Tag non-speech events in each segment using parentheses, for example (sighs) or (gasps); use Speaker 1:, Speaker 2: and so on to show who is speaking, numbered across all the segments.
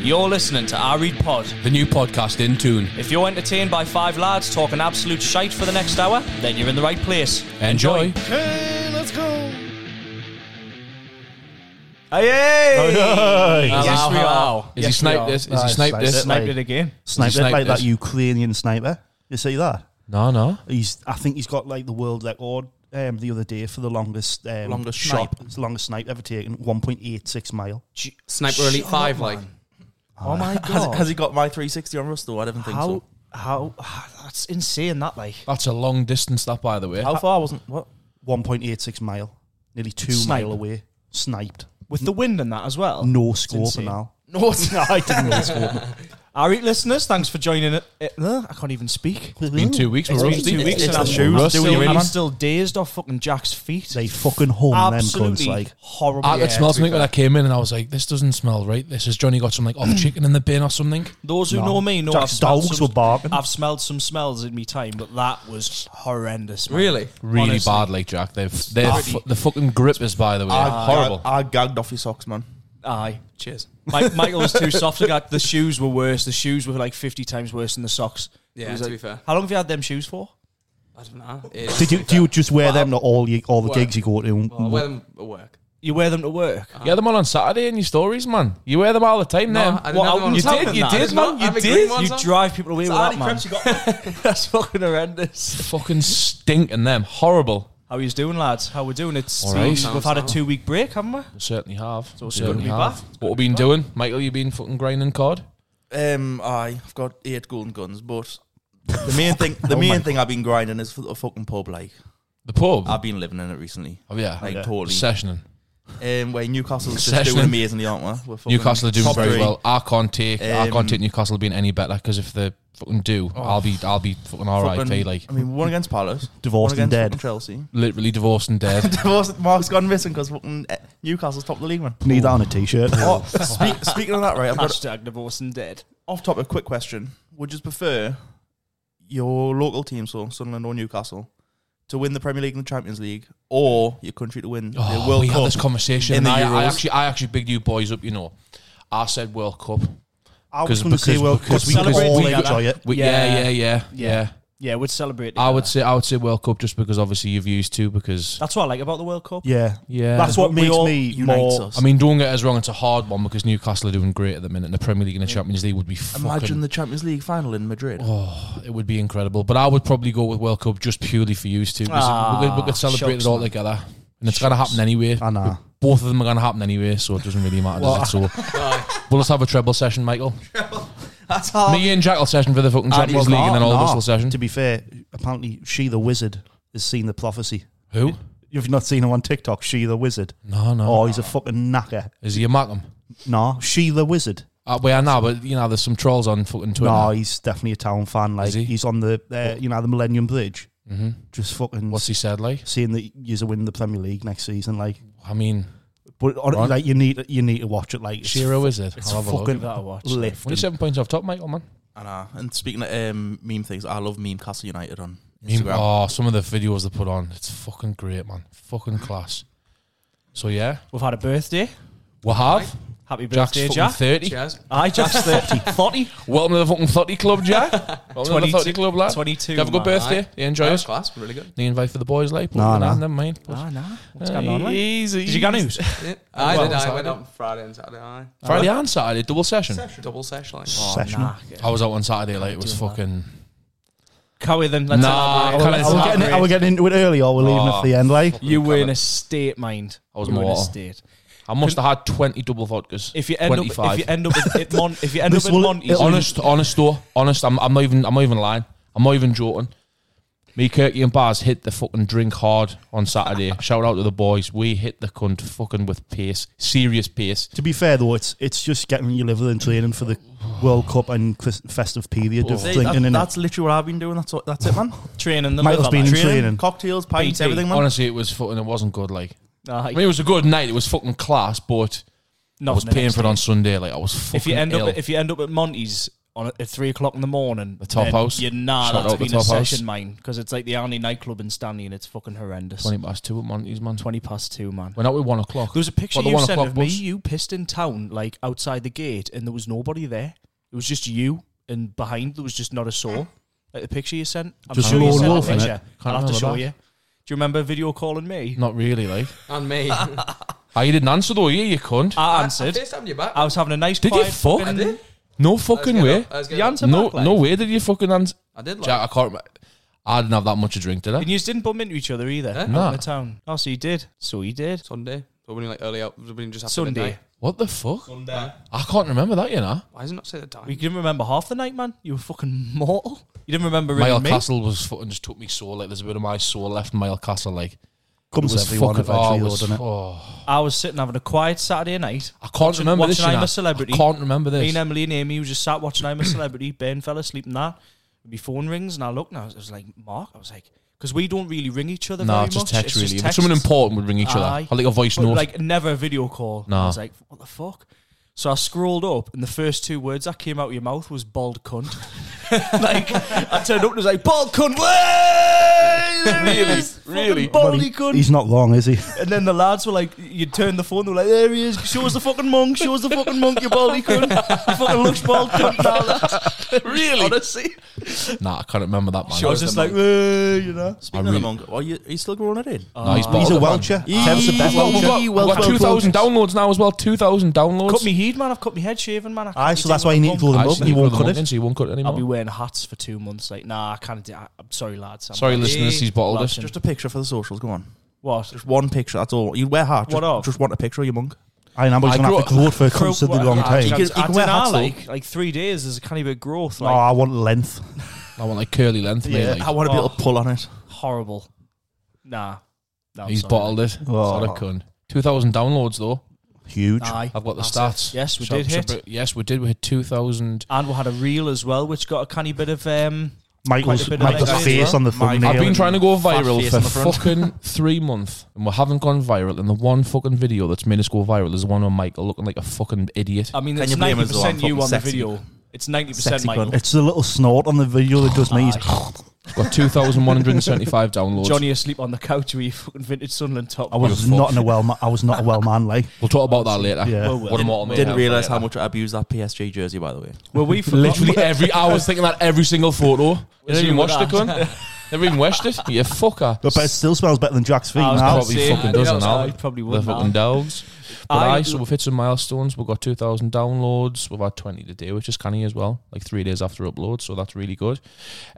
Speaker 1: You're listening to I Read Pod.
Speaker 2: The new podcast in tune.
Speaker 1: If you're entertained by five lads talking absolute shite for the next hour, then you're in the right place.
Speaker 2: Enjoy.
Speaker 3: Hey, let's go.
Speaker 1: Oh, Hello,
Speaker 3: Yes, we
Speaker 1: hello.
Speaker 3: are.
Speaker 2: Is he sniped this? Is he
Speaker 3: Nice,
Speaker 2: sniped
Speaker 3: nice.
Speaker 2: this?
Speaker 3: Nice.
Speaker 4: Sniped it again.
Speaker 3: Sniper,
Speaker 2: sniped
Speaker 3: like
Speaker 2: this?
Speaker 3: that Ukrainian sniper. You see that?
Speaker 2: No, no.
Speaker 3: He's. I think he's got like the world record um, the other day for the longest um,
Speaker 5: Longest
Speaker 3: shot, longest snipe ever taken, one point eight six mile.
Speaker 5: G- Sniper Elite Five, like
Speaker 4: Oh
Speaker 3: (laughs)
Speaker 4: my god.
Speaker 5: has, has he got my 360 on Rustle? I don't think
Speaker 4: how,
Speaker 5: so.
Speaker 4: how? (sighs) That's insane. That like.
Speaker 2: That's a long distance, that, by the way.
Speaker 4: How far wasn't what
Speaker 3: One point eight six mile, nearly two
Speaker 4: Snipe.
Speaker 3: mile away. Sniped.
Speaker 4: with the wind and that as well? (laughs)
Speaker 3: No scope
Speaker 4: insane.
Speaker 3: and (laughs) all.
Speaker 4: No, I didn't know
Speaker 2: (laughs)
Speaker 4: All right, listeners, thanks for joining it. it- uh, I can't even speak.
Speaker 2: In two weeks, we're
Speaker 4: It's been two weeks
Speaker 3: It's
Speaker 4: and
Speaker 3: the
Speaker 4: I'm,
Speaker 3: shoes
Speaker 4: I'm
Speaker 3: doing you
Speaker 4: still,
Speaker 3: in,
Speaker 4: I'm
Speaker 3: man.
Speaker 4: still dazed off fucking Jack's feet.
Speaker 3: They fucking home them cunts
Speaker 4: Absolutely
Speaker 3: like.
Speaker 4: horrible.
Speaker 2: Ah, it
Speaker 4: Yeah,
Speaker 2: smells
Speaker 4: to be
Speaker 2: like when I
Speaker 4: fair.
Speaker 2: came in and I was like, this doesn't smell right. This has Johnny got some like off chicken in the bin or something.
Speaker 4: Those who know me know
Speaker 3: Jack's
Speaker 4: I've smelled
Speaker 3: dogs
Speaker 4: some,
Speaker 3: were barking.
Speaker 4: I've smelled some smells in me time, but that was horrendous. Man.
Speaker 5: Really?
Speaker 2: Really
Speaker 4: Honestly.
Speaker 2: bad, like Jack. They've they're fu- the fucking grip is by the way horrible.
Speaker 5: I, gagged off your socks, man.
Speaker 4: Aye.
Speaker 5: Cheers.
Speaker 4: Mike, Michael was too soft. Like, the shoes were worse. The shoes were like 50 times worse than the socks. It
Speaker 5: Yeah,
Speaker 4: was
Speaker 5: to
Speaker 4: like-
Speaker 5: be fair.
Speaker 4: How long have you had them shoes for?
Speaker 5: I don't know. It is
Speaker 3: Did you
Speaker 5: to be
Speaker 3: do you
Speaker 5: fair.
Speaker 3: just wear them to all you, all the
Speaker 5: Well,
Speaker 3: gigs you go to? and
Speaker 5: Well, I wear them at work.
Speaker 4: You wear them to work.
Speaker 2: you had them on on Saturday in your stories, man. You wear them all the time,
Speaker 5: No,
Speaker 2: then.
Speaker 5: I didn't
Speaker 2: What,
Speaker 5: have them on
Speaker 2: you
Speaker 5: Saturday.
Speaker 2: did, you
Speaker 4: No,
Speaker 2: did,
Speaker 5: there's
Speaker 2: man.
Speaker 5: not-
Speaker 2: You
Speaker 5: I've agreed
Speaker 2: did.
Speaker 5: one-
Speaker 4: You
Speaker 5: What's up?
Speaker 4: drive people away with that, man.
Speaker 1: (laughs)
Speaker 5: you got.
Speaker 4: That's fucking horrendous.
Speaker 2: Fucking stink and them horrible.
Speaker 4: How are you doing, lads? How we doing? It's
Speaker 2: All right.
Speaker 4: we've had a two week break, haven't we?
Speaker 2: Certainly have. So
Speaker 4: certainly be back.
Speaker 2: What have we been doing, Michael? You been fucking grinding card?
Speaker 5: um, I, I've got eight golden guns, but the
Speaker 3: (laughs)
Speaker 5: main thing, the
Speaker 3: Oh
Speaker 5: main thing I've been grinding is for the fucking pub. Like
Speaker 2: The pub.
Speaker 5: I've been living in it recently.
Speaker 2: oh yeah.
Speaker 5: Like totally.
Speaker 2: Sessioning.
Speaker 5: Um, where Newcastle's just
Speaker 2: Session.
Speaker 5: doing amazingly, aren't we? We're fucking
Speaker 2: Newcastle are doing
Speaker 5: top
Speaker 2: very
Speaker 5: three.
Speaker 2: well. I can't take I
Speaker 5: Um, Oh.
Speaker 2: can't take Newcastle being any better because if they fucking do, I'll be I'll be fucking
Speaker 5: Fucking-
Speaker 2: RIP. Like
Speaker 5: I mean, one against Palace,
Speaker 3: (laughs) Divorced
Speaker 5: one
Speaker 3: and dead.
Speaker 5: against fucking Chelsea. (laughs)
Speaker 2: literally divorced and dead.
Speaker 5: Divorced. Mark's gone missing because fucking eh, Newcastle's top of the league, man.
Speaker 3: Need that on a t-shirt.
Speaker 5: Oh, speak, speaking of that, right? I've got
Speaker 4: Hashtag divorce and dead.
Speaker 5: off topic. Quick question: Would you prefer your local team, so Sunderland or Newcastle, to win the Premier League and the Champions League, or your country to win
Speaker 2: Oh,
Speaker 5: the World
Speaker 2: we
Speaker 5: Cup?
Speaker 2: had this conversation.
Speaker 5: in
Speaker 2: And
Speaker 5: the
Speaker 2: I, I
Speaker 5: Euros.
Speaker 2: actually I actually bigged you boys up. You know, I said World Cup.
Speaker 3: I
Speaker 2: Because-
Speaker 3: was going to say
Speaker 2: because-
Speaker 3: well because we
Speaker 4: because
Speaker 3: all
Speaker 4: we-
Speaker 3: enjoy it.
Speaker 2: We, yeah.
Speaker 4: Yeah.
Speaker 2: Yeah, yeah, yeah,
Speaker 4: Yeah, we'd celebrate.
Speaker 2: I
Speaker 4: together.
Speaker 2: would say I would say World Cup just because obviously you've used two because
Speaker 4: That's what I like about the World Cup.
Speaker 3: Yeah,
Speaker 2: yeah.
Speaker 3: That's what
Speaker 4: We
Speaker 3: makes
Speaker 4: all
Speaker 3: me
Speaker 5: unites
Speaker 3: more.
Speaker 5: us.
Speaker 2: I mean, don't get us wrong. It's a hard one because Newcastle are doing great at the minute. And the Premier League and the Champions League would be fucking. Oh,
Speaker 5: Imagine the Champions League final in Madrid.
Speaker 2: It would be incredible. But I would probably go with World Cup just purely for you two. Because
Speaker 4: Ah,
Speaker 2: we, could, we could celebrate
Speaker 4: shucks,
Speaker 2: it all
Speaker 4: man.
Speaker 2: together. And it's going to happen anyway.
Speaker 3: I know.
Speaker 2: Both of them are going to happen anyway, so it doesn't really matter. does it? So we'll just have a treble session, Michael.
Speaker 5: That's how.
Speaker 2: Me and Jack will session for the fucking Champions
Speaker 3: Well,
Speaker 2: League, and then
Speaker 3: nah,
Speaker 2: all of us
Speaker 3: nah.
Speaker 2: will session.
Speaker 3: To be fair, apparently she the wizard has seen the prophecy.
Speaker 2: Who?
Speaker 3: You've not seen her on TikTok. She the wizard.
Speaker 2: No, no.
Speaker 3: Oh, he's a fucking knacker.
Speaker 2: Is he a Macam?
Speaker 3: Nah, she the wizard.
Speaker 2: Uh, well, yeah, nah, but you know, there's some trolls on fucking Twitter.
Speaker 3: Nah, he's definitely a town fan. Like
Speaker 2: Is he?
Speaker 3: he's on the uh, you know the Millennium Bridge,
Speaker 2: hmm
Speaker 3: just fucking
Speaker 2: What's he said like?
Speaker 3: seeing that you're winning the Premier League next season. Like,
Speaker 2: I mean,
Speaker 3: but on,
Speaker 2: Right.
Speaker 3: like you need you need to watch it. Like, it's
Speaker 2: Shiro is it?
Speaker 3: It's
Speaker 2: I'll have a
Speaker 3: fucking
Speaker 2: look.
Speaker 4: Give that a watch.
Speaker 3: lift.
Speaker 2: Twenty-seven points off top, Michael man.
Speaker 5: I know. And speaking of um, meme things, I love meme Castle United on
Speaker 2: Meme-
Speaker 5: Instagram.
Speaker 2: Oh, some of the videos they put on, it's fucking great, man. Fucking class. So yeah,
Speaker 4: We've had a birthday.
Speaker 2: we have.
Speaker 4: Happy
Speaker 2: Jack's
Speaker 4: birthday,
Speaker 2: fucking
Speaker 4: Jack.
Speaker 2: 30.
Speaker 5: Cheers.
Speaker 2: (laughs)
Speaker 4: Aye, Jack's 30. 40.
Speaker 2: Welcome to the fucking 30 club,
Speaker 4: (laughs)
Speaker 2: Jack. Welcome to the
Speaker 4: 22,
Speaker 2: 30 club, lad.
Speaker 4: 22,
Speaker 2: Have a good
Speaker 4: man.
Speaker 2: birthday. You enjoy
Speaker 5: That
Speaker 2: it.
Speaker 5: was class. Really good.
Speaker 2: The invite for the boys, like.
Speaker 3: Nah,
Speaker 2: but
Speaker 3: nah.
Speaker 2: Never mind.
Speaker 4: Ah, nah. What's going on, mate?
Speaker 2: Easy.
Speaker 4: Did you get news?
Speaker 5: Yeah. I
Speaker 2: Well,
Speaker 5: did. I went
Speaker 2: Saturday.
Speaker 5: out on Friday and Saturday. I
Speaker 2: Friday and Saturday, double session.
Speaker 5: double session. Like.
Speaker 3: session.
Speaker 2: I was out on Saturday, like, it was fucking.
Speaker 4: Cowie, then. Let's
Speaker 2: Nah,
Speaker 4: elaborate.
Speaker 2: Well,
Speaker 3: Are
Speaker 2: Let's
Speaker 3: we, getting,
Speaker 2: elaborate.
Speaker 3: are we getting into it early or we're leaving it
Speaker 2: Oh.
Speaker 3: at the end? Like,
Speaker 4: You were in a state, mind.
Speaker 2: I was
Speaker 4: you were in a
Speaker 2: mortal.
Speaker 4: state.
Speaker 2: I must have had 20 double vodkas.
Speaker 4: If you end up,
Speaker 2: 25.
Speaker 4: if you end up, in, at Mon, if you end
Speaker 3: This
Speaker 4: up in
Speaker 3: will-
Speaker 4: Monty's,
Speaker 3: it'll-
Speaker 2: honest, honest though, honest. I'm, I'm not even. I'm not even lying. I'm not even joking. Me, Kirky, and Baz hit the fucking drink hard on
Speaker 4: (laughs)
Speaker 2: Saturday. Shout out to the boys. We hit the cunt fucking with pace, serious pace.
Speaker 3: to be fair though, it's it's just getting your level and training for the World Cup and Chris- festive period of
Speaker 5: See,
Speaker 3: thinking.
Speaker 5: that-
Speaker 3: innit?
Speaker 5: that's literally what I've been doing. That's what, that's it, man.
Speaker 4: training the
Speaker 3: Michael's
Speaker 4: liver,
Speaker 3: been
Speaker 4: like.
Speaker 3: Training, training.
Speaker 5: cocktails, pints,
Speaker 4: PT.
Speaker 5: everything, man.
Speaker 2: Honestly, it was fucking. It wasn't good. Like, I
Speaker 4: Aye.
Speaker 2: mean, it was a good night. It was fucking class, but I
Speaker 4: Not
Speaker 2: was
Speaker 4: in the
Speaker 2: paying
Speaker 4: next
Speaker 2: for it
Speaker 4: day.
Speaker 2: on Sunday. Like, I was fucking.
Speaker 4: If you end
Speaker 2: ill.
Speaker 4: up, if you end up at Monty's on at three o'clock in the morning.
Speaker 2: The Top
Speaker 4: then
Speaker 2: House.
Speaker 4: You nah,
Speaker 2: Shout
Speaker 4: that's
Speaker 2: out the
Speaker 4: been a
Speaker 2: Top House.
Speaker 4: session, mine, because it's like the only nightclub in Stanley, and it's fucking horrendous.
Speaker 2: Twenty past two at Monty's, man.
Speaker 4: 20 past two, man.
Speaker 2: Went out with one o'clock.
Speaker 4: There was a picture
Speaker 2: What, the
Speaker 4: you
Speaker 2: one
Speaker 4: sent
Speaker 2: o'clock
Speaker 4: of me.
Speaker 2: bus?
Speaker 4: You pissed in town, like outside the gate, and there was nobody there. It was just you, and behind there was just not a soul. Like the picture you sent, I'm
Speaker 3: Just
Speaker 4: sure you
Speaker 3: lone
Speaker 4: sent
Speaker 3: wolf,
Speaker 4: a
Speaker 3: innit?
Speaker 4: picture.
Speaker 2: Can't
Speaker 4: I'll have to
Speaker 2: remember
Speaker 4: show
Speaker 2: that.
Speaker 4: you. Do you remember video calling me?
Speaker 2: Not really, like.
Speaker 6: And (laughs) me. I,
Speaker 2: Ah, you didn't answer though, yeah, you cunt.
Speaker 4: I
Speaker 6: I
Speaker 4: answered.
Speaker 6: FaceTimed you back.
Speaker 4: I was having a nice.
Speaker 2: Did you
Speaker 4: quiet
Speaker 2: fuck?
Speaker 6: I
Speaker 4: fucking-
Speaker 6: did.
Speaker 2: no fucking
Speaker 6: I was
Speaker 2: way.
Speaker 6: getting up- I was
Speaker 4: You
Speaker 6: getting up.
Speaker 4: answered
Speaker 2: No,
Speaker 4: back, like.
Speaker 2: no way did you fucking answer.
Speaker 6: I did.
Speaker 2: Jack, I
Speaker 6: Like,
Speaker 2: can't. remember. I didn't have that much to drink, did I?
Speaker 4: And you just didn't bump into each other either.
Speaker 6: Huh?
Speaker 4: out
Speaker 2: Nah.
Speaker 4: in the town. Oh, so you did. So you did.
Speaker 6: Sunday. So we like early out. We've been just after
Speaker 4: Sunday.
Speaker 6: midnight.
Speaker 2: What the fuck? I can't remember that, you know.
Speaker 6: Why does it not say the time?
Speaker 4: You didn't remember half the night, man. You were fucking (laughs) mortal. You didn't remember
Speaker 2: Mile
Speaker 4: really me.
Speaker 2: Castle was fucking just took me so like there's a bit of my soul left in Mile Castle like it
Speaker 3: Comes
Speaker 2: was
Speaker 3: everyone
Speaker 2: fucking oh,
Speaker 3: eventually,
Speaker 2: it
Speaker 3: though,
Speaker 2: was-
Speaker 3: doesn't it?
Speaker 2: oh.
Speaker 4: I was sitting having a quiet Saturday night.
Speaker 2: I can't remember
Speaker 4: watching
Speaker 2: this. you
Speaker 4: I'm
Speaker 2: know.
Speaker 4: a Celebrity.
Speaker 2: I can't remember
Speaker 4: Me
Speaker 2: this.
Speaker 4: and Emily and Amy was just sat watching I'm a Celebrity. Ben fell asleep and that. My phone rings and I looked and I was, I was like, Mark, I was like, because we don't really ring each other
Speaker 2: no,
Speaker 4: very
Speaker 2: it's just
Speaker 4: much.
Speaker 2: text
Speaker 4: It's
Speaker 2: really.
Speaker 4: just
Speaker 2: But Someone
Speaker 4: texts.
Speaker 2: important would ring each other.
Speaker 4: Aye.
Speaker 2: I like a voice
Speaker 4: But
Speaker 2: note.
Speaker 4: like never a video call.
Speaker 2: Nah.
Speaker 4: I was like, what the fuck? So I scrolled up, and the first two words that came out of your mouth was "bald cunt." (laughs) like I turned up and was like, "bald cunt." (laughs) Really, really, baldy
Speaker 3: Well,
Speaker 4: cunt.
Speaker 3: he- He's not wrong, is he?
Speaker 4: and then the lads were like, "You turn the phone." They were like, "There he is. Show us the fucking monk. Show us the fucking monk. You baldy cunt. You fucking looks bald cunt." Now
Speaker 2: (laughs)
Speaker 4: that really, honestly,
Speaker 2: nah, I can't remember that man.
Speaker 4: I was just like, "Eh," you know.
Speaker 5: Speaking
Speaker 2: I
Speaker 5: of
Speaker 2: really-
Speaker 5: the monk, are you, are you still growing it in?
Speaker 2: no, he's,
Speaker 3: He's
Speaker 2: bottled
Speaker 3: a
Speaker 2: it, man.
Speaker 3: Welcher. Tev's the best
Speaker 2: We've
Speaker 3: Welcher.
Speaker 2: got, we've got 2,000 downloads now as well. 2,000 downloads.
Speaker 4: Cut me head, man. I've cut me head shaving, man. I can't
Speaker 3: Aye,
Speaker 4: be
Speaker 3: so that's
Speaker 4: doing
Speaker 3: why you
Speaker 4: that
Speaker 3: need to
Speaker 4: monk.
Speaker 3: blow them
Speaker 2: Actually,
Speaker 3: up and you
Speaker 2: you've
Speaker 3: won't
Speaker 2: got
Speaker 3: cut
Speaker 2: the
Speaker 3: it.
Speaker 2: monk in, so you won't cut it
Speaker 4: I'll be
Speaker 2: anymore.
Speaker 4: wearing hats for two months. Like, nah, I can't do I- I'm sorry, lads. I'm
Speaker 2: Sorry,
Speaker 4: not
Speaker 2: listeners, he's bottled us.
Speaker 4: relapsing.
Speaker 5: Just a picture for the socials, go on.
Speaker 4: What?
Speaker 5: Just one picture, that's all. You'd wear a hat. Just,
Speaker 4: What of?
Speaker 5: Just want a picture of your monk.
Speaker 3: I know, but
Speaker 2: I
Speaker 3: he's going to have to
Speaker 2: grew
Speaker 3: grow it for a
Speaker 4: Crow-
Speaker 3: considerably
Speaker 4: well,
Speaker 3: long
Speaker 4: I-
Speaker 3: time.
Speaker 4: I-
Speaker 5: You can-
Speaker 4: I
Speaker 5: you can wear
Speaker 4: dunno,
Speaker 5: hats, though.
Speaker 4: like, like three days. There's a kind of a growth,
Speaker 3: Oh,
Speaker 4: like
Speaker 3: I want length.
Speaker 2: I want like curly length, mate.
Speaker 3: Yeah.
Speaker 2: like.
Speaker 5: I want to be able to pull on it.
Speaker 4: horrible. Nah, no,
Speaker 2: He's
Speaker 4: sorry.
Speaker 2: bottled it.
Speaker 3: Oh.
Speaker 2: What a cunt. 2,000 downloads though.
Speaker 3: Huge.
Speaker 4: Aye,
Speaker 2: I've got the
Speaker 4: that's
Speaker 2: stats.
Speaker 4: it. Yes, we
Speaker 2: Shall-
Speaker 4: did
Speaker 2: shall
Speaker 4: hit,
Speaker 2: br- Yes, we did. We hit 2,000.
Speaker 4: and we had a reel as well, which got a canny bit of um. Quite
Speaker 3: Michael's,
Speaker 4: a bit of
Speaker 3: Michael's
Speaker 4: length as
Speaker 3: face
Speaker 4: well.
Speaker 3: on the thumbnail.
Speaker 2: I've been trying to go
Speaker 5: fat
Speaker 2: viral
Speaker 5: face
Speaker 2: for
Speaker 5: on the front.
Speaker 2: fucking three months, and we haven't gone viral. And the one fucking video that's made us go viral is the one on Michael looking like a fucking idiot.
Speaker 4: I mean,
Speaker 5: Can
Speaker 4: it's
Speaker 5: you blame
Speaker 4: ninety
Speaker 5: us though? I'm
Speaker 4: percent you
Speaker 5: fucking
Speaker 4: on the
Speaker 5: sexy.
Speaker 4: video. It's ninety percent
Speaker 5: Sexy
Speaker 4: Michael.
Speaker 5: cunt.
Speaker 3: It's the little snort on the video that does me. He's like,
Speaker 2: Got 2,175 downloads.
Speaker 4: Johnny asleep on the couch with your fucking vintage Sunderland top.
Speaker 3: I was
Speaker 2: You're
Speaker 3: not in a well. Ma- I was not a well man. Like
Speaker 2: We'll talk about that later.
Speaker 3: Yeah.
Speaker 2: What a mortal man.
Speaker 5: Didn't realise how much I abused that PSG jersey, by the way.
Speaker 4: Were we
Speaker 2: Literally every. I was thinking that every single photo. You never even
Speaker 4: you
Speaker 2: watched it,
Speaker 4: with
Speaker 2: cunt. Never even watched it. You fucker.
Speaker 3: (laughs) But, but it still smells better than Jack's feet
Speaker 4: I was
Speaker 3: now.
Speaker 4: gonna
Speaker 2: probably
Speaker 4: say,
Speaker 2: fucking
Speaker 4: I
Speaker 2: does
Speaker 4: know,
Speaker 2: an
Speaker 4: so
Speaker 2: hour.
Speaker 4: I probably
Speaker 2: The
Speaker 4: would.
Speaker 2: fucking dogs. But
Speaker 4: I-
Speaker 2: aye, so we've hit some milestones. We've got 2,000 downloads. We've had 20 today, which is canny as well, like three days after upload. So that's really good.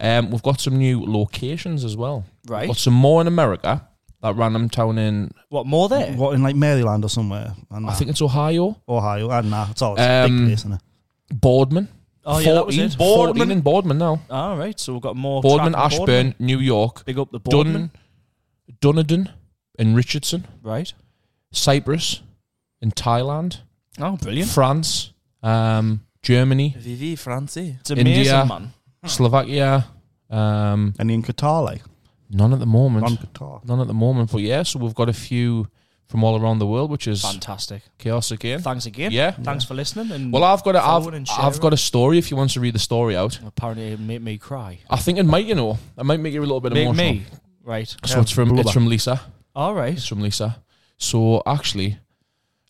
Speaker 2: Um, we've got some new locations as well.
Speaker 4: Right.
Speaker 2: Got some more in America. That random town in,
Speaker 4: What more there?
Speaker 3: What in like Maryland or somewhere? And
Speaker 2: I think it's Ohio,
Speaker 3: Ohio. And nah, it's all it's a
Speaker 2: Um,
Speaker 3: big place, isn't it?
Speaker 2: Boardman.
Speaker 4: Oh, yeah, that was it.
Speaker 2: 14 in Boardman now.
Speaker 4: All right, so we've got more.
Speaker 2: Boardman,
Speaker 4: track-
Speaker 2: Ashburn, New York,
Speaker 4: Big up the Boardman.
Speaker 2: Dun, Dunedin, and Richardson,
Speaker 4: Right.
Speaker 2: Cyprus, and Thailand,
Speaker 4: Oh, brilliant.
Speaker 2: France, um, Germany,
Speaker 5: Vivi Francie.
Speaker 4: It's amazing,
Speaker 2: India.
Speaker 4: man.
Speaker 2: Slovakia. Um,
Speaker 3: And in Qatar, like
Speaker 2: none at the moment.
Speaker 3: on Qatar.
Speaker 2: None at the moment, but yeah, so we've got a few from all around the world, which is
Speaker 4: Fantastic.
Speaker 2: chaos again.
Speaker 4: Thanks again.
Speaker 2: Yeah.
Speaker 4: Thanks for listening. And
Speaker 2: Well, I've got a,
Speaker 4: Follow
Speaker 2: I've,
Speaker 4: and share
Speaker 2: I've
Speaker 4: it.
Speaker 2: got a story if you want to read the story out.
Speaker 4: apparently it made me cry.
Speaker 2: I think it might, you know, it might make you a little bit
Speaker 4: Make
Speaker 2: emotional.
Speaker 4: me. Right.
Speaker 2: So it's from it's
Speaker 3: Blubber.
Speaker 2: from Lisa.
Speaker 4: All right.
Speaker 2: It's from Lisa. So actually,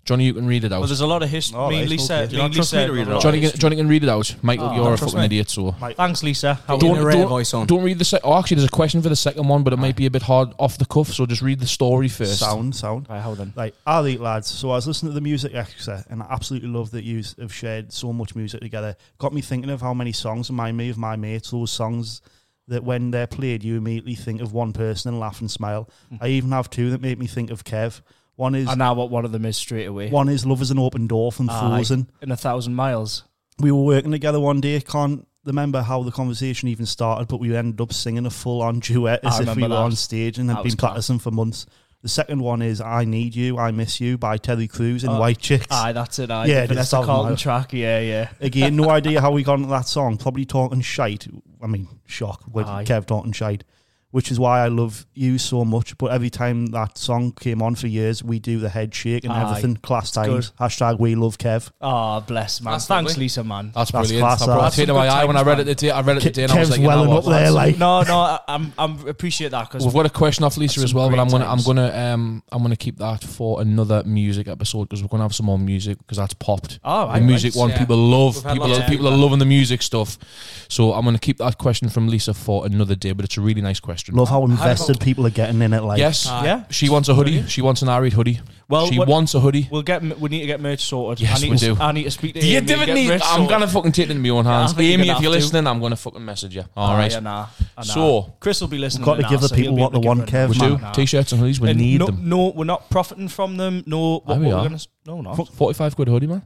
Speaker 2: Johnny, you can read it
Speaker 4: Well,
Speaker 2: out.
Speaker 4: there's a lot of history.
Speaker 3: All
Speaker 4: me and
Speaker 3: right,
Speaker 4: Lisa.
Speaker 3: okay.
Speaker 4: Me
Speaker 5: Do you
Speaker 4: and
Speaker 5: not trust me
Speaker 4: Lisa
Speaker 5: to read it
Speaker 4: have a
Speaker 5: out?
Speaker 4: lot
Speaker 2: Johnny,
Speaker 4: of
Speaker 2: can,
Speaker 4: history.
Speaker 2: Johnny can read it out. Michael,
Speaker 4: Oh,
Speaker 2: you're a
Speaker 4: don't trust
Speaker 2: fucking
Speaker 4: me.
Speaker 2: idiot. So
Speaker 4: Thanks, Lisa. How
Speaker 6: Getting
Speaker 2: don't-
Speaker 6: a rare
Speaker 2: don't-
Speaker 6: voice on.
Speaker 2: don't read the. Se- oh, actually, there's a question for the second one, but it might be a bit hard off the cuff. So just read the story first.
Speaker 3: Sound, sound.
Speaker 4: Right, hold on.
Speaker 3: Like, all right, lads. So I was listening to the music extra, and I absolutely love that you have shared so much music together. Got me thinking of how many songs remind me of my mates. Those songs that, when they're played, you immediately think of one person and laugh and smile. I even have two that make me think of Kev. One is
Speaker 4: I know what one of them is straight away.
Speaker 3: one is "Love Is an Open Door" from
Speaker 4: Aye.
Speaker 3: Frozen.
Speaker 4: In a thousand miles.
Speaker 3: we were working together one day. Can't remember how the conversation even started, but we ended up singing a full on duet
Speaker 4: I
Speaker 3: as if we
Speaker 4: remember
Speaker 3: were
Speaker 4: that.
Speaker 3: on stage and
Speaker 4: That
Speaker 3: had
Speaker 4: was
Speaker 3: been
Speaker 4: class.
Speaker 3: practicing for months. The second one is "I Need You, I Miss You" by Terry Crews and
Speaker 4: Oh.
Speaker 3: White Chicks.
Speaker 4: Aye, that's it. Aye.
Speaker 3: Yeah,
Speaker 4: Yeah,
Speaker 3: it is
Speaker 4: Vanessa
Speaker 3: thousand
Speaker 4: Carlton
Speaker 3: miles.
Speaker 4: track. Yeah, yeah.
Speaker 3: (laughs) Again, no idea how we got into that song. Probably talking shite. I mean, shock with
Speaker 4: Aye.
Speaker 3: Kev talking shite. which is why I love you so much. But every time that song came on for years, we do the head shake and
Speaker 1: Aye.
Speaker 3: everything. Class times.
Speaker 1: good.
Speaker 3: Hashtag we love Kev.
Speaker 1: Oh, bless, man.
Speaker 6: That's
Speaker 1: Thanks,
Speaker 6: lovely.
Speaker 1: Lisa, man.
Speaker 2: That's,
Speaker 3: That's
Speaker 2: brilliant.
Speaker 3: class,
Speaker 2: I
Speaker 3: that.
Speaker 2: brought a
Speaker 3: That's
Speaker 2: tear to
Speaker 1: some
Speaker 2: my
Speaker 1: good
Speaker 2: eye when I
Speaker 1: times,
Speaker 2: read it
Speaker 1: man.
Speaker 2: today. I read it
Speaker 3: Ke-
Speaker 2: today, and I was
Speaker 3: Kev's
Speaker 2: like, you
Speaker 3: welling
Speaker 2: know
Speaker 3: up
Speaker 2: what?
Speaker 3: there, like
Speaker 1: No, no, I- I'm, I'm appreciate that because
Speaker 2: We've got a question off Lisa
Speaker 1: That's
Speaker 2: as well,
Speaker 1: some
Speaker 2: but I'm
Speaker 1: great
Speaker 2: gonna I'm
Speaker 1: times.
Speaker 2: gonna um I'm gonna keep that for another music episode because we're gonna have some more music because that's popped.
Speaker 1: Oh,
Speaker 2: the
Speaker 1: right,
Speaker 2: music
Speaker 6: right.
Speaker 2: one
Speaker 6: Yeah.
Speaker 2: people love
Speaker 6: We've had
Speaker 2: people
Speaker 6: lots
Speaker 2: are,
Speaker 6: of
Speaker 2: people are loving the music stuff. So I'm gonna keep that question from Lisa for another day, but it's a really nice question.
Speaker 3: Love how invested people are getting in it. Like,
Speaker 2: yes,
Speaker 6: Uh,
Speaker 1: yeah.
Speaker 2: she wants a hoodie. She wants an Arid hoodie.
Speaker 1: Well,
Speaker 2: she
Speaker 1: what-
Speaker 2: wants a hoodie.
Speaker 1: We'll get. We need to get merch sorted.
Speaker 2: Yes,
Speaker 1: I need
Speaker 2: we
Speaker 1: to,
Speaker 2: do.
Speaker 1: I need to speak to
Speaker 2: You
Speaker 1: Amy and
Speaker 2: didn't
Speaker 1: get
Speaker 2: need.
Speaker 1: merch
Speaker 2: I'm
Speaker 1: sorted.
Speaker 2: gonna fucking take it in my own hands.
Speaker 1: I think you're
Speaker 2: Amy,
Speaker 1: gonna
Speaker 2: if you're
Speaker 1: have to.
Speaker 2: listening, I'm gonna fucking message you.
Speaker 1: Ah,
Speaker 2: All right.
Speaker 1: yeah, nah, ah, nah.
Speaker 2: So-
Speaker 1: Chris will be listening.
Speaker 3: We've got to
Speaker 1: now,
Speaker 3: give the
Speaker 1: so he'll
Speaker 3: people
Speaker 1: be
Speaker 3: what
Speaker 1: able
Speaker 3: they
Speaker 1: to
Speaker 3: want,
Speaker 1: give her-
Speaker 3: Kev,
Speaker 2: We
Speaker 3: man.
Speaker 2: do
Speaker 1: Nah.
Speaker 2: t-shirts and hoodies. We
Speaker 1: And
Speaker 2: need
Speaker 1: no,
Speaker 2: them.
Speaker 1: No, we're not profiting from them. No,
Speaker 2: There
Speaker 1: what,
Speaker 2: we
Speaker 1: what we're
Speaker 2: are.
Speaker 1: gonna. s- No, we're not.
Speaker 2: F- Forty-five quid
Speaker 1: (laughs)
Speaker 2: hoodie, man.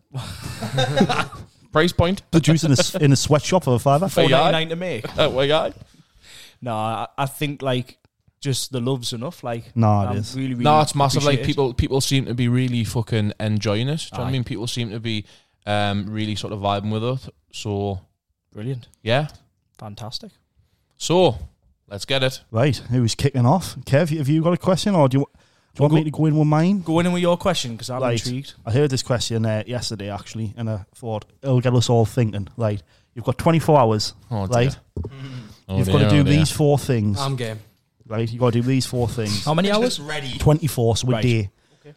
Speaker 2: Price point. (laughs)
Speaker 3: produced in a, (laughs) s- in a sweatshop for a fiver.
Speaker 2: Hey,
Speaker 1: Four
Speaker 2: guy.
Speaker 1: ninety nine to
Speaker 2: (laughs)
Speaker 1: make.
Speaker 2: That way, guy.
Speaker 1: No, I, I think like just the love's enough. Like,
Speaker 3: Nah, it
Speaker 1: I'm
Speaker 3: is.
Speaker 1: Really, really
Speaker 2: No, it's massive. Like
Speaker 1: appreciate it.
Speaker 2: people, people seem to be really fucking enjoying it. Do you know what I
Speaker 1: Aye.
Speaker 2: mean? People seem to be um, really sort of vibing with us. So
Speaker 1: Brilliant,
Speaker 2: yeah.
Speaker 1: fantastic.
Speaker 2: So let's get it.
Speaker 3: Right, who's kicking off? Kev, have you got a question, or do you, do you want me to go in with mine?
Speaker 1: Go in with your question because I'm
Speaker 3: Right.
Speaker 1: intrigued.
Speaker 3: I heard this question uh, yesterday actually, and I thought it'll get us all thinking. Like, you've got 24 hours,
Speaker 2: Oh, dear.
Speaker 3: right?
Speaker 2: Oh,
Speaker 3: you've got
Speaker 2: dear,
Speaker 3: to do
Speaker 2: oh, dear.
Speaker 3: these four things,
Speaker 6: I'm game.
Speaker 3: right? You've got to do these four things.
Speaker 1: How many hours?
Speaker 5: Just ready.
Speaker 3: 24, so a
Speaker 1: Right.
Speaker 3: day.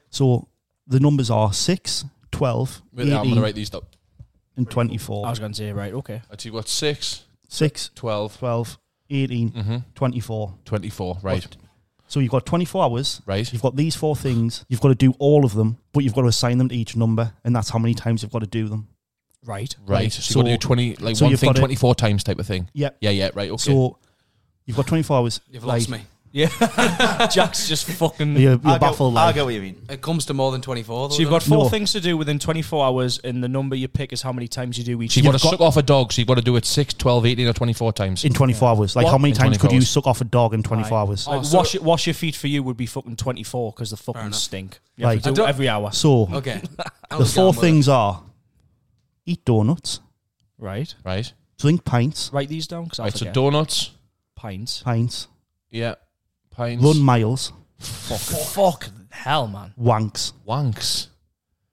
Speaker 3: So the numbers are 6, 12,
Speaker 2: Wait, I'm gonna
Speaker 3: 18,
Speaker 2: write these up.
Speaker 3: and
Speaker 1: I
Speaker 3: 24.
Speaker 1: was going to say right. Okay.
Speaker 2: I see what six,
Speaker 3: 6,
Speaker 2: 12,
Speaker 3: 12, 18,
Speaker 2: mm-hmm,
Speaker 3: 24.
Speaker 2: 24. Right,
Speaker 3: So you've got 24 hours.
Speaker 2: right.
Speaker 3: You've got these four things. You've got to do all of them, but you've got to assign them to each number, and that's how many times you've got to do them.
Speaker 1: Right.
Speaker 2: Right.
Speaker 3: Right,
Speaker 2: So, you got to do
Speaker 3: so-
Speaker 2: 20, like
Speaker 3: so
Speaker 2: one
Speaker 3: you've
Speaker 2: thing
Speaker 3: got to-
Speaker 2: 24 times type of thing.
Speaker 3: Yep.
Speaker 2: Yeah, yeah, right. Okay.
Speaker 3: So you've got 24 hours.
Speaker 6: You've lost me.
Speaker 1: Yeah. (laughs) Jack's just fucking.
Speaker 3: You're, you're
Speaker 5: I
Speaker 3: baffled.
Speaker 5: Get, I
Speaker 3: Like,
Speaker 5: get what you mean.
Speaker 6: It comes to more than 24. Though,
Speaker 1: So you've got four
Speaker 3: No.
Speaker 1: things to do within 24 hours, and the number you pick is how many times you do each.
Speaker 2: so you've, got to
Speaker 3: you've got-
Speaker 2: suck off a dog, so you've got to do it 6, 12, 18, or 24 times.
Speaker 3: in 24 hours. Like,
Speaker 1: What?
Speaker 3: how many
Speaker 2: In
Speaker 3: times
Speaker 2: 24
Speaker 3: could you
Speaker 2: hours.
Speaker 3: suck off a dog in 24 hours?
Speaker 1: Like,
Speaker 6: Oh, so-
Speaker 1: wash it, wash your feet for you would be fucking 24 because the fucking
Speaker 6: enough.
Speaker 1: stink. You have
Speaker 3: Like-
Speaker 1: to
Speaker 6: I
Speaker 1: do it
Speaker 6: don't-
Speaker 1: every hour.
Speaker 3: So,
Speaker 6: though. Okay.
Speaker 3: the four things are eat donuts,
Speaker 1: Right.
Speaker 2: Right.
Speaker 3: drink pints,
Speaker 1: Write these down because I
Speaker 2: Right. So
Speaker 1: forget.
Speaker 2: donuts.
Speaker 1: Pints.
Speaker 3: pints,
Speaker 2: Yeah. Pints.
Speaker 3: run miles,
Speaker 1: Fuck. Fuck hell, man.
Speaker 3: wanks.
Speaker 2: Wanks.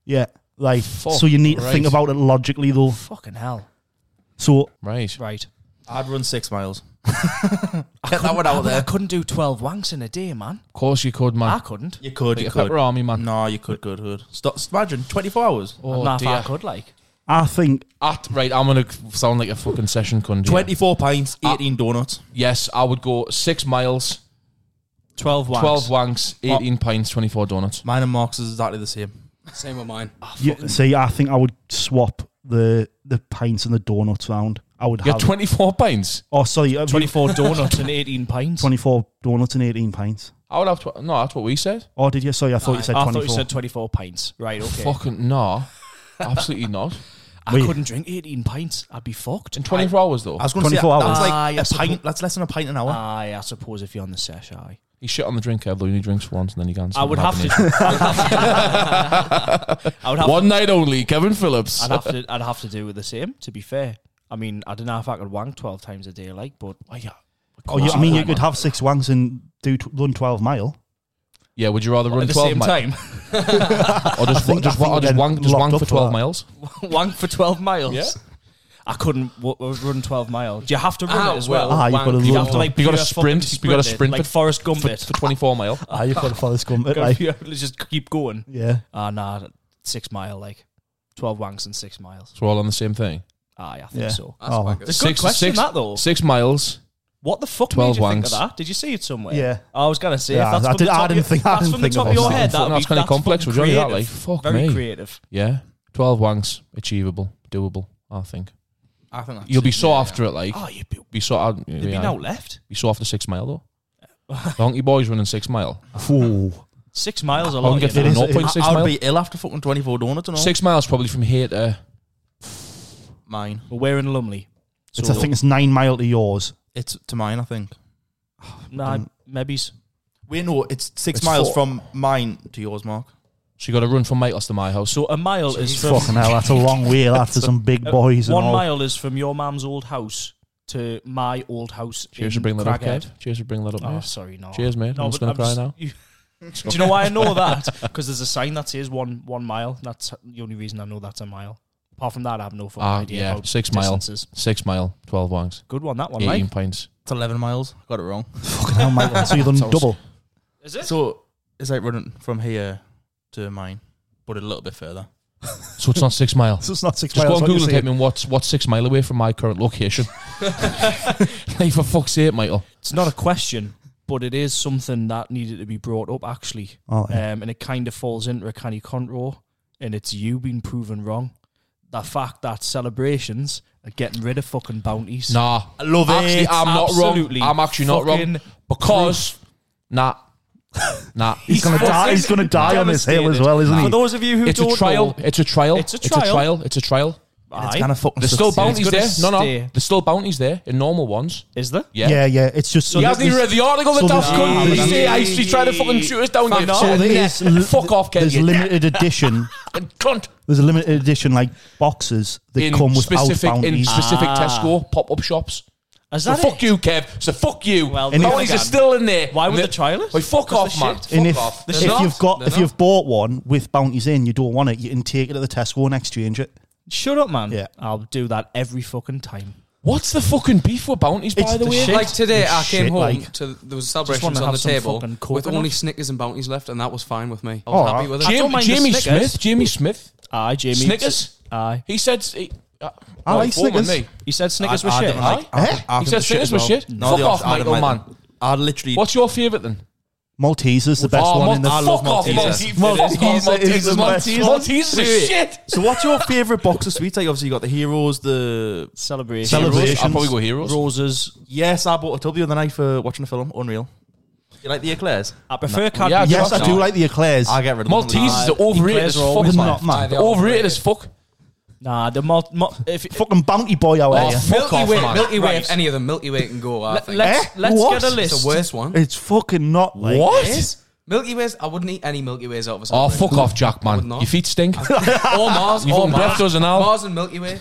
Speaker 3: Yeah. Like,
Speaker 2: Fuck,
Speaker 3: so you need to
Speaker 2: right.
Speaker 3: think about it logically, though.
Speaker 1: Fucking hell.
Speaker 3: So,
Speaker 2: Right.
Speaker 1: Right.
Speaker 5: I'd run six miles.
Speaker 6: Get that one out
Speaker 1: I
Speaker 6: there.
Speaker 1: couldn't do 12 wanks in a day, man.
Speaker 2: Of course you could, man.
Speaker 3: Ah,
Speaker 1: I couldn't.
Speaker 5: You could.
Speaker 2: Like
Speaker 5: You
Speaker 2: a
Speaker 5: could.
Speaker 2: pepper army, man.
Speaker 5: No, you could. Good. Good. Stop. Imagine 24 hours.
Speaker 2: Oh,
Speaker 1: Nah, if I
Speaker 2: dear.
Speaker 1: could, like.
Speaker 3: I think
Speaker 2: At, right, I'm going to sound like a fucking session cunt. here.
Speaker 5: 24 pints, 18 donuts.
Speaker 2: Yes, I would go 6 miles,
Speaker 1: 12 wanks.
Speaker 2: 12 wanks, 18 pints, 24 donuts.
Speaker 5: Mine and Mark's is exactly the same.
Speaker 6: Same with mine.
Speaker 3: you, see, I think I would swap the the pints and the donuts round. I would
Speaker 2: You
Speaker 3: have.
Speaker 2: got 24 pints?
Speaker 3: oh, sorry, uh,
Speaker 1: 24 donuts and 18 pints.
Speaker 3: 24 donuts and eighteen pints.
Speaker 2: I would have... Tw- no, that's what we said.
Speaker 3: Oh, did you? Sorry, I thought you
Speaker 6: Aye.
Speaker 3: said
Speaker 1: I
Speaker 3: twenty-four.
Speaker 1: thought you said 24 pints. Right, okay.
Speaker 2: Fucking no.
Speaker 3: (laughs)
Speaker 2: Absolutely not.
Speaker 1: I
Speaker 3: Wait.
Speaker 1: couldn't drink 18 pints. I'd be fucked.
Speaker 2: In 24 hours, though.
Speaker 5: I was going to say
Speaker 3: 24
Speaker 5: that's
Speaker 3: hours.
Speaker 5: like
Speaker 1: Ah,
Speaker 5: a
Speaker 1: yes,
Speaker 5: pint. That's less than a pint an hour.
Speaker 1: Aye, I suppose if you're on the sesh, aye.
Speaker 2: He shit on the drink, Kev, though. He only drinks once and then he can't.
Speaker 1: I would have to.
Speaker 2: (laughs)
Speaker 1: I would have.
Speaker 2: One night only, Kevin Phillips.
Speaker 1: I'd have to. I'd have to do the same. To be fair, I mean, I don't know if I could wank twelve times a day, like, but
Speaker 3: Oh, you, I mean, you could have six wangs and do t- run twelve mile.
Speaker 2: Yeah, would you rather run
Speaker 1: at the
Speaker 2: 12
Speaker 1: same
Speaker 2: mi-
Speaker 1: time, (laughs)
Speaker 2: Or just,
Speaker 3: think-
Speaker 2: just,
Speaker 3: I think
Speaker 2: or
Speaker 3: we're
Speaker 2: just,
Speaker 3: getting
Speaker 2: wank, just
Speaker 3: locked
Speaker 2: wank
Speaker 3: up
Speaker 2: for
Speaker 3: for
Speaker 2: 12
Speaker 3: that.
Speaker 2: miles?
Speaker 1: wank for twelve miles.
Speaker 2: Yeah.
Speaker 1: I couldn't w- w- run twelve miles. You have to run
Speaker 6: Ah,
Speaker 1: it as well.
Speaker 3: Ah, you've
Speaker 6: wank.
Speaker 3: got to
Speaker 1: You
Speaker 3: run
Speaker 1: have to like.
Speaker 2: You gotta
Speaker 1: pure
Speaker 2: sprint.
Speaker 1: fucking
Speaker 2: You gotta
Speaker 1: it,
Speaker 2: sprint
Speaker 1: like
Speaker 2: for-
Speaker 1: Forrest Gump.
Speaker 2: For,
Speaker 1: it.
Speaker 2: for 24 mile.
Speaker 3: Ah, you've got to follow scum.
Speaker 1: Gotta (laughs)
Speaker 3: Like,
Speaker 1: pure- let's just keep going.
Speaker 3: yeah.
Speaker 1: Ah, nah, six mile, like twelve wanks and six miles.
Speaker 2: So we're all on the same thing.
Speaker 1: Aye, I think
Speaker 3: Yeah.
Speaker 1: so.
Speaker 6: That's
Speaker 3: Oh.
Speaker 6: quite good.
Speaker 1: It's a
Speaker 2: Six-
Speaker 1: good question
Speaker 2: six-
Speaker 1: that though.
Speaker 2: Six miles.
Speaker 1: What the fuck made
Speaker 2: 12
Speaker 1: you think
Speaker 2: wanks.
Speaker 1: of that? Did you see it somewhere?
Speaker 3: Yeah.
Speaker 1: I was gonna say
Speaker 3: Yeah,
Speaker 1: if that's
Speaker 3: I
Speaker 1: from
Speaker 3: did-
Speaker 1: the
Speaker 3: I
Speaker 1: top of
Speaker 3: didn't
Speaker 1: your-
Speaker 3: think- I
Speaker 1: that's
Speaker 3: didn't
Speaker 1: from the
Speaker 3: think
Speaker 1: top
Speaker 3: of
Speaker 1: of your
Speaker 3: that.
Speaker 1: head.
Speaker 2: Fuck,
Speaker 1: That
Speaker 2: that's kind of complex. Would you that? Like, fuck
Speaker 1: Very
Speaker 2: me.
Speaker 1: creative.
Speaker 2: Yeah. 12 wanks. Achievable. Doable. I think.
Speaker 5: Ah,
Speaker 6: I think that's
Speaker 2: You'll be
Speaker 6: it,
Speaker 2: so
Speaker 6: yeah.
Speaker 2: after it, like.
Speaker 1: Oh, you'd be,
Speaker 2: Be so out. Yeah,
Speaker 1: you'd be now left.
Speaker 2: be so after six
Speaker 1: (laughs)
Speaker 2: mile, though. Donkey boys running six mile.
Speaker 3: Fool.
Speaker 1: Six miles
Speaker 2: I
Speaker 1: along.
Speaker 2: wouldn't get
Speaker 1: you
Speaker 2: through
Speaker 1: know.
Speaker 3: It is-
Speaker 2: 0.6
Speaker 5: I, I
Speaker 2: mile.
Speaker 5: would be ill after fucking 24 donuts and all.
Speaker 2: Six miles probably from here to.
Speaker 5: Mine.
Speaker 1: But We're in Lumley. So
Speaker 3: It's, I think it's nine mile to yours.
Speaker 5: It's to mine, I think.
Speaker 1: Nah,
Speaker 2: Mm.
Speaker 1: maybe's.
Speaker 5: We know it's six
Speaker 2: It's
Speaker 5: miles
Speaker 2: four.
Speaker 5: from mine to yours, Mark.
Speaker 2: So you got to run from Michael's to my house.
Speaker 1: So a mile is from
Speaker 3: Fucking hell, that's a long way. That's to some big boys and
Speaker 1: one
Speaker 3: all.
Speaker 1: mile is from your mum's old house to my old house.
Speaker 2: Cheers
Speaker 1: in
Speaker 2: for bringing that up,
Speaker 1: Craghead.
Speaker 2: Kev. Cheers for bringing that up,
Speaker 1: Oh,
Speaker 2: mate.
Speaker 1: sorry, no.
Speaker 2: Cheers, mate.
Speaker 1: No,
Speaker 2: I'm just
Speaker 1: but
Speaker 2: going to cry
Speaker 1: just-
Speaker 2: now. (laughs)
Speaker 1: you- Do you know why I know that? Because there's a sign that says one one mile. That's the only reason I know that's a mile. Apart from that, I have no fucking
Speaker 2: Ah,
Speaker 1: idea
Speaker 2: yeah,
Speaker 1: about
Speaker 2: six mile.
Speaker 1: distances.
Speaker 2: Six mile, 12 wangs,
Speaker 1: Good one, that one,
Speaker 2: 18
Speaker 1: right?
Speaker 2: pints.
Speaker 5: It's 11 miles. Got it wrong.
Speaker 3: Fucking hell, Michael. So you've done double.
Speaker 1: Is it?
Speaker 5: So it's like running from here to mine, but a little bit further.
Speaker 2: So it's not six
Speaker 1: (laughs)
Speaker 2: mile.
Speaker 3: So it's not six
Speaker 2: Just
Speaker 3: miles.
Speaker 2: go on
Speaker 3: what you're
Speaker 2: Google and type
Speaker 3: saying.
Speaker 2: in what's, what's six mile away from my current
Speaker 1: (laughs)
Speaker 2: location. like, for fuck's sake, Michael.
Speaker 1: It's not a question, but it is something that needed to be brought up actually,
Speaker 3: Oh, yeah.
Speaker 1: um, and it kind of falls into a canny contro, and it's you being proven wrong. The fact that celebrations are getting rid of fucking bounties.
Speaker 2: Nah.
Speaker 1: I love
Speaker 2: actually,
Speaker 1: it.
Speaker 2: I'm not
Speaker 1: Absolutely
Speaker 2: wrong. I'm actually not wrong.
Speaker 1: fucking
Speaker 2: Because, nah.
Speaker 1: (laughs)
Speaker 2: Nah.
Speaker 3: he's gonna die. He's gonna die on his hill as well, isn't
Speaker 1: For
Speaker 3: he?
Speaker 1: those of you who
Speaker 2: It's
Speaker 1: don't
Speaker 2: a trial.
Speaker 1: know,
Speaker 2: It's a trial.
Speaker 1: It's a
Speaker 2: It's a
Speaker 1: trial.
Speaker 2: trial. It's a trial.
Speaker 1: aye,
Speaker 5: Kind of fucking
Speaker 2: There's still bounties
Speaker 1: gonna
Speaker 2: there. No, no.
Speaker 1: stay.
Speaker 2: There's still bounties there in normal ones.
Speaker 1: is there?
Speaker 2: Yeah.
Speaker 3: Yeah, yeah. It's just so
Speaker 2: he hasn't even read the article
Speaker 3: so
Speaker 2: that Daft
Speaker 3: there's-
Speaker 2: Cunt
Speaker 3: Yeah.
Speaker 2: yeah. say I actually trying to fucking shoot us down. you
Speaker 3: So
Speaker 2: fucking
Speaker 3: there
Speaker 2: neck.
Speaker 3: is li-
Speaker 2: Fuck off, Ken.
Speaker 3: There's
Speaker 2: You
Speaker 3: limited
Speaker 2: (laughs)
Speaker 3: edition.
Speaker 2: fucking cunt.
Speaker 3: There's a limited edition like boxes that
Speaker 2: In
Speaker 3: come with
Speaker 2: specific, in
Speaker 3: bounties. Ah.
Speaker 2: specific Tesco pop-up shops.
Speaker 1: Ah. Is
Speaker 2: So
Speaker 1: that
Speaker 2: fuck
Speaker 1: it?
Speaker 2: you, Kev. So fuck you.
Speaker 1: Well,
Speaker 3: And if-
Speaker 2: bounties are
Speaker 1: again.
Speaker 2: still in there.
Speaker 1: Why would
Speaker 2: And
Speaker 1: they trial it?
Speaker 2: Well, fuck off, man. Fuck
Speaker 3: And if,
Speaker 2: off.
Speaker 3: if you've got if you've bought one with bounties in, you don't want it. You can take it at the Tesco and exchange it.
Speaker 1: Shut up, man.
Speaker 3: Yeah.
Speaker 1: I'll do that every fucking time.
Speaker 2: What's the fucking beef with bounties,
Speaker 3: It's
Speaker 2: by the
Speaker 3: the
Speaker 2: way?
Speaker 3: shit.
Speaker 2: Like,
Speaker 6: Like today,
Speaker 3: It's
Speaker 6: I came
Speaker 3: shit,
Speaker 6: home
Speaker 3: like-
Speaker 6: to there was
Speaker 1: wanna
Speaker 6: celebrations on
Speaker 1: have
Speaker 6: the
Speaker 1: some
Speaker 6: table
Speaker 1: fucking
Speaker 6: with
Speaker 1: coconut.
Speaker 6: only Snickers and bounties left, and that was fine with me. I
Speaker 3: Oh,
Speaker 6: was
Speaker 3: I-
Speaker 6: happy with it.
Speaker 1: Jim- don't
Speaker 2: Jamie,
Speaker 1: mind the
Speaker 2: Jamie
Speaker 1: Snickers.
Speaker 2: Smith. Jamie Smith.
Speaker 1: Aye, Jamie.
Speaker 2: Snickers?
Speaker 1: Aye.
Speaker 2: He said. He, uh,
Speaker 3: I like
Speaker 2: oh, woman,
Speaker 3: Snickers.
Speaker 2: me.
Speaker 1: You said Snickers
Speaker 5: I-
Speaker 1: was
Speaker 5: I
Speaker 1: shit.
Speaker 5: don't like-
Speaker 3: Eh?
Speaker 5: I
Speaker 2: He
Speaker 5: think
Speaker 2: said
Speaker 5: it's shit
Speaker 2: Snickers
Speaker 5: as
Speaker 2: was
Speaker 5: well.
Speaker 2: shit.
Speaker 5: No,
Speaker 2: Fuck
Speaker 5: the
Speaker 2: off,
Speaker 5: opposite. I
Speaker 2: Michael,
Speaker 5: don't like
Speaker 2: man.
Speaker 5: them. I literally.
Speaker 2: What's your favourite then?
Speaker 3: Maltesers the best
Speaker 2: Oh,
Speaker 3: one
Speaker 2: Malt-
Speaker 3: in the
Speaker 2: I love Maltesers. Maltesers.
Speaker 3: Maltesers is the
Speaker 2: Maltesers.
Speaker 3: best
Speaker 2: Maltesers.
Speaker 3: one.
Speaker 2: Maltesers is shit.
Speaker 5: So what's your favourite box of sweets? Like obviously you got the heroes, the
Speaker 1: Celebration.
Speaker 3: Celebra-
Speaker 2: Heroes? I'll
Speaker 3: Celebrations.
Speaker 2: probably go heroes.
Speaker 1: Roses.
Speaker 5: yes, I bought a tub the other night for watching a film. Unreal. You like the eclairs?
Speaker 1: I prefer Cadbury.
Speaker 2: Yeah,
Speaker 3: Yes, I do like the eclairs.
Speaker 5: I get rid of
Speaker 2: Maltesers are overrated as
Speaker 1: Eclairs are
Speaker 2: fuck,
Speaker 1: always
Speaker 2: man.
Speaker 3: not mad.
Speaker 2: They're Overrated as fuck.
Speaker 1: Nah, the malt. malt if,
Speaker 3: Fucking bounty boy out
Speaker 2: Oh,
Speaker 3: here.
Speaker 2: fuck
Speaker 6: Milky
Speaker 2: off,
Speaker 6: Way,
Speaker 2: man.
Speaker 6: Milky Way.
Speaker 1: Right.
Speaker 6: If any of them, Milky Way can go. I
Speaker 1: let,
Speaker 6: think
Speaker 1: let's
Speaker 3: Eh?
Speaker 1: let's
Speaker 3: What?
Speaker 1: get a list.
Speaker 6: it's the worst one.
Speaker 3: It's fucking not like
Speaker 2: What?
Speaker 6: Milky Ways. I wouldn't eat any Milky Ways out of a
Speaker 2: Oh,
Speaker 6: celebration.
Speaker 2: fuck off, Jack,
Speaker 6: I
Speaker 2: man.
Speaker 6: would not.
Speaker 2: Your
Speaker 1: (laughs)
Speaker 2: feet stink.
Speaker 6: Or Mars.
Speaker 2: You
Speaker 6: or
Speaker 2: fucking
Speaker 6: Mars.
Speaker 2: breath does an owl.
Speaker 6: Mars and Milky
Speaker 2: (laughs)
Speaker 6: Way.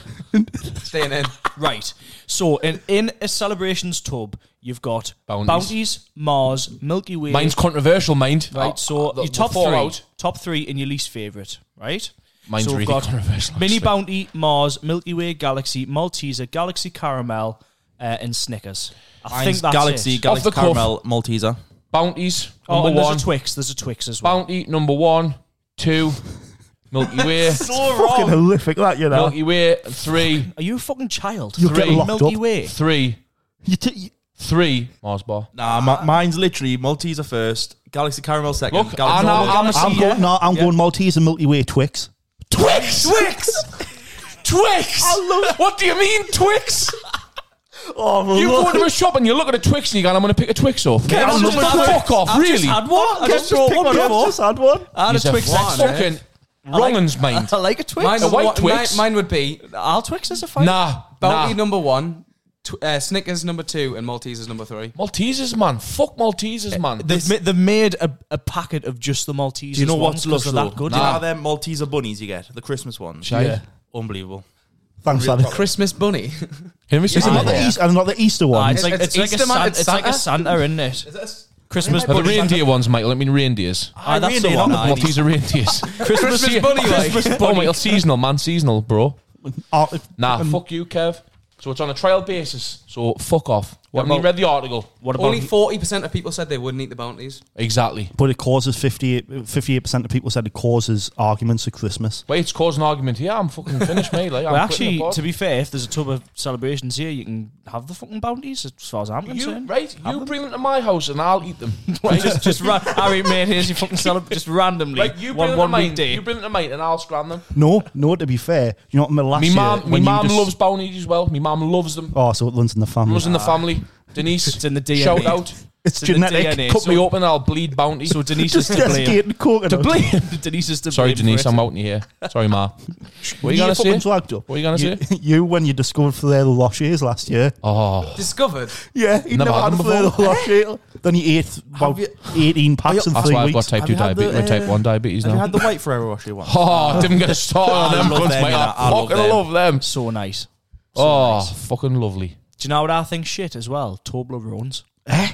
Speaker 6: Staying in.
Speaker 1: Right. So in, in a celebrations tub, you've got
Speaker 2: Bounties.
Speaker 1: bounties, Mars, Milky Way.
Speaker 2: Mine's controversial, mind.
Speaker 1: right.
Speaker 2: Oh,
Speaker 1: so
Speaker 2: the-
Speaker 1: your
Speaker 2: the
Speaker 1: top Uh, three,
Speaker 2: fallout.
Speaker 1: top three, and your least favorite. Right.
Speaker 2: Mine's
Speaker 1: so we've
Speaker 2: really
Speaker 1: got
Speaker 2: controversial.
Speaker 1: Mini
Speaker 2: actually.
Speaker 1: Bounty, Mars, Milky Way, Galaxy, Malteser, Galaxy Caramel, uh, and Snickers. I think that's
Speaker 5: Galaxy,
Speaker 1: it.
Speaker 5: Galaxy
Speaker 2: Off the cuff.
Speaker 5: Caramel, Malteser.
Speaker 2: Bounties,
Speaker 1: Oh, and
Speaker 2: number
Speaker 1: there's
Speaker 2: one.
Speaker 1: a Twix. There's a Twix as well.
Speaker 2: Bounty, number one. Two, Milky Way.
Speaker 1: (laughs)
Speaker 3: fucking horrific. That you know.
Speaker 2: Milky Way, three.
Speaker 1: Are you a fucking child?
Speaker 3: You'll get
Speaker 2: Three.
Speaker 3: locked
Speaker 1: Milky
Speaker 3: up.
Speaker 1: Way.
Speaker 2: Three.
Speaker 3: You t- you-
Speaker 2: Three. Mars bar.
Speaker 5: Nah, mi- Uh, mine's literally Malteser first, Galaxy Caramel second.
Speaker 2: Look,
Speaker 5: Galaxy
Speaker 2: I know-
Speaker 5: Orange.
Speaker 2: I'm a-
Speaker 3: I'm
Speaker 2: See, yeah.
Speaker 3: going. No, I'm going Maltese and Milky Way Twix.
Speaker 2: Twix! Twix! Twix! what do you mean, Twix?
Speaker 3: Oh,
Speaker 2: You go to a shop and you look at a Twix and you go, I'm going to pick a Twix off.
Speaker 1: I
Speaker 2: Fuck
Speaker 1: love
Speaker 2: off,
Speaker 1: Twix.
Speaker 2: Fuck off, really?
Speaker 1: I'd one. I just brought one up.
Speaker 3: just had one.
Speaker 1: I had a
Speaker 2: He's a
Speaker 1: Twix.
Speaker 2: fucking
Speaker 1: extra.
Speaker 2: wrong uns, mind.
Speaker 1: I like a Twix.
Speaker 6: Mine,
Speaker 2: A white
Speaker 6: wa-
Speaker 2: Twix?
Speaker 6: Mine, mine would be
Speaker 1: I'll Twix is a fine.
Speaker 2: Nah,
Speaker 6: Bounty
Speaker 2: nah.
Speaker 6: number one, tw- uh, Snickers number two, and Maltesers number three.
Speaker 2: Maltesers, man. Fuck Maltesers, man.
Speaker 1: They've, ma- they've made a, a packet of just the Maltesers.
Speaker 5: Do you know what's
Speaker 1: ones
Speaker 5: lush
Speaker 1: 'cause
Speaker 5: though?
Speaker 1: they're that good?
Speaker 5: Do you know how them Malteser bunnies you get? The Christmas ones.
Speaker 2: Yeah.
Speaker 5: Unbelievable.
Speaker 3: Thanks, lad.
Speaker 6: Christmas bunny.
Speaker 2: (laughs) Henry said
Speaker 3: Not the
Speaker 2: that.
Speaker 3: Easter, not the Easter
Speaker 1: Ah,
Speaker 3: one.
Speaker 1: it's, like,
Speaker 6: It's-
Speaker 1: it's, like a
Speaker 6: Easter man,
Speaker 1: San-
Speaker 6: it's
Speaker 1: it's like a
Speaker 6: Santa?
Speaker 1: Santa, isn't it? Christmas
Speaker 2: Are the
Speaker 1: bunny.
Speaker 2: reindeer ones, Michael? I mean reindeers.
Speaker 1: Aye, that's the
Speaker 5: Reindeer,
Speaker 1: one.
Speaker 5: not
Speaker 2: Maltese are reindeers.
Speaker 6: Christmas bunny, like.
Speaker 2: Oh, Michael, seasonal, man. Seasonal, bro.
Speaker 3: Oh, if-
Speaker 2: Nah, fuck you, Kev. So it's on a trial basis. So fuck off. What about,
Speaker 1: about-
Speaker 2: read the article.
Speaker 1: What about
Speaker 6: Only forty percent of people said they wouldn't eat
Speaker 2: (sighs)
Speaker 6: the bounties.
Speaker 2: Exactly.
Speaker 3: But it causes 58 percent of people said it causes arguments at Christmas.
Speaker 2: Wait, it's causing argument here. I'm fucking finished, mate. Like, I'm
Speaker 1: Well,
Speaker 2: quitting
Speaker 1: actually,
Speaker 2: the pod.
Speaker 1: to be fair, if there's a tub of celebrations here, you can have the fucking bounties, as far as I'm
Speaker 2: you
Speaker 1: concerned.
Speaker 2: right, you bring them to my house and I'll eat them.
Speaker 1: Right, (laughs) just, just ra- Harry, mate, here's your fucking (laughs) celeb. Just randomly,
Speaker 2: Like you bring
Speaker 1: one
Speaker 2: them
Speaker 1: one
Speaker 2: to mine,
Speaker 1: weekday.
Speaker 2: you bring them to mine, and I'll scram them.
Speaker 3: No, no. To be fair, you know, my last
Speaker 2: Me
Speaker 3: year
Speaker 2: mum, me
Speaker 3: when you
Speaker 2: mum
Speaker 3: just-
Speaker 2: loves bounties as well. Me mum loves them.
Speaker 3: Oh, so it runs in the family.
Speaker 2: Loves in the family.
Speaker 1: (laughs)
Speaker 2: Denise,
Speaker 1: It's in the E. DNA.
Speaker 2: Shout out.
Speaker 3: (laughs) It's
Speaker 1: It's in the
Speaker 3: genetic.
Speaker 1: DNA.
Speaker 2: Cut
Speaker 1: so,
Speaker 2: me open, I'll bleed bounty.
Speaker 1: So Denise is
Speaker 2: (laughs)
Speaker 3: Just
Speaker 1: to blame.
Speaker 3: getting coconut.
Speaker 2: to bleed.
Speaker 1: (laughs) Denise is to
Speaker 2: Sorry,
Speaker 1: blame. for
Speaker 2: Denise,
Speaker 1: it.
Speaker 2: I'm out in here. Sorry, ma. What are you gonna
Speaker 3: fucking
Speaker 2: say?
Speaker 3: Swagged up.
Speaker 2: What are you gonna
Speaker 3: you,
Speaker 2: say?
Speaker 3: (laughs) You when you discovered Flair the Losh Ears last year.
Speaker 2: Oh,
Speaker 6: Discovered.
Speaker 3: Yeah, he
Speaker 2: Never
Speaker 3: never,
Speaker 2: had
Speaker 3: had,
Speaker 2: them
Speaker 3: a Flair the Losh Ear. Then he ate about
Speaker 5: you-
Speaker 3: 18 packs in
Speaker 2: that's
Speaker 3: three
Speaker 2: why I've got
Speaker 3: weeks.
Speaker 2: type
Speaker 5: Have
Speaker 2: two
Speaker 5: you had
Speaker 2: diabetes,
Speaker 5: the,
Speaker 2: no type
Speaker 5: uh,
Speaker 2: one diabetes
Speaker 5: Have you
Speaker 2: now.
Speaker 5: had the white Ferrero Rocher one?
Speaker 2: Oh, didn't get a start on
Speaker 5: I
Speaker 2: (laughs) them.
Speaker 5: love
Speaker 2: cunts,
Speaker 5: them,
Speaker 2: mate.
Speaker 5: you know, I
Speaker 2: I
Speaker 5: love
Speaker 2: fucking
Speaker 5: them.
Speaker 2: love them.
Speaker 1: So nice.
Speaker 2: Oh, fucking lovely.
Speaker 1: Do you know what I think shit as well? Toblerones. Eh?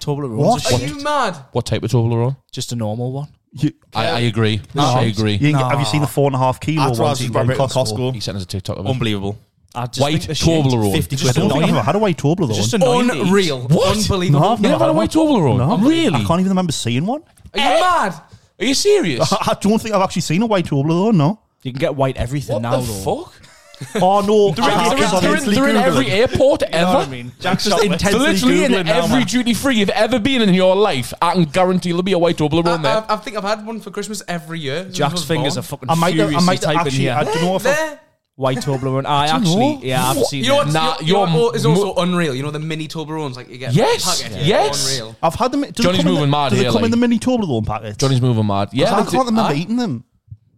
Speaker 1: Toblerones.
Speaker 3: What?
Speaker 1: are
Speaker 6: Are
Speaker 1: shit.
Speaker 6: you mad?
Speaker 2: What type of Toblerone?
Speaker 1: Just a normal one.
Speaker 3: You,
Speaker 2: I, I agree. I agree.
Speaker 3: you can get- have you seen the four and a half kilo
Speaker 5: That's what I
Speaker 3: ones
Speaker 5: was
Speaker 3: you
Speaker 5: just
Speaker 3: can get
Speaker 5: grabbing
Speaker 3: in
Speaker 5: at
Speaker 3: Costco?
Speaker 5: Costco.
Speaker 2: He sent us a TikTok of it.
Speaker 5: Unbelievable.
Speaker 1: I just
Speaker 2: White
Speaker 1: think the shit-
Speaker 2: Toblerone.
Speaker 1: 50
Speaker 2: Just
Speaker 1: quid.
Speaker 3: I don't think I've
Speaker 1: annoying.
Speaker 3: ever had a white Toblerone.
Speaker 1: Just annoying. that you-
Speaker 6: Unreal. Unbelievable.
Speaker 3: No, I've
Speaker 2: You
Speaker 3: never
Speaker 2: never had a
Speaker 3: one.
Speaker 2: white Toblerone?
Speaker 3: No.
Speaker 2: Really?
Speaker 3: I can't even remember seeing one.
Speaker 6: Are you mad?
Speaker 2: Are you
Speaker 5: (laughs)
Speaker 2: serious?
Speaker 3: I don't think I've actually seen a white Toblerone, no.
Speaker 1: You can get white everything
Speaker 2: what
Speaker 1: now,
Speaker 2: the
Speaker 1: though.
Speaker 5: (laughs)
Speaker 2: fuck?
Speaker 3: Oh, no.
Speaker 2: They're in-
Speaker 3: I- I
Speaker 2: they're in-
Speaker 3: was
Speaker 2: they're in-
Speaker 3: obviously
Speaker 2: they're in
Speaker 3: Googling.
Speaker 2: every airport ever.
Speaker 5: Jack's
Speaker 2: Just intensely literally in every duty free you've ever been in your life. I can guarantee there'll be a white
Speaker 6: I,
Speaker 2: Toblerone there.
Speaker 6: I, I think I've had one for Christmas every year. since I
Speaker 1: Jack's
Speaker 6: was
Speaker 1: fingers are
Speaker 6: born.
Speaker 1: fucking
Speaker 3: I might have, I
Speaker 1: furiously
Speaker 3: might have
Speaker 1: typing
Speaker 3: actually,
Speaker 1: here.
Speaker 3: I don't know if I,
Speaker 6: There.
Speaker 1: White Toblerone. I actually, yeah, I've seen
Speaker 6: You know
Speaker 1: it.
Speaker 6: what's,
Speaker 2: Nah,
Speaker 6: nah, you know
Speaker 2: you're
Speaker 6: what is
Speaker 2: mo-
Speaker 6: also unreal? You know the mini Toblerones like you get. in
Speaker 2: Yes,
Speaker 6: the packet?
Speaker 2: yes.
Speaker 6: Unreal.
Speaker 3: I've had them. do they
Speaker 2: Johnny's
Speaker 3: come in
Speaker 2: moving
Speaker 3: the,
Speaker 2: mad
Speaker 3: Do they
Speaker 2: here,
Speaker 3: come
Speaker 2: like-
Speaker 3: in the mini Toblerone packets?
Speaker 2: Johnny's moving mad. Yeah,
Speaker 3: I
Speaker 2: that's it.
Speaker 3: can't remember
Speaker 2: Aye.
Speaker 3: eating them.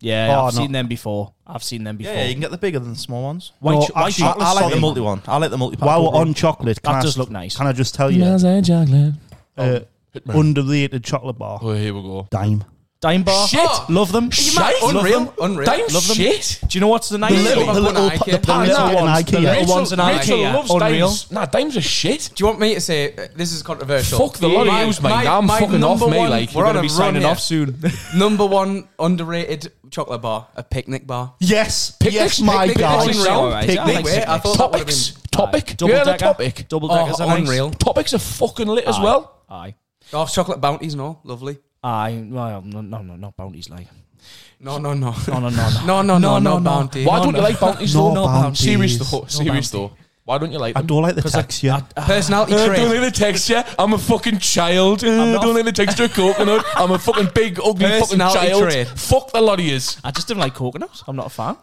Speaker 1: Yeah,
Speaker 3: Oh,
Speaker 1: I've
Speaker 3: no.
Speaker 1: seen them before. I've seen them before.
Speaker 5: Yeah, you can get the bigger than the small ones.
Speaker 1: White,
Speaker 3: No,
Speaker 1: cho- white
Speaker 3: actually,
Speaker 1: chocolate
Speaker 5: I like the
Speaker 3: sorry.
Speaker 5: multi one. I like the multi pack.
Speaker 3: While we're on chocolate, can
Speaker 1: That
Speaker 3: I
Speaker 1: does
Speaker 3: s-
Speaker 1: look nice.
Speaker 3: Can I just tell you,
Speaker 2: like chocolate.
Speaker 3: uh, underrated chocolate bar,
Speaker 2: Oh, here we go.
Speaker 3: dime.
Speaker 1: dime bar.
Speaker 2: Shit.
Speaker 1: Love them.
Speaker 6: Are you mad?
Speaker 2: Shite. Love
Speaker 6: Unreal. Unreal.
Speaker 2: Dime
Speaker 1: Love them.
Speaker 2: shit.
Speaker 1: Do you know what's the
Speaker 6: The
Speaker 1: nice
Speaker 6: little,
Speaker 1: thing?
Speaker 6: the
Speaker 3: little
Speaker 6: little,
Speaker 3: pa- the
Speaker 6: Do
Speaker 3: little
Speaker 1: Little
Speaker 3: one.
Speaker 1: ones,
Speaker 3: Ikea.
Speaker 1: the little
Speaker 2: Rachel-
Speaker 1: ones in
Speaker 2: Rachel
Speaker 1: IKEA.
Speaker 2: loves
Speaker 1: Unreal.
Speaker 2: dimes. Nah, dimes are shit.
Speaker 6: you want me to say uh, this is controversial?
Speaker 2: Fuck the lot of yous, mate. Now I'm fucking
Speaker 6: number
Speaker 2: off, mate,
Speaker 6: one-
Speaker 2: like, you're
Speaker 6: we're
Speaker 2: gonna
Speaker 6: on a
Speaker 2: be
Speaker 6: run
Speaker 2: signing
Speaker 6: here.
Speaker 2: off soon.
Speaker 6: number one underrated chocolate bar, a picnic bar.
Speaker 3: Yes,
Speaker 2: Picnics,
Speaker 3: yes, my
Speaker 6: picnics
Speaker 3: guy.
Speaker 6: in
Speaker 2: round,
Speaker 1: Alright, I
Speaker 6: picnic.
Speaker 1: like
Speaker 6: Wait, I thought that would've
Speaker 2: Topics.
Speaker 6: been-
Speaker 2: Topic.
Speaker 1: Double
Speaker 2: yeah, the
Speaker 1: decker.
Speaker 2: topic.
Speaker 1: Double
Speaker 6: Oh,
Speaker 1: deckers are
Speaker 6: unreal.
Speaker 1: Nice.
Speaker 2: Topics are fucking lit as well.
Speaker 1: Aye.
Speaker 6: Oh, chocolate bounties and all, lovely.
Speaker 1: Aye. Well, no, no, no, not bounties like.
Speaker 6: No, no, no,
Speaker 1: No, no, no. no.
Speaker 6: (laughs) no, no, no,
Speaker 1: no,
Speaker 6: no,
Speaker 1: no.
Speaker 6: bounty.
Speaker 2: Why
Speaker 6: no,
Speaker 2: don't
Speaker 6: no.
Speaker 2: you like bounties
Speaker 3: No
Speaker 2: though?
Speaker 3: bounties.
Speaker 2: Serious though.
Speaker 3: No
Speaker 2: Serious though. Why don't you like
Speaker 3: I
Speaker 2: them?
Speaker 3: don't like the texture.
Speaker 6: personality
Speaker 2: Uh, don't
Speaker 6: trait?
Speaker 2: like the texture. I'm a fucking child. Uh,
Speaker 1: not-
Speaker 2: don't like the texture of coconut. I'm a fucking big, ugly fucking
Speaker 6: Personality
Speaker 2: child.
Speaker 6: trait.
Speaker 2: Fuck the lot of yous.
Speaker 1: I just don't like coconut. I'm not a fan.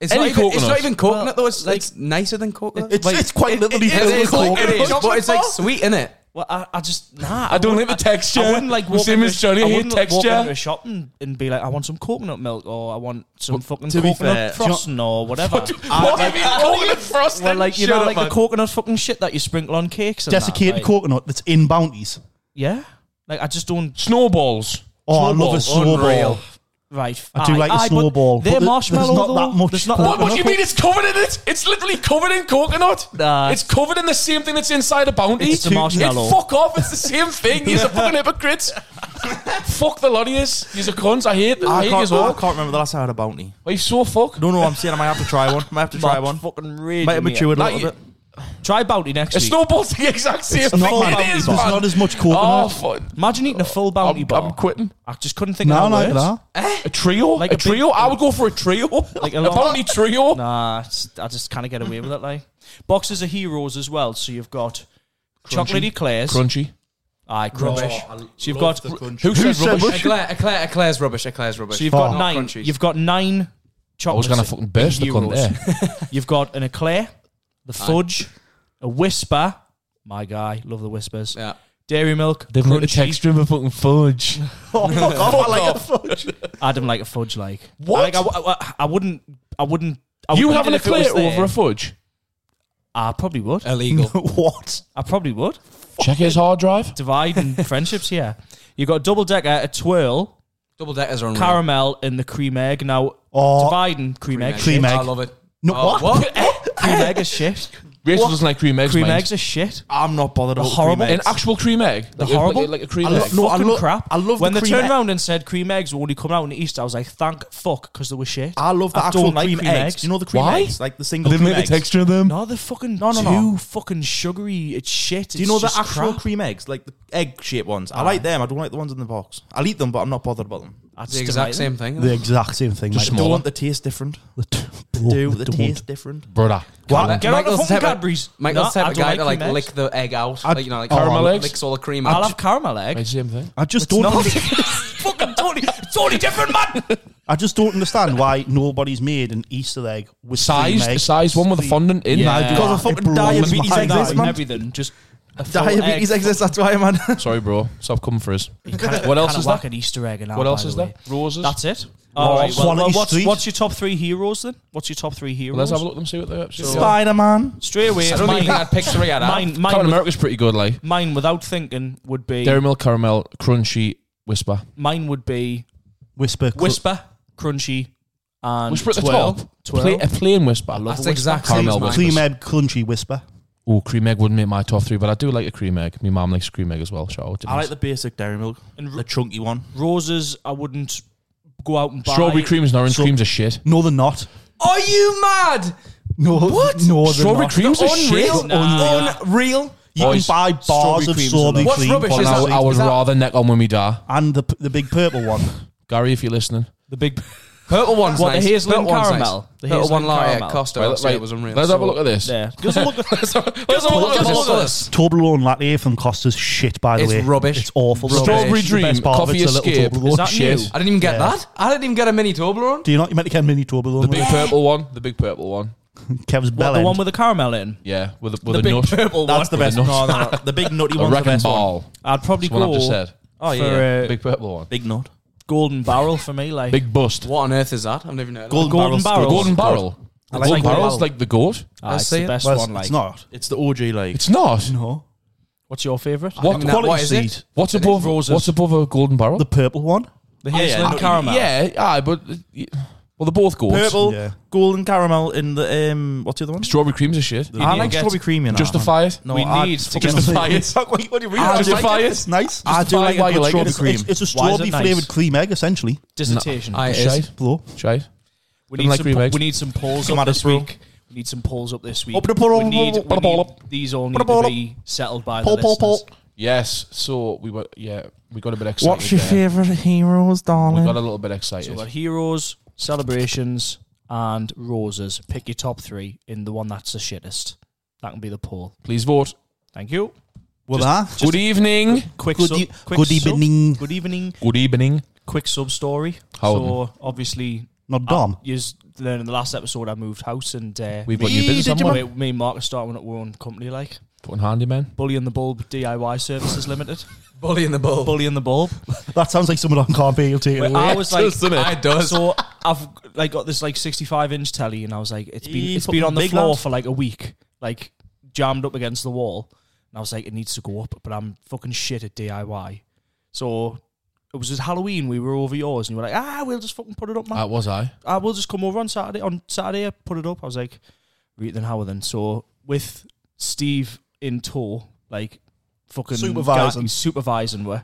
Speaker 6: It's not,
Speaker 2: Any
Speaker 6: even, it's not
Speaker 2: coconut.
Speaker 6: even coconut though. It's,
Speaker 1: Well,
Speaker 6: it's nicer than coconut.
Speaker 3: it's, it's quite literally
Speaker 6: it, is,
Speaker 3: coconut.
Speaker 6: it is, but it's like
Speaker 2: bar?
Speaker 6: sweet in it.
Speaker 1: Well, I, I just nah.
Speaker 2: I don't like the
Speaker 1: wouldn't-
Speaker 2: texture.
Speaker 1: I wouldn't like
Speaker 2: The
Speaker 1: walk
Speaker 2: same
Speaker 1: into,
Speaker 2: as Johnny,
Speaker 1: I
Speaker 2: I hate
Speaker 1: wouldn't like walk
Speaker 2: texture.
Speaker 1: into a shop and, and be like, I want some coconut milk or I want some fucking
Speaker 5: to be
Speaker 1: coconut
Speaker 5: fair,
Speaker 1: frosting or whatever.
Speaker 2: What have you coconut frosting?
Speaker 1: Well, like you
Speaker 2: Shut
Speaker 1: know,
Speaker 2: up,
Speaker 1: like the
Speaker 2: man.
Speaker 1: coconut fucking shit that you sprinkle on cakes. And that,
Speaker 3: Desiccated
Speaker 1: like-
Speaker 3: coconut that's in bounties.
Speaker 1: Yeah. Like I just don't.
Speaker 2: snowballs.
Speaker 3: Oh, I love a
Speaker 2: Snowballs.
Speaker 3: snowball.
Speaker 1: Right.
Speaker 3: I do like the
Speaker 1: but
Speaker 3: snowball,
Speaker 1: They're
Speaker 3: but there-
Speaker 1: marshmallow.
Speaker 3: there's not
Speaker 1: though.
Speaker 3: that much
Speaker 1: There's not
Speaker 2: What,
Speaker 3: coconut.
Speaker 1: that
Speaker 2: what do you mean it's covered in it? It's literally covered in coconut.
Speaker 1: Nah.
Speaker 2: It's covered in the same thing that's inside a bounty.
Speaker 1: It's the marshmallow.
Speaker 2: It- fuck off. It's the same
Speaker 1: (laughs)
Speaker 2: thing. You're a fucking hypocrite. fuck the lot of yous. You're cunts. I hate them. I,
Speaker 5: I
Speaker 2: hate yous
Speaker 5: can't, I
Speaker 2: all.
Speaker 5: can't remember the last time I had a bounty.
Speaker 2: Why you so fucked?
Speaker 5: No, no, I'm saying I might have to try one. I might have to try one.
Speaker 1: Fucking raging
Speaker 5: Might have
Speaker 1: me.
Speaker 5: matured a
Speaker 2: Like
Speaker 5: little
Speaker 2: you-
Speaker 5: bit.
Speaker 1: Try bounty next
Speaker 2: A
Speaker 1: week.
Speaker 2: snowball's the exact same
Speaker 3: It's
Speaker 2: thing.
Speaker 3: not, man.
Speaker 2: it
Speaker 3: There's
Speaker 2: is, man.
Speaker 3: not as much
Speaker 2: Oh,
Speaker 3: coconut.
Speaker 2: fuck.
Speaker 1: Imagine eating a full bounty
Speaker 2: I'm,
Speaker 1: bar.
Speaker 2: I'm quitting.
Speaker 1: I just couldn't think
Speaker 3: no,
Speaker 1: of
Speaker 3: like
Speaker 1: that.
Speaker 3: that.
Speaker 2: A trio?
Speaker 1: Like
Speaker 2: a,
Speaker 1: a big-
Speaker 2: trio? I would go for a trio. Like
Speaker 1: a
Speaker 2: (laughs) a,
Speaker 1: lot-
Speaker 2: bounty trio.
Speaker 1: Nah, it's- I just kind of get away with it. Like boxes of heroes as well. So you've got chocolate eclairs.
Speaker 2: Crunchy.
Speaker 1: Aye, crunch. so you've got
Speaker 2: Who, said rubbish?
Speaker 3: said rubbish?
Speaker 6: Eclair, eclair, eclair's rubbish. Eclair's rubbish.
Speaker 1: so you've got
Speaker 3: Oh.
Speaker 1: nine.
Speaker 6: Crunchies.
Speaker 1: You've got nine.
Speaker 2: I was
Speaker 1: Chocolates
Speaker 2: going to fucking burst the cunt
Speaker 1: Euros.
Speaker 2: there.
Speaker 1: You've got an eclair, the fudge, a whisper. My guy, love the whispers.
Speaker 6: yeah.
Speaker 1: Dairy milk.
Speaker 2: They've made a
Speaker 1: crunchy.
Speaker 2: texture of a fucking fudge.
Speaker 3: Oh, fuck off. I like a fuck.
Speaker 1: I don't like a fudge. Like
Speaker 2: What?
Speaker 1: Like I, w- I- I wouldn't. I wouldn't. I
Speaker 2: you
Speaker 1: wouldn't
Speaker 2: having a
Speaker 1: if it was
Speaker 2: clear
Speaker 1: there.
Speaker 2: over a fudge?
Speaker 1: I probably would.
Speaker 6: Illegal.
Speaker 3: What?
Speaker 1: I probably would.
Speaker 2: Check his hard drive.
Speaker 1: Divide
Speaker 5: (laughs)
Speaker 1: and friendships. Yeah. You got a double decker, a twirl,
Speaker 6: Double deckers are unreal.
Speaker 1: caramel, and the cream egg. Now
Speaker 3: Oh,
Speaker 1: divide and cream, egg.
Speaker 3: Cream egg.
Speaker 6: I love it.
Speaker 3: no,
Speaker 6: Oh,
Speaker 3: what?
Speaker 1: (laughs) Cream egg is shit.
Speaker 2: Rachel doesn't like cream eggs.
Speaker 1: Cream
Speaker 2: mate.
Speaker 1: eggs are shit.
Speaker 5: I'm not bothered about
Speaker 1: horrible.
Speaker 5: cream
Speaker 2: An
Speaker 5: eggs.
Speaker 2: actual cream egg. Like a-
Speaker 1: horrible.
Speaker 2: Like, a- like a cream
Speaker 5: I
Speaker 2: egg.
Speaker 5: love- no, I
Speaker 1: Fucking
Speaker 5: love-
Speaker 1: crap.
Speaker 5: I love
Speaker 1: when
Speaker 5: the
Speaker 1: they
Speaker 5: cream
Speaker 1: turned
Speaker 5: egg.
Speaker 1: around and said cream eggs will only come out in the East. I was like, thank fuck, because they were shit.
Speaker 5: I love the
Speaker 1: I
Speaker 5: actual
Speaker 1: don't like
Speaker 5: cream,
Speaker 1: cream
Speaker 5: eggs.
Speaker 1: eggs.
Speaker 5: Do you know the cream
Speaker 2: Why?
Speaker 5: eggs? Like the single cream eggs.
Speaker 2: of them.
Speaker 1: no, they're fucking
Speaker 5: no,
Speaker 1: too
Speaker 5: no.
Speaker 1: fucking sugary. It's shit.
Speaker 5: Do you know the
Speaker 1: that
Speaker 5: actual cream eggs? Like the egg shaped ones. I like them. I don't like the ones in the box. I'll eat them, but I'm not bothered about them.
Speaker 1: That's
Speaker 6: the exact same thing.
Speaker 3: The exact same thing.
Speaker 2: Just small.
Speaker 3: mate.
Speaker 5: Don't
Speaker 2: Smaller.
Speaker 5: want the taste different.
Speaker 3: Bro,
Speaker 5: Do
Speaker 3: I
Speaker 5: the
Speaker 3: don't.
Speaker 5: taste different.
Speaker 2: Brother.
Speaker 6: Like,
Speaker 1: Get out the
Speaker 6: Michael's
Speaker 1: fucking
Speaker 6: the type of-
Speaker 1: Cadbury's.
Speaker 6: Michael's the
Speaker 1: No,
Speaker 6: type
Speaker 1: I
Speaker 6: of
Speaker 1: don't
Speaker 6: guy
Speaker 1: like
Speaker 6: to like
Speaker 1: cream
Speaker 6: lick
Speaker 1: eggs.
Speaker 6: the egg out.
Speaker 3: I-
Speaker 6: like, you know, like
Speaker 2: Caramel
Speaker 6: caramel
Speaker 2: eggs?
Speaker 6: licks all the cream
Speaker 1: I'll
Speaker 6: out.
Speaker 1: have caramel
Speaker 6: (laughs)
Speaker 1: egg. (laughs)
Speaker 2: It's the same thing.
Speaker 3: I just don't.
Speaker 1: not.
Speaker 3: under-
Speaker 1: fucking totally, totally different, man.
Speaker 3: I just don't understand why nobody's made an Easter egg with cream
Speaker 2: Sized,
Speaker 3: egg.
Speaker 2: sized one with a fondant in.
Speaker 1: Yeah.
Speaker 3: I do
Speaker 1: Because
Speaker 3: that.
Speaker 5: of fucking
Speaker 3: It blows
Speaker 5: diabetes
Speaker 3: my
Speaker 5: exists,
Speaker 3: mind.
Speaker 5: man.
Speaker 1: Everything just a full
Speaker 5: Diabetes
Speaker 1: egg.
Speaker 5: exists. That's why,
Speaker 3: (laughs)
Speaker 5: man.
Speaker 2: Sorry, bro. Stop coming for us. What else
Speaker 1: Kinda
Speaker 2: is
Speaker 1: whack
Speaker 2: that?
Speaker 1: an Easter egg and
Speaker 2: What else is
Speaker 1: the
Speaker 2: there?
Speaker 1: way.
Speaker 2: Roses.
Speaker 1: That's it. All right. Well,
Speaker 3: Quality
Speaker 1: well, what's,
Speaker 3: street.
Speaker 1: what's your top three heroes then? What's your top three heroes?
Speaker 2: Let's have a look at them. See what they're. see what they are.
Speaker 5: Spider Man.
Speaker 1: Straight away,
Speaker 6: I don't even
Speaker 1: mine,
Speaker 6: think I'd pick three out of that.
Speaker 1: mine, mine,
Speaker 2: Captain
Speaker 1: with-
Speaker 2: America's pretty good, like
Speaker 1: mine without thinking would be
Speaker 2: Dairy Milk Caramel, Crunchy, Whisper.
Speaker 1: mine would be
Speaker 3: Whisper. cl-
Speaker 1: Whisper, Crunchy, and
Speaker 2: Whisper at the
Speaker 1: Twirl.
Speaker 2: top.
Speaker 1: Twirl.
Speaker 2: Pla- a plain Whisper. I love
Speaker 6: That's
Speaker 2: a
Speaker 6: exact
Speaker 2: Caramel
Speaker 6: same as
Speaker 2: ones.
Speaker 6: mine.
Speaker 3: Cream egg crunchy whisper.
Speaker 2: Oh, cream egg wouldn't make my top three, but I do like a cream egg. My mum likes cream egg as well. Shout out to
Speaker 5: I like
Speaker 2: Denise.
Speaker 5: the basic dairy milk,
Speaker 1: And
Speaker 5: the
Speaker 1: r-
Speaker 5: chunky one.
Speaker 1: roses, I wouldn't go out and buy.
Speaker 2: strawberry cream is an orange
Speaker 3: So-
Speaker 2: cream's a shit.
Speaker 3: No, they're not.
Speaker 6: Are you mad?
Speaker 3: No, what? No, they're
Speaker 2: Strawberry
Speaker 3: not.
Speaker 2: cream's a shit.
Speaker 6: Unreal.
Speaker 1: Nah.
Speaker 6: Unreal.
Speaker 3: You
Speaker 2: Boys,
Speaker 3: can buy bars
Speaker 5: strawberry
Speaker 3: of
Speaker 5: creams
Speaker 3: strawberry
Speaker 5: alone.
Speaker 6: What's
Speaker 3: cream.
Speaker 6: rubbish
Speaker 3: for
Speaker 6: is
Speaker 3: like-
Speaker 6: that-
Speaker 2: Now, I would
Speaker 6: is that-
Speaker 2: rather neck on when we die.
Speaker 3: and the the big purple one.
Speaker 2: Gary, if you're listening.
Speaker 1: The big
Speaker 6: Purple one's
Speaker 1: What, the
Speaker 6: nice.
Speaker 1: hazel
Speaker 6: Purple
Speaker 1: and
Speaker 6: one's
Speaker 1: caramel?
Speaker 6: nice.
Speaker 1: The
Speaker 6: Purple
Speaker 1: hazel
Speaker 6: one
Speaker 1: and
Speaker 6: like
Speaker 1: caramel.
Speaker 6: at Costa.
Speaker 2: Right,
Speaker 6: I'd say
Speaker 2: right.
Speaker 6: it was unreal.
Speaker 2: Let's have a
Speaker 6: So-
Speaker 2: look at this.
Speaker 1: there.
Speaker 2: Let's have a look
Speaker 6: look
Speaker 2: at
Speaker 6: at
Speaker 2: this.
Speaker 6: this.
Speaker 3: Toblerone latte from Costa's shit. By the
Speaker 6: It's
Speaker 3: way,
Speaker 6: rubbish.
Speaker 3: It's awful.
Speaker 6: Rubbish.
Speaker 2: Strawberry
Speaker 3: It's the
Speaker 2: Dream,
Speaker 3: best part of
Speaker 2: Coffee
Speaker 3: it's a little
Speaker 2: Escape.
Speaker 3: Toblerone.
Speaker 2: Is that
Speaker 3: Shit.
Speaker 2: new?
Speaker 6: I didn't even get
Speaker 3: Yeah.
Speaker 6: that. I didn't even get a mini Toblerone.
Speaker 3: Do you not? You meant to get a mini Toblerone.
Speaker 2: The
Speaker 3: with
Speaker 2: big
Speaker 3: it.
Speaker 2: purple one. The big purple one.
Speaker 3: Kev's
Speaker 1: What,
Speaker 3: bell
Speaker 1: the
Speaker 3: end.
Speaker 1: one with the caramel in.
Speaker 2: Yeah, with a, with
Speaker 6: The
Speaker 2: a
Speaker 6: big
Speaker 2: nut.
Speaker 6: purple one.
Speaker 5: That's the best.
Speaker 2: nut.
Speaker 5: No, no, no. The big nutty
Speaker 2: A
Speaker 5: one's the
Speaker 2: wrecking
Speaker 5: best one.
Speaker 2: ball.
Speaker 1: I'd probably
Speaker 2: That's what
Speaker 1: go
Speaker 2: I've just said.
Speaker 1: for uh,
Speaker 2: The
Speaker 1: a
Speaker 2: big purple one.
Speaker 5: Big nut.
Speaker 1: golden barrel for me. Like
Speaker 2: Big bust.
Speaker 6: What on earth is that? I've never known.
Speaker 5: Golden,
Speaker 1: golden
Speaker 5: barrel's
Speaker 1: barrel.
Speaker 5: barrel.
Speaker 2: Golden barrel.
Speaker 3: I
Speaker 2: Golden
Speaker 3: like
Speaker 6: that.
Speaker 2: barrel's like the goat.
Speaker 1: Ah,
Speaker 6: I
Speaker 1: it's
Speaker 6: see
Speaker 1: the
Speaker 6: it.
Speaker 1: best
Speaker 3: Well, it's,
Speaker 1: one. Like,
Speaker 3: it's not.
Speaker 5: It's the OG like.
Speaker 2: It's not.
Speaker 3: No,
Speaker 1: what's your favourite?
Speaker 2: What,
Speaker 6: Now,
Speaker 3: quality
Speaker 6: what is
Speaker 3: seed.
Speaker 6: it?
Speaker 2: what's
Speaker 1: it
Speaker 2: above
Speaker 1: roses?
Speaker 2: what's above a golden barrel?
Speaker 3: the purple one.
Speaker 1: The hazel
Speaker 5: yeah,
Speaker 1: and caramel.
Speaker 2: Yeah, aye, but uh, y- well, they're both goats.
Speaker 5: Purple,
Speaker 3: Yeah.
Speaker 5: golden caramel, and the um, what's the other one?
Speaker 2: Strawberry creams are shit.
Speaker 1: need
Speaker 5: I
Speaker 1: to
Speaker 5: like
Speaker 1: get-
Speaker 5: strawberry cream. You know.
Speaker 2: Justify it.
Speaker 5: No,
Speaker 1: we
Speaker 5: I-
Speaker 1: need to
Speaker 5: fucking-
Speaker 1: get
Speaker 2: Justify it.
Speaker 5: what, what do you mean?
Speaker 2: Justify
Speaker 5: Justify
Speaker 2: it.
Speaker 5: it.
Speaker 3: It's nice.
Speaker 5: I do like
Speaker 2: why
Speaker 5: a
Speaker 2: you
Speaker 5: good
Speaker 2: like it.
Speaker 5: strawberry
Speaker 3: It's,
Speaker 5: cream.
Speaker 3: it's, it's a
Speaker 1: Why is it
Speaker 3: strawberry
Speaker 1: nice?
Speaker 3: flavored cream egg, essentially.
Speaker 1: Dissertation.
Speaker 6: I- It is.
Speaker 2: Shade.
Speaker 3: Blow.
Speaker 2: Shade.
Speaker 1: we,
Speaker 2: Didn't
Speaker 1: need
Speaker 2: like
Speaker 1: some
Speaker 2: green
Speaker 1: po-
Speaker 2: eggs.
Speaker 1: we need some polls
Speaker 5: Come
Speaker 1: up
Speaker 5: at us,
Speaker 1: this
Speaker 5: bro.
Speaker 1: week. We need some polls up this week.
Speaker 5: Open the poll,
Speaker 1: we need,
Speaker 5: open the
Speaker 1: we
Speaker 5: poll
Speaker 1: need-
Speaker 5: up.
Speaker 1: these all need
Speaker 5: Open the poll
Speaker 1: to
Speaker 5: up.
Speaker 1: be settled by
Speaker 5: Poll,
Speaker 1: the
Speaker 5: poll, poll.
Speaker 1: listeners.
Speaker 2: Yes. So we were. Yeah, we got a bit excited.
Speaker 5: What's your
Speaker 2: there.
Speaker 5: favourite heroes,
Speaker 2: We
Speaker 5: darling?
Speaker 2: got a little bit
Speaker 1: So
Speaker 2: excited.
Speaker 1: we've got heroes, celebrations, and roses. Pick your top three in the one that's the shittest. That can be the poll.
Speaker 2: Please vote.
Speaker 1: Thank you.
Speaker 3: Well, ah,
Speaker 2: Good evening.
Speaker 1: Quick,
Speaker 3: Good
Speaker 1: sub,
Speaker 3: e-
Speaker 1: quick
Speaker 3: good
Speaker 1: sub-
Speaker 3: evening.
Speaker 1: Good evening.
Speaker 2: Good evening.
Speaker 1: Quick sub story.
Speaker 2: How
Speaker 1: so obviously,
Speaker 3: not Dom.
Speaker 1: Uh, you learned in the last episode I moved house and uh,
Speaker 2: We've got new
Speaker 5: Me,
Speaker 2: business.
Speaker 5: did
Speaker 2: haven't
Speaker 5: you
Speaker 2: we?
Speaker 1: me, me and Mark are starting up our own company like
Speaker 2: Fucking handy man.
Speaker 1: Bully and the Bulb DIY Services Limited.
Speaker 6: Bully in the bull.
Speaker 1: Bully and the Bulb.
Speaker 3: That sounds like someone on campaign. You'll take it away.
Speaker 1: I was like,
Speaker 2: does, doesn't it?
Speaker 6: I does.
Speaker 1: so I've like got this like 65 inch telly, and I was like, it's been
Speaker 5: Eee,
Speaker 1: it's been on the
Speaker 5: big
Speaker 1: floor
Speaker 5: lad.
Speaker 1: for like a week, like jammed up against the wall, and I was like, it needs to go up, but I'm fucking shit at DIY. So it was just Halloween. We were over yours, and you were like, ah, we'll just fucking put it up, man.
Speaker 2: (laughs) That was I.
Speaker 1: I will just come over on Saturday. On Saturday, I put it up. I was like, right then, how then? So with Steve in tow, like fucking
Speaker 3: Supervising.
Speaker 1: guy- supervising, we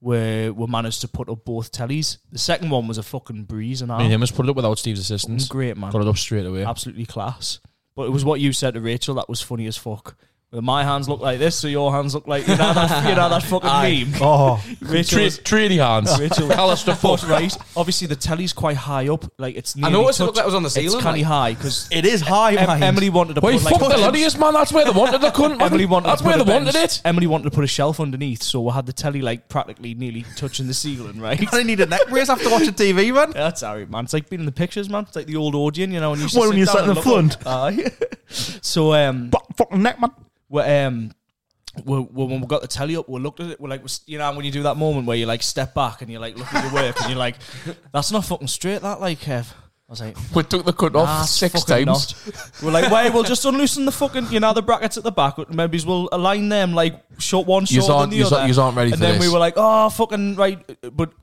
Speaker 1: we we managed to put up both tellies. The second one was a fucking breeze, and
Speaker 2: Me
Speaker 1: I
Speaker 2: and him just put it up without Steve's
Speaker 1: fucking
Speaker 2: assistance.
Speaker 1: great man,
Speaker 2: Got it up straight away.
Speaker 1: absolutely class. But it was what you said to Rachel that was funny as fuck. Well, My hands look like this, so your hands look like you know that, you know
Speaker 6: (laughs)
Speaker 1: that fucking
Speaker 6: Aye.
Speaker 1: meme.
Speaker 3: Oh,
Speaker 1: Rachel,
Speaker 2: Tra-
Speaker 1: was-
Speaker 2: Trady hands.
Speaker 1: Rachel,
Speaker 2: Tell us the fuck.
Speaker 1: but right, obviously the telly's quite high up, like it's.
Speaker 6: I
Speaker 1: nearly
Speaker 6: noticed it
Speaker 1: touch-
Speaker 6: looked like it was on the
Speaker 1: It's
Speaker 6: ceiling.
Speaker 1: canny
Speaker 6: like-
Speaker 1: high because
Speaker 5: It is high,
Speaker 1: Em-
Speaker 5: mind.
Speaker 1: Emily wanted to
Speaker 2: Wait,
Speaker 1: put like
Speaker 2: fuck
Speaker 1: a
Speaker 2: the
Speaker 1: bench-
Speaker 2: lottiest man. That's where they wanted the cunt.
Speaker 1: (laughs)
Speaker 2: man.
Speaker 1: Emily wanted
Speaker 2: That's
Speaker 1: to put
Speaker 2: where they
Speaker 1: a bench-
Speaker 2: wanted it.
Speaker 1: Emily wanted to put a shelf underneath, so I had the telly like practically nearly touching the ceiling, right?
Speaker 5: I didn't need a neck brace after watching TV,
Speaker 1: (laughs)
Speaker 5: man.
Speaker 1: That's how it, man. It's like being in the pictures, man. It's like the old Odeon, you know, when you used to
Speaker 3: Well,
Speaker 1: sit
Speaker 3: when you
Speaker 1: down
Speaker 3: sat in
Speaker 1: and
Speaker 3: the
Speaker 1: look up. Aye. (laughs) so um,
Speaker 3: bu- fucking neck, man.
Speaker 1: we um, we, we, when we got the telly up, we looked at it. We're like, we're, s- you know, when you do that moment where you like step back and you like look at your work and you're like, that's not fucking straight, that like Kev. I was like,
Speaker 2: We took the cunt off
Speaker 1: Nah, it's
Speaker 2: six
Speaker 1: Ah, fucking
Speaker 2: times.
Speaker 1: not. We're like, wait, we'll just unloosen the fucking, you know, the brackets at the back. Maybe we'll align them like short one,
Speaker 2: Yous
Speaker 1: short than
Speaker 2: aren't-
Speaker 1: the
Speaker 2: yous
Speaker 1: other.
Speaker 2: aren't- yous aren't ready
Speaker 1: and
Speaker 2: for
Speaker 1: then
Speaker 2: this.
Speaker 1: we were like, oh, fucking right. But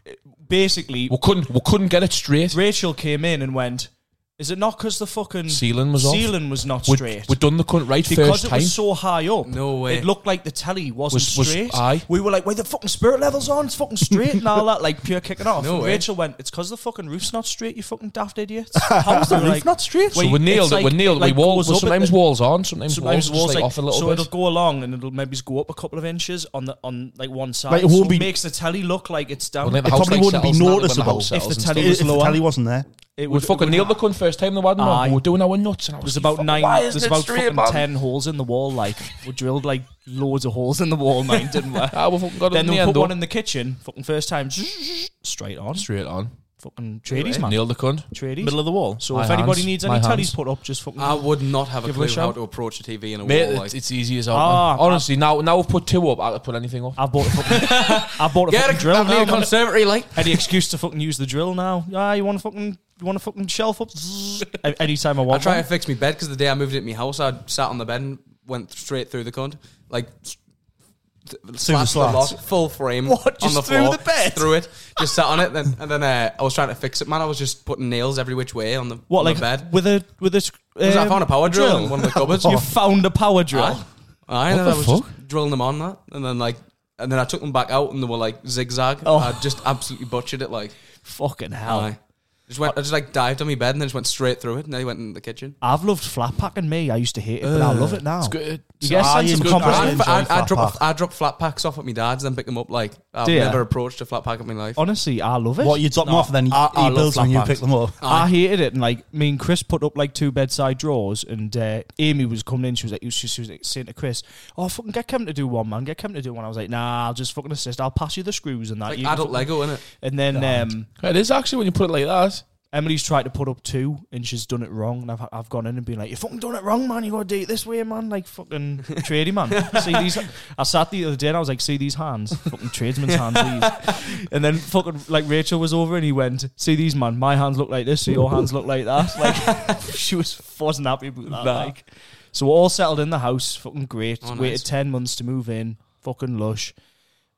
Speaker 1: basically,
Speaker 2: We couldn't. We couldn't get it straight.
Speaker 1: Rachel came in and went, "Is it not because the fucking
Speaker 2: Ceiling was off?
Speaker 1: ceiling was not
Speaker 2: We'd,
Speaker 1: straight?"
Speaker 2: we'd done the cunt right
Speaker 1: because
Speaker 2: first
Speaker 1: it
Speaker 2: time.
Speaker 1: was so high up,
Speaker 6: No way.
Speaker 1: It looked like the telly wasn't
Speaker 2: Was- was-
Speaker 1: straight.
Speaker 2: aye.
Speaker 1: We were like, "Wait, the fucking spirit level's on. It's fucking straight and all that." Like pure kicking off.
Speaker 6: (laughs) No
Speaker 1: And
Speaker 6: way.
Speaker 1: Rachel went, "It's because the fucking roof's not straight. You fucking daft
Speaker 6: (laughs)
Speaker 1: idiots. How's the roof not straight?
Speaker 2: so we nailed it. we nailed it. we wall, well, sometimes walls on, sometimes,
Speaker 1: Sometimes
Speaker 2: walls,
Speaker 1: walls
Speaker 2: just
Speaker 1: like,
Speaker 2: like, off a little
Speaker 1: so
Speaker 2: bit.
Speaker 1: it'll go along and it'll maybe just go up a couple of inches on the on like one side.
Speaker 3: Like, it won't
Speaker 1: so
Speaker 3: be-
Speaker 1: it makes the telly look like it's down.
Speaker 2: Well, then the
Speaker 3: it
Speaker 2: house,
Speaker 3: probably
Speaker 2: like,
Speaker 3: wouldn't be
Speaker 2: settles and that, when the
Speaker 3: noticeable
Speaker 2: house
Speaker 3: if
Speaker 2: settles
Speaker 1: the
Speaker 2: and
Speaker 1: telly
Speaker 2: stuff.
Speaker 1: was
Speaker 3: If the
Speaker 1: lower.
Speaker 3: telly wasn't there,
Speaker 1: it
Speaker 2: we fucking nailed the cunt first time. The one
Speaker 1: Aye.
Speaker 2: we were doing our nuts, and I was
Speaker 1: There's
Speaker 2: like,
Speaker 1: about
Speaker 2: "Fuck,
Speaker 1: nine.
Speaker 2: Why is
Speaker 1: There's
Speaker 2: it
Speaker 1: about
Speaker 2: straight,
Speaker 1: fucking
Speaker 2: man?
Speaker 1: ten holes in the wall. Like we drilled like loads of holes in the wall,
Speaker 2: (laughs)
Speaker 1: mate, didn't we?
Speaker 2: Ah, we fucking got it
Speaker 1: then
Speaker 2: in the
Speaker 1: we
Speaker 2: end.
Speaker 1: put
Speaker 2: though.
Speaker 1: one in the kitchen. Fucking first time, straight on.
Speaker 2: Straight on.
Speaker 1: Fucking tradies, man.
Speaker 2: Nailed the cunt.
Speaker 1: Tradies.
Speaker 5: Middle of the wall.
Speaker 1: So
Speaker 2: My
Speaker 1: if anybody
Speaker 2: hands,
Speaker 1: needs
Speaker 2: my
Speaker 1: any
Speaker 2: hands. Ah.
Speaker 1: tellies put up, just (laughs) fucking.
Speaker 6: I would not have a
Speaker 1: Give it
Speaker 6: clue
Speaker 1: a
Speaker 6: how
Speaker 1: shout.
Speaker 6: to approach a TV in a
Speaker 2: Mate,
Speaker 6: wall.
Speaker 2: it's-
Speaker 6: Like.
Speaker 2: it's easy as out.
Speaker 1: Ah,
Speaker 2: man. Honestly, now now we've put two up, I will put anything up.
Speaker 1: I bought a fucking. I bought a
Speaker 6: Get
Speaker 1: fucking
Speaker 6: a,
Speaker 1: drill.
Speaker 6: I've made a
Speaker 1: now.
Speaker 6: conservatory like.
Speaker 1: Any excuse to fucking use the drill now? Ah, you want to fucking. You want to fucking shelf up? Zzz. A- Anytime I
Speaker 6: I
Speaker 1: want.
Speaker 6: try
Speaker 1: one.
Speaker 6: and fix my bed because the day I moved into my house, I sat on the bed and went straight through the cunt. Like,
Speaker 3: Super
Speaker 6: slashed the
Speaker 3: slats.
Speaker 6: log, full frame
Speaker 7: What,
Speaker 6: on
Speaker 7: just
Speaker 6: the
Speaker 7: through
Speaker 6: floor,
Speaker 7: the bed?
Speaker 6: through it, just sat on it, then and then uh, I was trying to fix it, man. I was just putting nails every which way on the
Speaker 4: What
Speaker 6: on
Speaker 4: like
Speaker 6: the bed.
Speaker 4: with a with a? sc-
Speaker 6: 'Cause I
Speaker 4: um,
Speaker 6: found a power drill, in one of the cupboards.
Speaker 4: (laughs) You found a power drill.
Speaker 6: Aye. Aye,
Speaker 2: What
Speaker 6: and then
Speaker 2: the
Speaker 6: I was
Speaker 2: fuck?
Speaker 6: just drilling them on that, and then like, and then I took them back out, and they were like zigzag.
Speaker 4: Oh.
Speaker 6: I just absolutely butchered it, like.
Speaker 4: Fucking hell.
Speaker 6: Aye. Just went, I just like dived on my bed and then just went straight through it, and then he went in the kitchen.
Speaker 4: I've loved flat packing me. I used to hate it, but I love it now.
Speaker 2: It's good.
Speaker 4: You get a
Speaker 3: Ah,
Speaker 4: sense
Speaker 3: you
Speaker 4: of
Speaker 3: good
Speaker 4: accomplishment.
Speaker 3: I enjoy
Speaker 6: I, I, I,
Speaker 3: flat
Speaker 6: drop,
Speaker 3: pack.
Speaker 6: I drop flat packs off at my dad's, then pick them up. Like I've
Speaker 4: Do ya?
Speaker 6: never approached a flat pack in my life.
Speaker 4: Honestly, I love it.
Speaker 3: What you drop them off, and then
Speaker 6: I- I
Speaker 3: he
Speaker 6: love
Speaker 3: builds them and you
Speaker 6: flat
Speaker 3: pick them up.
Speaker 4: I hated it, and like me and Chris put up like two bedside drawers, and uh, Amy was coming in. She was like, she, she was like saying to Chris, "Oh, fucking get Kevin to do one, man. Get Kevin to do one." I was like, "Nah, I'll just fucking assist. I'll pass you the screws and that."
Speaker 6: like
Speaker 4: You can
Speaker 6: adult
Speaker 4: fucking-"
Speaker 6: Lego, innit?
Speaker 4: And then um,
Speaker 1: Ah.
Speaker 2: It is actually when you put it like that.
Speaker 4: Emily's tried to put up two, and she's done it wrong. And I've I've gone in and been like, "You fucking done it wrong, man. You gotta do it this way, man. Like
Speaker 6: (laughs)
Speaker 4: fucking tradie man. See these? I sat the other day and I was like, see these hands, fucking tradesman's hands.
Speaker 6: (laughs)
Speaker 4: These. And then fucking like Rachel was over and he went, see these, man. My hands look like this, so your hands look like that.
Speaker 6: (laughs)
Speaker 4: Like she was wasn't happy about that. Like so, we're all settled in the house. Fucking great.
Speaker 6: Oh, nice.
Speaker 4: Waited ten months to move in. Fucking lush.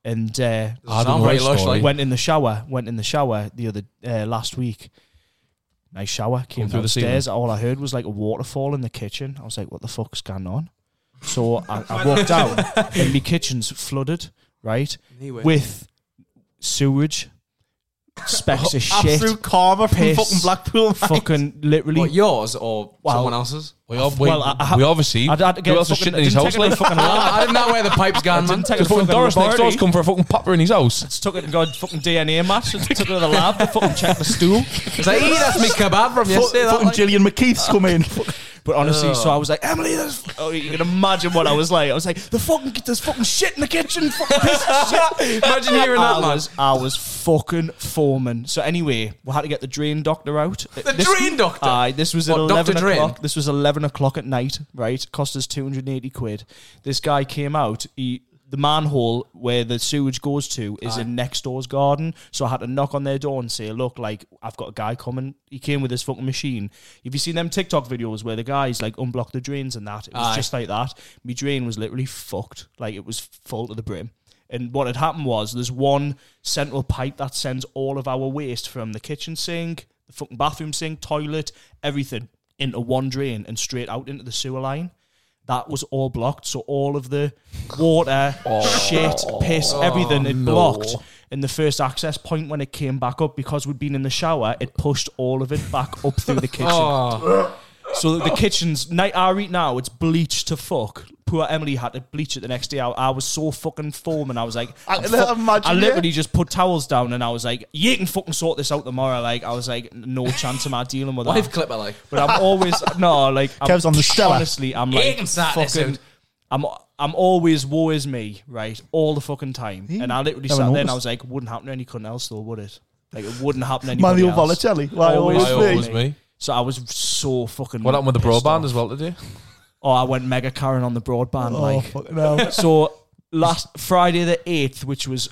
Speaker 4: And uh,
Speaker 2: I don't
Speaker 6: Sound
Speaker 2: know
Speaker 6: very
Speaker 2: the
Speaker 6: lush,
Speaker 2: story.
Speaker 6: like.
Speaker 4: went in the shower. Went in the shower the other uh, last week. Nice shower. Came
Speaker 2: Come through the
Speaker 4: downstairs. All I heard was like a waterfall in the kitchen. I was like, "What the fuck's going on?" So I, I walked out, and my kitchen's flooded, right,
Speaker 6: Anyway.
Speaker 4: with sewage,
Speaker 2: (laughs)
Speaker 4: specks of shit,
Speaker 7: Absolute karma from
Speaker 4: piss.
Speaker 7: fucking Blackpool. mate.
Speaker 4: fucking literally.
Speaker 6: What, yours or
Speaker 4: Well-
Speaker 6: someone else's?
Speaker 2: We, ob- we,
Speaker 4: Well, I- I ha-
Speaker 2: we obviously.
Speaker 4: I'd had to get
Speaker 2: who else
Speaker 4: fucking,
Speaker 2: is shitting in his
Speaker 4: didn't
Speaker 2: house? (laughs)
Speaker 4: take it to
Speaker 2: Like,
Speaker 4: the fucking lab.
Speaker 6: I didn't know where the pipes gone, man.
Speaker 4: Didn't take
Speaker 2: the
Speaker 4: it to
Speaker 2: fucking Doris next door's
Speaker 4: laboratory.
Speaker 2: come for a fucking popper in his house.
Speaker 4: Just took it and got fucking DNA match and took it to the lab to fucking check the stool.
Speaker 6: It's like, "Ee, that's me kebab from
Speaker 7: Fu-
Speaker 6: yesterday. That,
Speaker 7: Fucking
Speaker 6: like.
Speaker 7: Gillian McKeith's come in.
Speaker 4: But honestly, so I was like, Emily, there's. Oh, you can imagine what I was like. I was like, the fucking, there's fucking shit in the kitchen. Fucking piece of shit.
Speaker 6: Imagine hearing
Speaker 4: I
Speaker 6: that, man.
Speaker 4: was, I was fucking foaming. So anyway, we had to get the drain doctor out. The
Speaker 6: drain doctor?
Speaker 4: Aye, this was at
Speaker 6: What,
Speaker 4: eleven
Speaker 6: Dr. Drain?
Speaker 4: o'clock. This was eleven o'clock at night. Right, cost us two hundred and eighty quid. This guy came out. He. The manhole where the sewage goes to is in next door's garden, so I had to knock on their door and say, "Look, like I've got a guy coming. He came with his fucking machine. Have you seen them TikTok videos where the guys like unblock the drains and that? It was
Speaker 6: Aye.
Speaker 4: just like that. My drain was literally fucked. Like it was full to the brim. And what had happened was there's one central pipe that sends all of our waste from the kitchen sink, the fucking bathroom sink, toilet, everything into one drain and straight out into the sewer line. That was all blocked. So all of the water,
Speaker 1: Oh.
Speaker 4: shit, piss, everything had blocked. And the first access point when it came back up, because we'd been in the shower, it pushed all of it back up through the kitchen.
Speaker 6: Oh,
Speaker 4: So the kitchen's night I eat now, it's bleached to fuck. Poor Emily had to bleach it the next day. I, I was so fucking foaming. I was like,
Speaker 7: I
Speaker 4: I'm
Speaker 7: can imagine,
Speaker 4: I
Speaker 7: yeah.
Speaker 4: literally just put towels down and I was like, you can fucking sort this out tomorrow. Like, I was like, no chance am I dealing
Speaker 6: (laughs)
Speaker 4: with
Speaker 6: wife
Speaker 4: that.
Speaker 6: clipper, like.
Speaker 4: But I'm
Speaker 6: (laughs)
Speaker 4: always, no, like, I'm,
Speaker 3: Kev's on the Stella.
Speaker 4: Honestly, I'm like,
Speaker 6: can start this
Speaker 4: fucking,
Speaker 6: out.
Speaker 4: I'm, I'm always woe is me, right? All the fucking time. And I literally
Speaker 3: Never
Speaker 4: sat there and I
Speaker 3: noticed.
Speaker 4: was like, wouldn't happen to any cunt else though, would it? Like, it wouldn't happen to anybody
Speaker 3: Manuel
Speaker 4: else.
Speaker 3: Volacelli. Why
Speaker 4: Always
Speaker 3: always
Speaker 2: Why oh, always
Speaker 3: me?
Speaker 2: me?
Speaker 4: So I was so fucking.
Speaker 2: What happened with the
Speaker 4: pissed
Speaker 2: broadband
Speaker 4: off.
Speaker 2: as well today?
Speaker 4: Oh, I went mega Karen on the broadband.
Speaker 3: Oh,
Speaker 4: like,
Speaker 3: fucking hell. (laughs)
Speaker 4: so last Friday the 8th, which was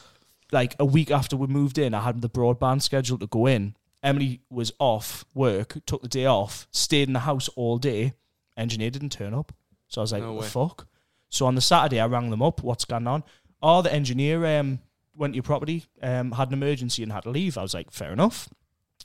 Speaker 4: like a week after we moved in, I had the broadband scheduled to go in. Emily was off work, took the day off, stayed in the house all day. Engineer didn't turn up. So I was like,
Speaker 6: No
Speaker 4: what the
Speaker 6: way.
Speaker 4: fuck? So on the Saturday, I rang them up. What's going on? Oh, the engineer um, went to your property, um, had an emergency and had to leave. I was like, fair enough.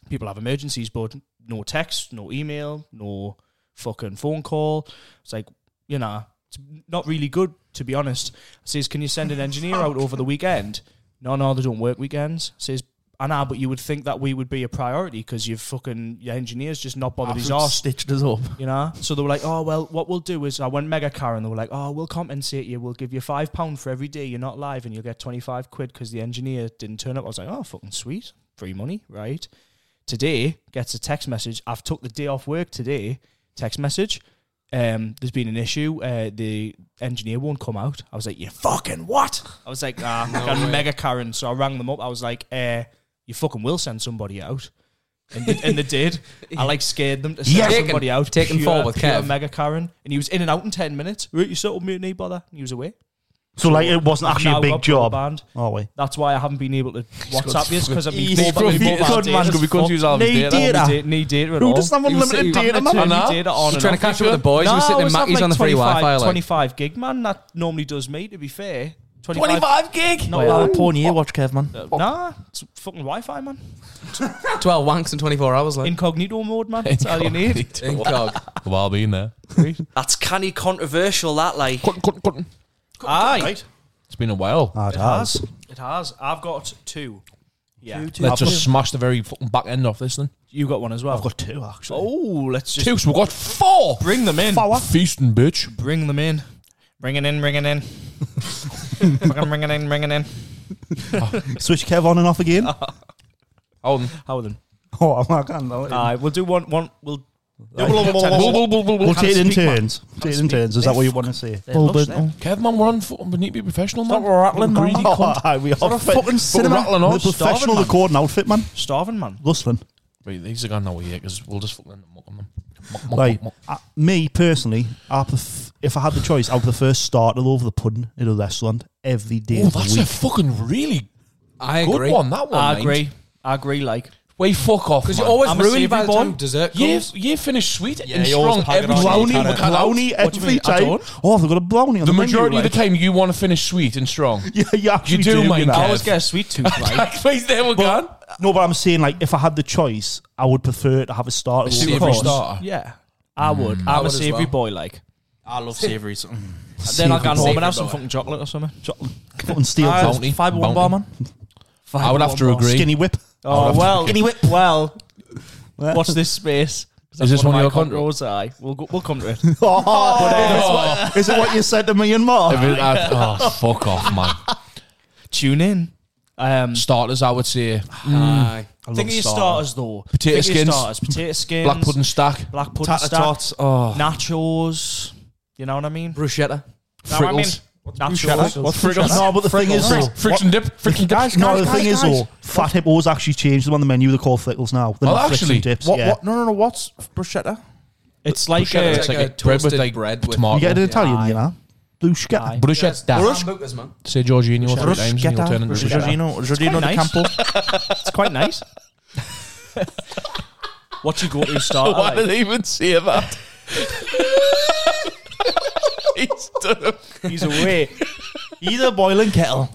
Speaker 4: People have emergencies, but no text, no email, no fucking phone call. It's like, you know, it's not really good, to be honest. says, can you send an engineer out over the weekend? No, no, they don't work weekends. says, I know, but you would think that we would be a priority because you've fucking, your engineer's just not bothered his arse
Speaker 7: stitched us up.
Speaker 4: you know? So they were like, oh, well, what we'll do is I went mega car and they were like, oh, we'll compensate you. We'll give you £5 pound for every day you're not live and you'll get 25 quid because the engineer didn't turn up. I was like, oh, fucking sweet. Free money, right? Today gets a text message. I've took the day off work today. Text message. Um, there's been an issue. Uh, the engineer won't come out. I was like, you fucking what? I was like, ah, fucking mega Karen. So I rang them up. I was like, uh, you fucking will send somebody out. And they, and they did. I like scared them to send
Speaker 6: Yeah. Taken-
Speaker 4: somebody out.
Speaker 6: taken
Speaker 4: Pure-
Speaker 6: forward,
Speaker 4: pure
Speaker 6: Kev.
Speaker 4: mega Karen. And he was in and out in 10 minutes. Right, you settled me at knee bother. And he was away.
Speaker 3: So, like, it wasn't
Speaker 4: I've
Speaker 3: actually
Speaker 4: now
Speaker 3: a big
Speaker 4: got
Speaker 3: job.
Speaker 4: broadband.
Speaker 3: Are we?
Speaker 4: That's why I haven't been able to WhatsApp you because I've been
Speaker 2: He's probably good, man. Could be confused all of his
Speaker 3: Need
Speaker 2: data.
Speaker 3: data.
Speaker 4: Need data at
Speaker 3: Who
Speaker 4: all.
Speaker 3: doesn't have
Speaker 6: He was
Speaker 3: unlimited
Speaker 6: sitting-
Speaker 3: data,
Speaker 6: I
Speaker 3: man?
Speaker 2: know.
Speaker 4: Any data on
Speaker 6: You're
Speaker 4: and
Speaker 6: trying to
Speaker 4: off.
Speaker 6: catch up with the boys.
Speaker 4: No,
Speaker 6: you were
Speaker 4: I
Speaker 6: sitting in
Speaker 4: was having
Speaker 6: Mackey's
Speaker 4: like
Speaker 6: on the free
Speaker 4: 25
Speaker 6: Wi-Fi. Like,
Speaker 4: 25 gig, man. That normally does me, to be fair.
Speaker 1: 25.
Speaker 5: gig.
Speaker 1: Not bad.
Speaker 5: porn year watch, Kev, man.
Speaker 4: uh,
Speaker 1: Nah, it's fucking Wi-Fi, man.
Speaker 6: 12 wanks in 24 hours, like.
Speaker 1: Incognito mode, man. That's all you
Speaker 6: (laughs)
Speaker 1: need.
Speaker 6: Incog.
Speaker 2: While being there,
Speaker 8: That's canny controversial. That like
Speaker 2: Cutting, cutting, cutting.
Speaker 1: Aye,
Speaker 2: it's been a while.
Speaker 3: Ah, it
Speaker 1: it
Speaker 3: has.
Speaker 1: has. It has. I've got two. Yeah,
Speaker 2: Let's just smash the very fucking back end off this then.
Speaker 1: you got one as well.
Speaker 3: I've got two actually.
Speaker 1: oh, let's just
Speaker 2: Two, so we've got four.
Speaker 1: bring them in.
Speaker 2: Feasting, bitch.
Speaker 1: Bring them in. Bring it in. Bring it in. Fucking bring it in. Bring it in.
Speaker 3: Switch Kev on and off again.
Speaker 2: Oh,
Speaker 1: How then?
Speaker 3: (laughs) oh, I can't. I'll let
Speaker 4: Uh,
Speaker 3: you-
Speaker 1: Aye, we'll do one. One. We'll.
Speaker 3: We'll take it in
Speaker 1: speak, man.
Speaker 3: turns. Take it in turns. Is that what you want to say?
Speaker 1: They're lush, they're-
Speaker 2: Kev, man, we're on fucking. We need to be professional, man.
Speaker 1: Stop rattling, man.
Speaker 2: Greedy
Speaker 1: Oh,
Speaker 2: cunt.
Speaker 3: aye, we are
Speaker 2: Sort of
Speaker 3: fit-
Speaker 2: fucking cinema. rattling on,
Speaker 3: The professional
Speaker 2: starving, man.
Speaker 3: recording outfit, man.
Speaker 1: Starving man.
Speaker 3: Rustling.
Speaker 2: Right, these are going nowhere yet because we'll just fucking muck on them. Muck, muck,
Speaker 3: Like
Speaker 2: muck, muck.
Speaker 3: uh, me personally, I pref- if I had the choice, I would prefer startle over the pudding in a restaurant every day.
Speaker 2: Oh,
Speaker 3: of the
Speaker 2: that's a
Speaker 3: week.
Speaker 2: fucking really
Speaker 6: I
Speaker 2: good
Speaker 6: agree.
Speaker 2: one. That one.
Speaker 1: I
Speaker 2: mate.
Speaker 1: agree. I agree. Like
Speaker 2: Way fuck off.
Speaker 6: Because
Speaker 2: man.
Speaker 6: you're always
Speaker 1: I'm a savoury
Speaker 6: ruined by the
Speaker 1: boy.
Speaker 6: time dessert comes.
Speaker 2: you you finish sweet and
Speaker 5: you always
Speaker 2: strong
Speaker 5: pack it
Speaker 2: every
Speaker 5: on.
Speaker 2: single
Speaker 5: Brownie,
Speaker 2: time.
Speaker 5: Can't
Speaker 3: Brownie
Speaker 1: What do you
Speaker 3: every
Speaker 1: mean? I
Speaker 3: time.
Speaker 1: don't.
Speaker 3: Oh, they've got a brownie on
Speaker 2: The
Speaker 3: the
Speaker 2: majority
Speaker 3: menu,
Speaker 2: of the
Speaker 3: like.
Speaker 2: time, you want to finish sweet and strong.
Speaker 3: (laughs) Yeah, you actually
Speaker 2: do,
Speaker 3: do,
Speaker 2: mate.
Speaker 3: you know.
Speaker 2: I
Speaker 1: I always get a sweet tooth. Right?
Speaker 2: Please, there we go.
Speaker 3: No, but I'm saying like if I had the choice, I would prefer to have a starter.
Speaker 2: It's
Speaker 3: over a
Speaker 2: every
Speaker 3: course.
Speaker 2: starter.
Speaker 1: yeah, I would. I'm
Speaker 6: would
Speaker 1: a
Speaker 6: as
Speaker 1: savoury
Speaker 6: well.
Speaker 1: boy. Like
Speaker 5: I love savoury. so-
Speaker 1: then I'll go home
Speaker 6: savoury
Speaker 1: and have some
Speaker 6: boy.
Speaker 1: fucking chocolate or something.
Speaker 3: Fucking steel
Speaker 5: Ah,
Speaker 3: toe.
Speaker 2: Bounty.
Speaker 5: Fibre one bar, man.
Speaker 2: I would have to
Speaker 1: Fibre
Speaker 2: agree.
Speaker 3: skinny whip.
Speaker 1: Oh well. Well,
Speaker 3: Well. (laughs)
Speaker 1: watch this space. 'Cause that's
Speaker 2: this one
Speaker 1: my
Speaker 2: of your
Speaker 1: cunt
Speaker 2: cunt-
Speaker 1: rolls? Aye, we'll go, we'll come to it.
Speaker 2: Oh,
Speaker 3: Is it what you said to me and Mark?
Speaker 2: every- I- oh, fuck off, man.
Speaker 1: Tune in. Um,
Speaker 2: Starters, I would say
Speaker 6: Aye.
Speaker 1: think of your starters though.
Speaker 2: Potato
Speaker 1: Think of your
Speaker 2: skins.
Speaker 1: starters, potato skins,
Speaker 2: black pudding stack,
Speaker 1: black pudding
Speaker 5: Tater
Speaker 1: stack,
Speaker 5: tots. Oh,
Speaker 1: nachos. You know what I mean?
Speaker 6: Bruschetta.
Speaker 1: Know what I mean?
Speaker 2: frittles,
Speaker 1: Nachos.
Speaker 3: No, but the thing is, though,
Speaker 2: Fricks and dip, fricks and dip.
Speaker 3: no, the thing is, though, Fat Hip O's actually changed them on the menu. They call Flickles now. They're
Speaker 2: Oh,
Speaker 3: not Flicks and
Speaker 2: actually?
Speaker 3: dips.
Speaker 5: what?
Speaker 3: yeah.
Speaker 5: What? No, no, no. What's bruschetta?
Speaker 1: It's like uh,
Speaker 2: Bruschetta,
Speaker 1: a,
Speaker 2: it's like a
Speaker 6: like a
Speaker 2: bread with
Speaker 6: toasted
Speaker 2: like
Speaker 6: bread with-
Speaker 2: tomato.
Speaker 3: You get it in Italian,
Speaker 1: Aye.
Speaker 3: you know? Bruschetta.
Speaker 2: Bruschetta.
Speaker 6: Sambucas, man.
Speaker 2: Say Giorgino three times and he'll turn into bruschetta.
Speaker 5: Giordino, Giordino
Speaker 1: quite
Speaker 5: di
Speaker 1: nice.
Speaker 5: Campo.
Speaker 1: it's quite nice. What's your go-to starter? like?
Speaker 2: he even say that? He's done a
Speaker 1: He's away.
Speaker 5: He's a boiling kettle.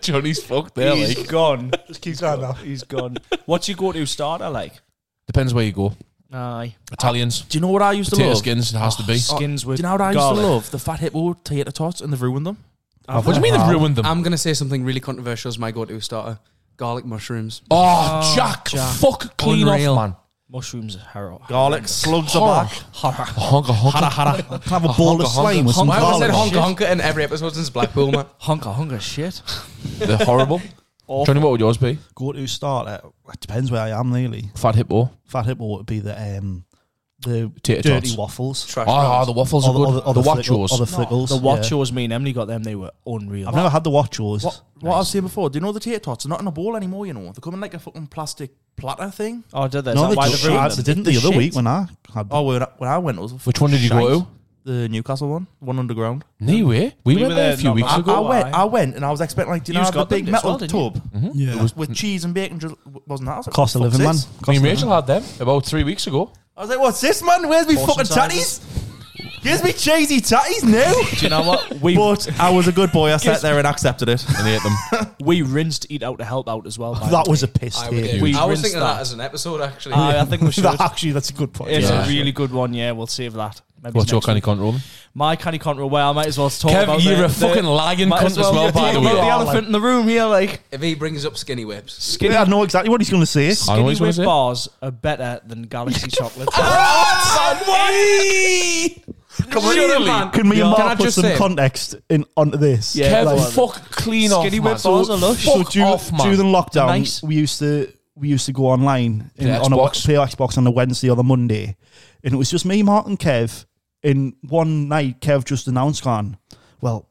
Speaker 2: Johnny's fucked there.
Speaker 1: He's
Speaker 2: Like
Speaker 1: gone.
Speaker 3: Just keep going now.
Speaker 1: He's gone. What's your go-to starter like?
Speaker 2: depends where you go.
Speaker 1: Aye.
Speaker 2: Italians,
Speaker 5: Do you know what I used to
Speaker 2: potato
Speaker 5: love?
Speaker 2: skins. It has to be.
Speaker 1: Skins
Speaker 5: Do
Speaker 1: with
Speaker 5: you know what I used
Speaker 1: garlic.
Speaker 5: to love? The fat hip old tater tots, and they've ruined them.
Speaker 2: What do you mean they've ruined them?
Speaker 6: I'm going to say something really controversial as my go to starter garlic mushrooms.
Speaker 2: Oh, Jack, fuck clean
Speaker 6: Unreal.
Speaker 2: off, man.
Speaker 1: Mushrooms are hot.
Speaker 5: Garlic slugs
Speaker 3: Oh.
Speaker 5: are back.
Speaker 2: Honka, honka.
Speaker 3: Can I have (laughs) a bowl of
Speaker 2: honka,
Speaker 3: slime with some
Speaker 6: Why was it
Speaker 3: garlic.
Speaker 6: honka honka in every episode since Blackpool, man?
Speaker 1: Honker, honker, shit.
Speaker 2: They're horrible. Johnny, what would yours be?
Speaker 3: Go to starter. It depends where I am, really.
Speaker 2: Fat hippo.
Speaker 3: Fat Hip O would be the um, the
Speaker 2: Tater
Speaker 3: dirty
Speaker 2: tots.
Speaker 3: waffles.
Speaker 2: Oh, oh, the waffles are
Speaker 3: Or
Speaker 2: good.
Speaker 3: or
Speaker 2: the
Speaker 3: flick- Or the
Speaker 2: wachos.
Speaker 3: Flickles.
Speaker 1: The
Speaker 3: yeah.
Speaker 1: Wachos, me and Emily got them. They were unreal.
Speaker 3: I've never had the Wachos.
Speaker 5: What, what I've said before, do you know the tater tots are not in a bowl anymore, you know? They come in like a fucking plastic platter thing.
Speaker 1: Oh, did they? Is
Speaker 3: No,
Speaker 1: that
Speaker 3: they
Speaker 1: why
Speaker 3: just
Speaker 1: they've ruined them?
Speaker 3: tried- they didn't the
Speaker 1: They're
Speaker 3: other
Speaker 1: shit.
Speaker 3: week when I had
Speaker 5: Oh, when I, when I went, it was a
Speaker 2: Which one did you go to?
Speaker 5: The Newcastle one, one underground.
Speaker 2: Anyway,
Speaker 1: We
Speaker 2: we, went
Speaker 1: were
Speaker 2: there
Speaker 1: there
Speaker 2: a few
Speaker 1: not
Speaker 2: weeks
Speaker 1: long
Speaker 5: I,
Speaker 2: ago.
Speaker 5: I
Speaker 1: ago,
Speaker 5: went,
Speaker 1: aye.
Speaker 5: I went, and I was expecting like, do you know,
Speaker 1: You've
Speaker 5: how
Speaker 1: got
Speaker 5: the
Speaker 1: them
Speaker 5: big
Speaker 1: as
Speaker 5: metal
Speaker 1: well, didn't you?
Speaker 5: tub
Speaker 3: yeah.
Speaker 5: with cheese and bacon, drizzle- wasn't that? I was like,
Speaker 3: cost a
Speaker 5: what the
Speaker 3: living, man.
Speaker 5: fuck's this?
Speaker 2: Me
Speaker 3: Cost
Speaker 2: and
Speaker 3: of living.
Speaker 2: Rachel had them about three weeks ago.
Speaker 5: I was like, what's this, man? Where's me
Speaker 1: Portion
Speaker 5: fucking tatties? Gives me cheesy tatties now.
Speaker 1: Do you know what? We
Speaker 5: but I was a good boy. I sat there and accepted it.
Speaker 2: And they ate them.
Speaker 1: we rinsed eat out to help out as well. by
Speaker 3: That
Speaker 1: the
Speaker 3: was a
Speaker 1: way.
Speaker 3: piss
Speaker 6: I,
Speaker 3: take.
Speaker 2: We
Speaker 6: was
Speaker 1: rinsed
Speaker 6: thinking of that
Speaker 1: that.
Speaker 6: as an episode, actually.
Speaker 1: Aye, I think we should.
Speaker 3: (laughs) That actually, that's a good point.
Speaker 1: It's
Speaker 2: Yeah.
Speaker 1: a really good one. Yeah, we'll save that. Maybe
Speaker 2: What's your
Speaker 1: next
Speaker 2: candy
Speaker 1: week.
Speaker 2: cunt, Roman?
Speaker 1: My candy control. Well, I might as well talk about.
Speaker 2: Kev,
Speaker 1: the-
Speaker 2: you're a
Speaker 1: the-
Speaker 2: fucking lagging
Speaker 1: might
Speaker 2: cunt as well,
Speaker 1: yeah,
Speaker 2: by the
Speaker 1: talk
Speaker 2: way.
Speaker 1: about the
Speaker 3: Yeah,
Speaker 1: elephant
Speaker 3: like-
Speaker 1: in the room here, like
Speaker 6: if he brings up skinny whips,
Speaker 1: skinny,
Speaker 3: Yeah, I know exactly what he's going to say.
Speaker 2: I know
Speaker 1: skinny
Speaker 2: he's gonna
Speaker 1: whip
Speaker 2: say.
Speaker 1: bars are better than Galaxy chocolate.
Speaker 6: come on, man.
Speaker 3: Can me and
Speaker 6: Can I
Speaker 3: Mark put
Speaker 6: just
Speaker 3: some
Speaker 6: say-
Speaker 3: context in onto this?
Speaker 1: Yeah.
Speaker 2: Kev,
Speaker 1: like-
Speaker 2: fuck clean off,
Speaker 1: Skinny
Speaker 2: man.
Speaker 1: whip bars are lush.
Speaker 2: fuck
Speaker 3: So du-
Speaker 2: off, man.
Speaker 3: during lockdown,
Speaker 1: Nice.
Speaker 3: we used to we used to go online in,
Speaker 2: Play
Speaker 3: on a
Speaker 2: Xbox.
Speaker 3: play Xbox on a Wednesday or the Monday, and it was just me, Mark, and Kev. And one night, Kev just announced, "Gone, well,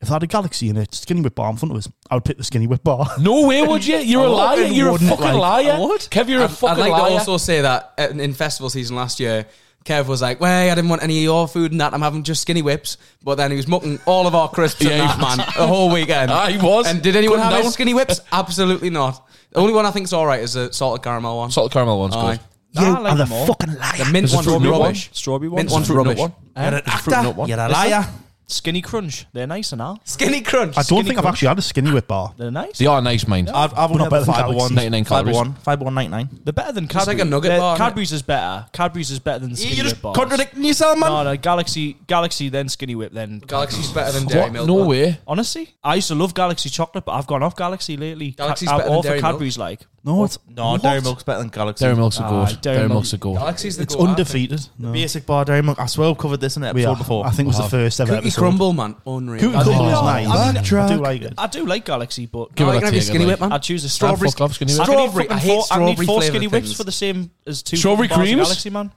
Speaker 3: if I had a Galaxy and a skinny whip bar in front of us, I would pick the skinny whip bar."
Speaker 2: no way would you? You're a liar. You're a
Speaker 3: wouldn't,
Speaker 2: fucking
Speaker 3: like-
Speaker 2: liar.
Speaker 1: would.
Speaker 2: Kev, you're a
Speaker 6: I'd
Speaker 2: fucking
Speaker 6: like to
Speaker 2: liar.
Speaker 6: also say that uh, in festival season last year, Kev was like, "Way, I didn't want any of your food and that. I'm having just skinny whips." But then he was mucking all of our crisps
Speaker 2: Yeah,
Speaker 6: and
Speaker 2: he
Speaker 6: that man the whole weekend.
Speaker 2: Ah, he was.
Speaker 6: And did anyone
Speaker 2: Couldn't
Speaker 6: have
Speaker 2: down.
Speaker 6: his skinny whips? Absolutely not. The only one I think's all right is the salted caramel one.
Speaker 2: Salted caramel one's
Speaker 6: Aye.
Speaker 2: good.
Speaker 3: you
Speaker 1: I like
Speaker 3: are the
Speaker 1: them all.
Speaker 3: fucking liar.
Speaker 6: The mint
Speaker 2: There's a
Speaker 6: one's
Speaker 2: fruit nut one.
Speaker 6: rubbish.
Speaker 1: Strawberry one.
Speaker 6: Mint one's
Speaker 2: Fruit nut
Speaker 6: rubbish.
Speaker 2: one.
Speaker 5: You're an
Speaker 2: Fruit
Speaker 5: actor.
Speaker 2: nut one.
Speaker 5: You're a liar.
Speaker 1: Skinny Crunch. They're nice and all.
Speaker 6: Skinny crunch.
Speaker 3: I don't think I've actually had a skinny whip bar.
Speaker 1: They're nice.
Speaker 2: They are nice, mind.
Speaker 5: I've,
Speaker 3: Not
Speaker 5: I've only
Speaker 3: better
Speaker 5: had the
Speaker 3: than
Speaker 5: fiber
Speaker 3: Galaxy.
Speaker 5: one.
Speaker 2: 99
Speaker 5: Fiber
Speaker 2: calories.
Speaker 5: one. Fiber one ninety nine.
Speaker 1: They're better than Cadbury.
Speaker 6: like a nugget
Speaker 1: They're-
Speaker 6: bar, isn't it?
Speaker 1: Cadbury's is better. Cadbury's is better than Skinny
Speaker 5: You're
Speaker 1: Whip
Speaker 5: just
Speaker 1: bars.
Speaker 5: contradicting yourself, man.
Speaker 1: No, no, Galaxy, Galaxy, then Skinny Whip, then
Speaker 6: Galaxy's better than Dairy
Speaker 2: What?
Speaker 6: Milk.
Speaker 2: No
Speaker 6: man.
Speaker 2: way.
Speaker 1: Honestly, I used to love Galaxy chocolate, but I've gone off Galaxy lately.
Speaker 6: Galaxy's
Speaker 1: Ca-
Speaker 6: better than
Speaker 1: all for
Speaker 6: Dairy Milk.
Speaker 1: Cadbury's like.
Speaker 3: No, it's
Speaker 5: No, Dairy Milk's better than Galaxy.
Speaker 2: Dairy Milk's
Speaker 1: Ah,
Speaker 2: are good.
Speaker 1: Dairy
Speaker 2: Dairy
Speaker 1: Milk.
Speaker 2: Milk's are good.
Speaker 6: Galaxy's the
Speaker 3: it's
Speaker 6: go-to.
Speaker 3: undefeated. No.
Speaker 5: Basic bar Dairy Milk. I swear we've covered this in an
Speaker 3: We
Speaker 5: episode
Speaker 3: are.
Speaker 5: before.
Speaker 3: I think it was the
Speaker 2: Wow.
Speaker 3: first ever
Speaker 6: Cookie
Speaker 3: episode.
Speaker 6: crumble, man. Unreal.
Speaker 3: Cookie
Speaker 1: I
Speaker 3: crumble
Speaker 1: don't
Speaker 3: is
Speaker 1: know.
Speaker 3: nice.
Speaker 1: I mean,
Speaker 3: I do like it.
Speaker 1: I do like Galaxy, but
Speaker 2: Give
Speaker 6: Oh,
Speaker 2: it
Speaker 6: you
Speaker 2: a
Speaker 6: can have your
Speaker 2: take,
Speaker 6: skinny
Speaker 2: like.
Speaker 6: whip, man.
Speaker 1: I'd choose a strawberry.
Speaker 2: Strawberry. Fuck off, skinny
Speaker 1: I
Speaker 2: whip.
Speaker 1: could eat
Speaker 6: Strawberry.
Speaker 1: fucking
Speaker 6: I hate
Speaker 1: four- I need
Speaker 6: strawberry
Speaker 1: four
Speaker 6: flavoured
Speaker 1: skinny whips
Speaker 6: things.
Speaker 1: for the same as two.
Speaker 2: Strawberry
Speaker 1: bars of
Speaker 2: creams?
Speaker 1: Galaxy man.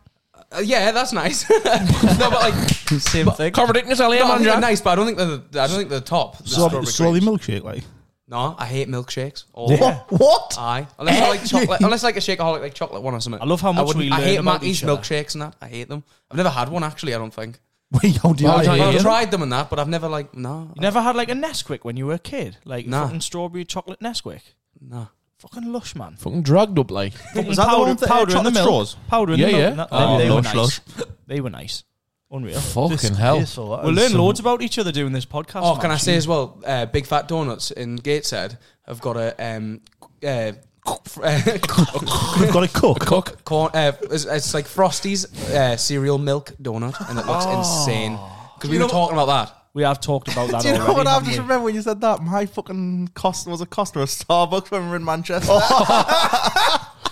Speaker 6: Uh, yeah, that's nice. (laughs) no, but like,
Speaker 1: Same thing.
Speaker 2: Contradicting yourself,
Speaker 6: no, I
Speaker 2: man.
Speaker 6: think they're
Speaker 2: Jack.
Speaker 6: nice, but I don't think they're. The, I don't think they're the top. The
Speaker 3: Strawberry,
Speaker 6: strawberry
Speaker 3: strawberry
Speaker 6: creams.
Speaker 3: milkshake, like
Speaker 6: No, I hate milkshakes. All
Speaker 3: what? what? (laughs)
Speaker 6: Aye, unless
Speaker 1: (laughs)
Speaker 6: I like chocolate, unless like a shakeaholic like chocolate one or something.
Speaker 1: I love how
Speaker 6: I,
Speaker 1: much
Speaker 6: wouldn't-
Speaker 1: we
Speaker 6: I
Speaker 1: learn
Speaker 6: hate
Speaker 1: about
Speaker 6: Mackey's
Speaker 1: each other.
Speaker 6: milkshakes and that. I hate them. I've never had one actually. I don't think.
Speaker 3: Wait, how do you
Speaker 2: Well,
Speaker 3: like
Speaker 2: don't
Speaker 3: it?
Speaker 2: you-
Speaker 6: I've
Speaker 2: them?
Speaker 6: tried them and that, but I've never like no,
Speaker 1: You never had like a Nesquik when you were a kid, like
Speaker 6: Nah.
Speaker 1: fucking strawberry chocolate Nesquik.
Speaker 6: no.
Speaker 1: Fucking lush, man.
Speaker 2: Fucking dragged up, like.
Speaker 5: Was that the
Speaker 1: powder,
Speaker 5: one with the
Speaker 1: powder in the
Speaker 5: chocolate
Speaker 1: milk?
Speaker 5: straws?
Speaker 1: Powder in
Speaker 2: Yeah,
Speaker 1: the milk.
Speaker 2: yeah. Ah,
Speaker 1: and that-
Speaker 5: Oh,
Speaker 1: they, they
Speaker 5: lush,
Speaker 1: were nice. They were nice. Unreal.
Speaker 2: Fucking hell.
Speaker 3: Disgraceful.
Speaker 1: We'll learn
Speaker 3: Some-
Speaker 1: loads about each other doing this podcast.
Speaker 6: Oh,
Speaker 1: man.
Speaker 6: can I say as well? Uh, Big Fat Donuts in Gateshead have got a um, uh, (laughs)
Speaker 3: We've got a cook.
Speaker 2: Cook.
Speaker 6: corn. Uh, it's, it's like Frosty's uh, cereal milk donut, and it looks insane. Because we
Speaker 5: You
Speaker 6: were
Speaker 5: know-
Speaker 6: talking about that.
Speaker 1: We have talked about that
Speaker 5: Do you know
Speaker 1: already,
Speaker 5: what? I
Speaker 1: haven't
Speaker 5: just
Speaker 1: we?
Speaker 5: remember when you said that. My fucking cost was a cost of a Starbucks when we were in Manchester.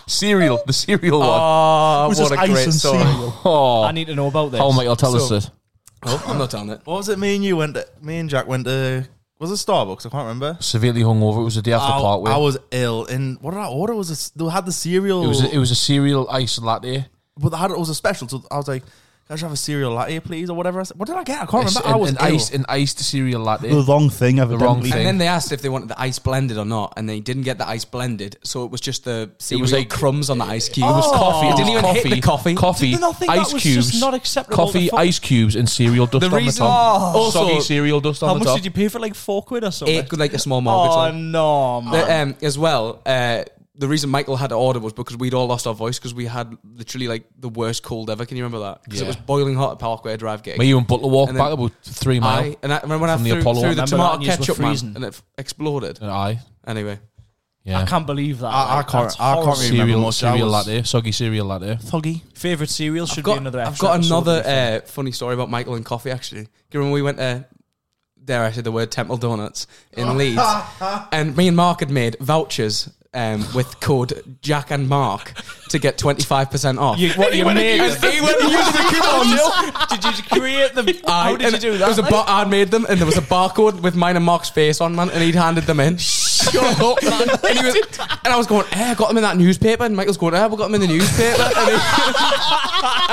Speaker 2: Cereal. The cereal one.
Speaker 6: Oh,
Speaker 3: It was
Speaker 6: what
Speaker 3: just
Speaker 6: a
Speaker 3: ice
Speaker 6: great
Speaker 3: and
Speaker 6: story!
Speaker 3: cereal.
Speaker 2: Oh,
Speaker 1: I need to know about this.
Speaker 2: oh mate, I'll tell us
Speaker 6: So-
Speaker 2: this.
Speaker 6: Oh, I'm not telling it.
Speaker 5: what was it? Me and you went. To, me and Jack went to. Was it Starbucks? I can't remember.
Speaker 2: Severely hungover. It was the day after
Speaker 5: I,
Speaker 2: Parkway.
Speaker 5: I was ill, and what did I order? Was this, they had the cereal?
Speaker 2: It was a, it was a cereal ice latte.
Speaker 5: but they had it was a special. So I was like, "Can I just have a cereal latte, please?" Or whatever. I said. What did I get? I can't
Speaker 2: It's
Speaker 5: remember.
Speaker 2: an,
Speaker 5: I was
Speaker 2: an
Speaker 5: ill.
Speaker 2: iced an iced cereal latte.
Speaker 3: The wrong thing, evidently.
Speaker 2: wrong thing.
Speaker 6: And then they asked if they wanted the ice blended or not, and they didn't get the ice blended, so it was just the cereal
Speaker 2: was
Speaker 6: was
Speaker 2: like- Oh.
Speaker 6: like crumbs on the ice cube.
Speaker 2: It was coffee.
Speaker 6: It didn't
Speaker 2: was
Speaker 6: even
Speaker 2: coffee,
Speaker 6: hit the coffee.
Speaker 2: Coffee,
Speaker 1: Did they not think that
Speaker 2: ice
Speaker 1: was
Speaker 2: cubes,
Speaker 1: just not acceptable
Speaker 2: coffee,
Speaker 1: to fuck-
Speaker 2: ice cubes, and cereal dust
Speaker 6: The
Speaker 2: on the
Speaker 6: reason-
Speaker 2: top.
Speaker 6: Oh.
Speaker 2: Soggy
Speaker 6: Also,
Speaker 2: cereal dust
Speaker 1: How
Speaker 2: on the
Speaker 1: much
Speaker 2: top.
Speaker 1: did you pay for like four quid or something?
Speaker 6: It could like a small mortgage.
Speaker 1: oh
Speaker 6: loan.
Speaker 1: no, man.
Speaker 6: The, um, as well, uh, the reason Michael had to order was because we'd all lost our voice because we had literally like the worst cold ever. Can you remember that? Because
Speaker 2: Yeah.
Speaker 6: it was boiling hot at Parkway Drive gig.
Speaker 2: Mate, you and Butler walked
Speaker 6: And then
Speaker 2: back about three mile.
Speaker 6: I, and I remember when I
Speaker 2: From the
Speaker 6: threw,
Speaker 2: Apollo.
Speaker 6: through the
Speaker 1: Remember
Speaker 6: tomato
Speaker 1: that, yes, we're
Speaker 6: ketchup man,
Speaker 1: freezing.
Speaker 6: and it f- exploded.
Speaker 2: And I,
Speaker 6: Anyway,
Speaker 2: Uh, yeah.
Speaker 1: I can't believe that.
Speaker 5: I, I
Speaker 1: like,
Speaker 5: can't.
Speaker 1: that's
Speaker 5: I can't
Speaker 1: horrible.
Speaker 5: remember
Speaker 2: cereal,
Speaker 5: much. I
Speaker 2: cereal
Speaker 5: was
Speaker 2: latte, soggy cereal latte.
Speaker 5: Foggy.
Speaker 1: Favorite cereal should
Speaker 6: I've got,
Speaker 1: be another.
Speaker 6: I've
Speaker 1: extra
Speaker 6: got
Speaker 1: episode,
Speaker 6: another
Speaker 1: to be fair.
Speaker 6: uh, funny story about Michael and coffee. Actually, Do you remember we went to dare I say the word Temple Donuts
Speaker 1: (laughs)
Speaker 6: in Leeds, and me and Mark had made vouchers um, with code Jack and Mark to get twenty five percent off.
Speaker 1: You, what you made?
Speaker 6: and he went and used the coupons.
Speaker 1: (laughs) did you create (laughs) them?
Speaker 6: Aye,
Speaker 1: How did
Speaker 6: Oh, and
Speaker 1: you do
Speaker 6: There was
Speaker 1: that? mate?
Speaker 6: a bar- I made them, and there was a barcode with mine and Mark's face on, man, and he'd handed them in. Shut up, man. And, he was, and I was going, eh, I got them in that newspaper, and Michael's going, eh, we got them in the newspaper. And, he- (laughs)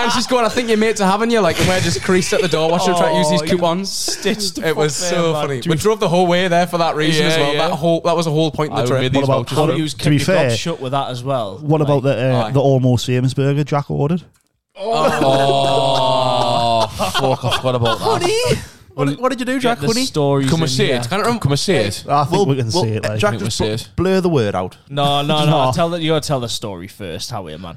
Speaker 6: and she's going, I think your mates are having you, like, and we're just creased at the door watching him try to use
Speaker 1: Oh,
Speaker 6: these
Speaker 1: you
Speaker 6: coupons.
Speaker 1: stitched. the
Speaker 6: It was
Speaker 1: fuck
Speaker 6: so
Speaker 1: there, man.
Speaker 6: funny. We drove the whole way there for that reason
Speaker 2: Yeah,
Speaker 6: as well.
Speaker 2: yeah.
Speaker 6: That whole that was a whole point of the
Speaker 2: I
Speaker 6: trip.
Speaker 2: made
Speaker 6: What
Speaker 2: these
Speaker 6: about-
Speaker 2: vouchers.
Speaker 1: How
Speaker 2: for
Speaker 1: do
Speaker 2: him.
Speaker 1: you
Speaker 3: To be
Speaker 1: keep your
Speaker 3: fair-
Speaker 1: mouth shut with that as well?
Speaker 3: What about the uh,
Speaker 6: aye.
Speaker 3: the almost famous burger Jack ordered?
Speaker 2: Oh, fuck! I forgot about that.
Speaker 5: Honey. What, did- what did you do, Jack?
Speaker 1: Like, the
Speaker 5: Honey.
Speaker 1: stories.
Speaker 2: Come and
Speaker 1: in
Speaker 2: see
Speaker 1: here.
Speaker 2: it. Come and see it.
Speaker 3: I think we can see it.
Speaker 5: uh,
Speaker 3: Like.
Speaker 5: Jack,
Speaker 2: Think
Speaker 5: just
Speaker 2: we see
Speaker 5: bl-
Speaker 2: it.
Speaker 5: blur the word out.
Speaker 1: No, no, no.
Speaker 3: (laughs) No.
Speaker 1: Tell that you gotta tell the story first. How it, man.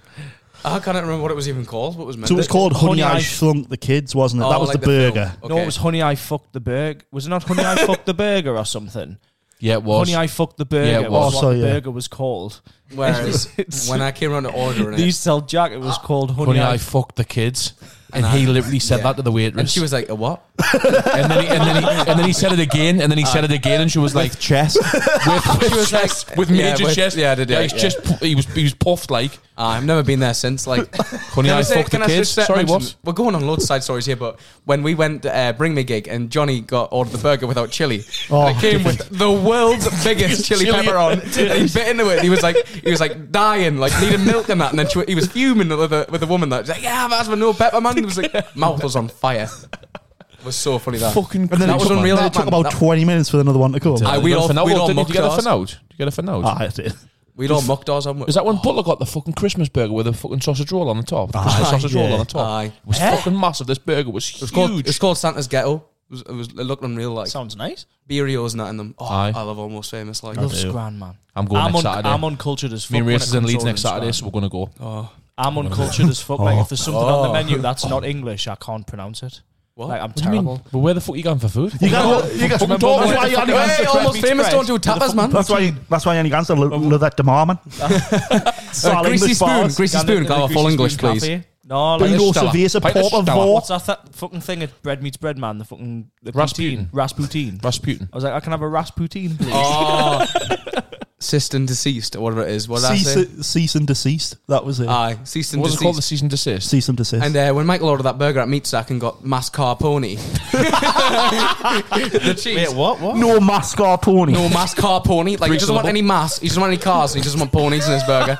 Speaker 6: I can't remember what it was even called. What it was meant?
Speaker 3: so it was called Honey,
Speaker 1: Honey,
Speaker 3: I
Speaker 1: I-
Speaker 3: Shrunk the Kids, wasn't it?
Speaker 6: Oh,
Speaker 3: that was
Speaker 6: like
Speaker 3: the,
Speaker 6: film.
Speaker 3: burger.
Speaker 6: Okay.
Speaker 1: No, it was Honey, I fucked the burger. Was it not Honey, (laughs) I fucked the burger or something?
Speaker 2: Yeah, it was.
Speaker 1: Honey, I fucked the burger.
Speaker 2: Yeah, it
Speaker 1: was
Speaker 2: was.
Speaker 1: what
Speaker 3: Oh, so,
Speaker 1: the
Speaker 3: yeah.
Speaker 1: burger was called.
Speaker 6: Whereas when I came around to ordering
Speaker 1: They
Speaker 6: it,
Speaker 1: used to tell Jack (gasps) it was called Honey,
Speaker 2: Honey,
Speaker 1: I
Speaker 2: I fucked the kids, and he literally said
Speaker 6: yeah.
Speaker 2: that to the waitress.
Speaker 6: and she was like,
Speaker 2: (laughs)
Speaker 6: "A what?"
Speaker 2: and then he, and then he,
Speaker 6: (laughs)
Speaker 2: and then he said it again, and then he said it again, and she was like,
Speaker 3: Chess.
Speaker 6: (laughs)
Speaker 2: with, with, chest, with
Speaker 6: yeah,
Speaker 2: major
Speaker 6: with-
Speaker 2: chest,
Speaker 6: yeah, I did, yeah,
Speaker 2: he's
Speaker 6: yeah.
Speaker 2: just pu- he was he was puffed like,
Speaker 6: I've never been there
Speaker 2: (laughs)
Speaker 6: since. Like,
Speaker 2: honey, I fucked the kids.
Speaker 6: just, uh,
Speaker 2: Sorry,
Speaker 6: mention-
Speaker 2: what?
Speaker 6: We're going on loads of side stories here, but when we went to, uh, Bring Me gig and Johnny got ordered the burger without chili,
Speaker 3: Oh,
Speaker 6: and it came with the world's
Speaker 2: (laughs)
Speaker 6: biggest chili,
Speaker 2: Chili
Speaker 6: pepper on. and he bit into it. And he was like, he was like dying, like needing milk and that. And then she, he was fuming with the with the woman that was like, yeah, that's with no pepper, man. And he was like, mouth was on fire. It was so funny that.
Speaker 2: Fucking
Speaker 6: and then
Speaker 2: crazy,
Speaker 6: that was
Speaker 2: man.
Speaker 6: unreal.
Speaker 3: it
Speaker 6: that,
Speaker 3: took
Speaker 6: man.
Speaker 3: about
Speaker 6: That-
Speaker 3: 20 minutes for another one to come.
Speaker 6: I-
Speaker 2: Did
Speaker 6: we
Speaker 2: you get
Speaker 6: all-
Speaker 2: a finale?
Speaker 6: we'd all
Speaker 2: Did you
Speaker 6: mucked
Speaker 2: get a
Speaker 6: ours.
Speaker 2: finale? Did you get a finale?
Speaker 3: Ah, I did.
Speaker 6: We'd all mucked ours on.
Speaker 2: Is that when Butler got the fucking Christmas burger with a fucking sausage roll on the top? The Christmas
Speaker 3: Aye,
Speaker 2: sausage roll
Speaker 3: yeah.
Speaker 2: on the top.
Speaker 6: Aye.
Speaker 2: It was fucking massive. This burger was
Speaker 6: It was
Speaker 2: huge.
Speaker 6: called, it's called Santa's Ghetto. It, was, it, was, it looked unreal, like
Speaker 1: Sounds nice.
Speaker 6: Berio's not in them. Oh,
Speaker 2: Aye.
Speaker 6: I love Almost Famous. Like,
Speaker 1: Love Scran, man.
Speaker 2: I'm going
Speaker 1: I'm,
Speaker 2: next
Speaker 1: un-
Speaker 2: Saturday.
Speaker 1: I'm uncultured as fuck.
Speaker 2: Me and
Speaker 1: when it
Speaker 2: Reese is in
Speaker 1: comes
Speaker 2: Leeds
Speaker 1: to
Speaker 2: next Saturday,
Speaker 1: ordering
Speaker 2: so we're going to go.
Speaker 6: oh,
Speaker 1: Scran. I'm uncultured as fuck. Like if there's something on
Speaker 6: Oh.
Speaker 1: the menu that's not English, I can't pronounce it.
Speaker 6: What?
Speaker 1: Like I'm
Speaker 2: do you mean?
Speaker 1: terrible.
Speaker 2: But where the fuck are you going for food?
Speaker 3: You got you got
Speaker 2: Fucking
Speaker 3: That's
Speaker 2: talk.
Speaker 3: why you only
Speaker 6: Hey,
Speaker 3: answered-
Speaker 6: almost famous. Don't do tapas, man.
Speaker 3: That's why you, that's why you only answered lo- lo- that tomorrow, man.
Speaker 6: Uh,
Speaker 3: Solid
Speaker 6: greasy
Speaker 3: English
Speaker 6: spoon,
Speaker 3: bars.
Speaker 6: greasy spoon. Go full English, please.
Speaker 1: Cafe. No, like
Speaker 3: Bingo
Speaker 2: Stella.
Speaker 3: cerveza
Speaker 2: Pint of
Speaker 3: port of
Speaker 2: Stella.
Speaker 3: vor.
Speaker 1: what's that, that fucking thing at Bread Meets Bread Man? The fucking the
Speaker 2: Rasputin.
Speaker 1: poutine. Rasputin.
Speaker 2: Rasputin.
Speaker 1: I was like, I can have a Rasputin,
Speaker 6: (laughs)
Speaker 1: please.
Speaker 6: Oh, Cyst and deceased, or whatever it is. What did I say?
Speaker 3: Cease, cease and desist. That was it.
Speaker 6: Aye, ceased and
Speaker 2: What was it called? The
Speaker 6: deceased.
Speaker 2: season desist.
Speaker 3: cease and desist.
Speaker 6: And uh, when Michael ordered that burger at Meat Sack and got mascarpone, the cheese.
Speaker 5: what? What?
Speaker 3: no mascarpone.
Speaker 6: No mascarpone. Like he doesn't want any mass. He doesn't want any cars. And he doesn't want ponies in his
Speaker 2: (laughs)
Speaker 6: burger.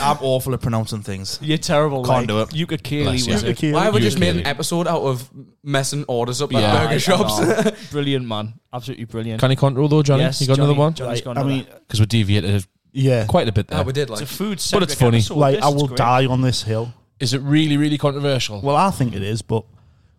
Speaker 5: I'm awful at pronouncing things.
Speaker 1: You're terrible.
Speaker 5: Can't
Speaker 1: like,
Speaker 5: do it.
Speaker 1: You could kill
Speaker 2: Bless
Speaker 1: was
Speaker 2: you.
Speaker 1: a (laughs)
Speaker 3: Okay.
Speaker 6: Why have we just made an
Speaker 2: Usually.
Speaker 6: episode out of messing orders up at
Speaker 2: Yeah. (laughs)
Speaker 6: burger
Speaker 1: (laughs)
Speaker 6: shops?
Speaker 1: brilliant man. Absolutely brilliant.
Speaker 2: Can he control though, Johnny?
Speaker 1: Yes,
Speaker 2: you got another
Speaker 1: Johnny-
Speaker 2: one?
Speaker 1: Johnny's gone
Speaker 3: I
Speaker 1: another.
Speaker 3: mean,
Speaker 2: Because we deviated
Speaker 3: yeah.
Speaker 2: quite a bit there.
Speaker 6: we did
Speaker 1: it's
Speaker 6: like.
Speaker 1: a food
Speaker 2: But it's funny.
Speaker 1: episode.
Speaker 3: Like
Speaker 1: This
Speaker 3: I
Speaker 1: is
Speaker 3: will
Speaker 1: great.
Speaker 3: die on this hill.
Speaker 2: Is it really, really controversial?
Speaker 3: Well, I think it is, but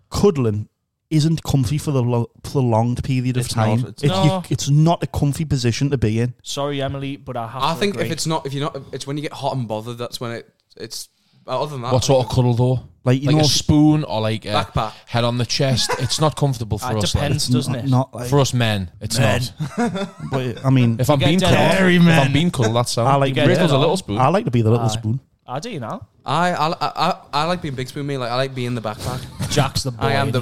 Speaker 3: cuddling isn't comfy for the lo- prolonged period of
Speaker 5: It's
Speaker 3: time.
Speaker 5: not, it's
Speaker 3: If you-
Speaker 1: not.
Speaker 3: it's not a comfy position to be in.
Speaker 1: Sorry, Emily, but I have
Speaker 6: I
Speaker 1: to
Speaker 6: think
Speaker 1: agree.
Speaker 6: if it's not, if you're not, it's when you get hot and bothered. That's when it. It's other than that.
Speaker 2: what sort of cuddle though?
Speaker 3: Like you
Speaker 2: like
Speaker 3: know,
Speaker 2: a spoon or like a
Speaker 6: Backpack.
Speaker 2: head on the chest? It's not comfortable for
Speaker 1: it
Speaker 2: us. like.
Speaker 1: depends, doesn't
Speaker 3: not,
Speaker 1: it?
Speaker 3: not like,
Speaker 2: For us men, it's
Speaker 3: Men.
Speaker 2: not.
Speaker 3: but
Speaker 2: (laughs)
Speaker 3: I mean,
Speaker 2: If I'm
Speaker 1: get
Speaker 2: being
Speaker 1: dead
Speaker 2: cuddled,
Speaker 1: on.
Speaker 3: Very
Speaker 2: if
Speaker 3: men.
Speaker 2: I'm being cuddled, that's how.
Speaker 3: I like
Speaker 1: get
Speaker 2: Rachel's
Speaker 1: dead
Speaker 2: a
Speaker 1: on.
Speaker 2: little spoon.
Speaker 3: I like to be the little
Speaker 1: Aye.
Speaker 3: spoon.
Speaker 1: I do you now.
Speaker 6: I, I, I, I like being big spoon me. Like I like being the backpack.
Speaker 1: Jack's the boy.
Speaker 6: I am the (laughs)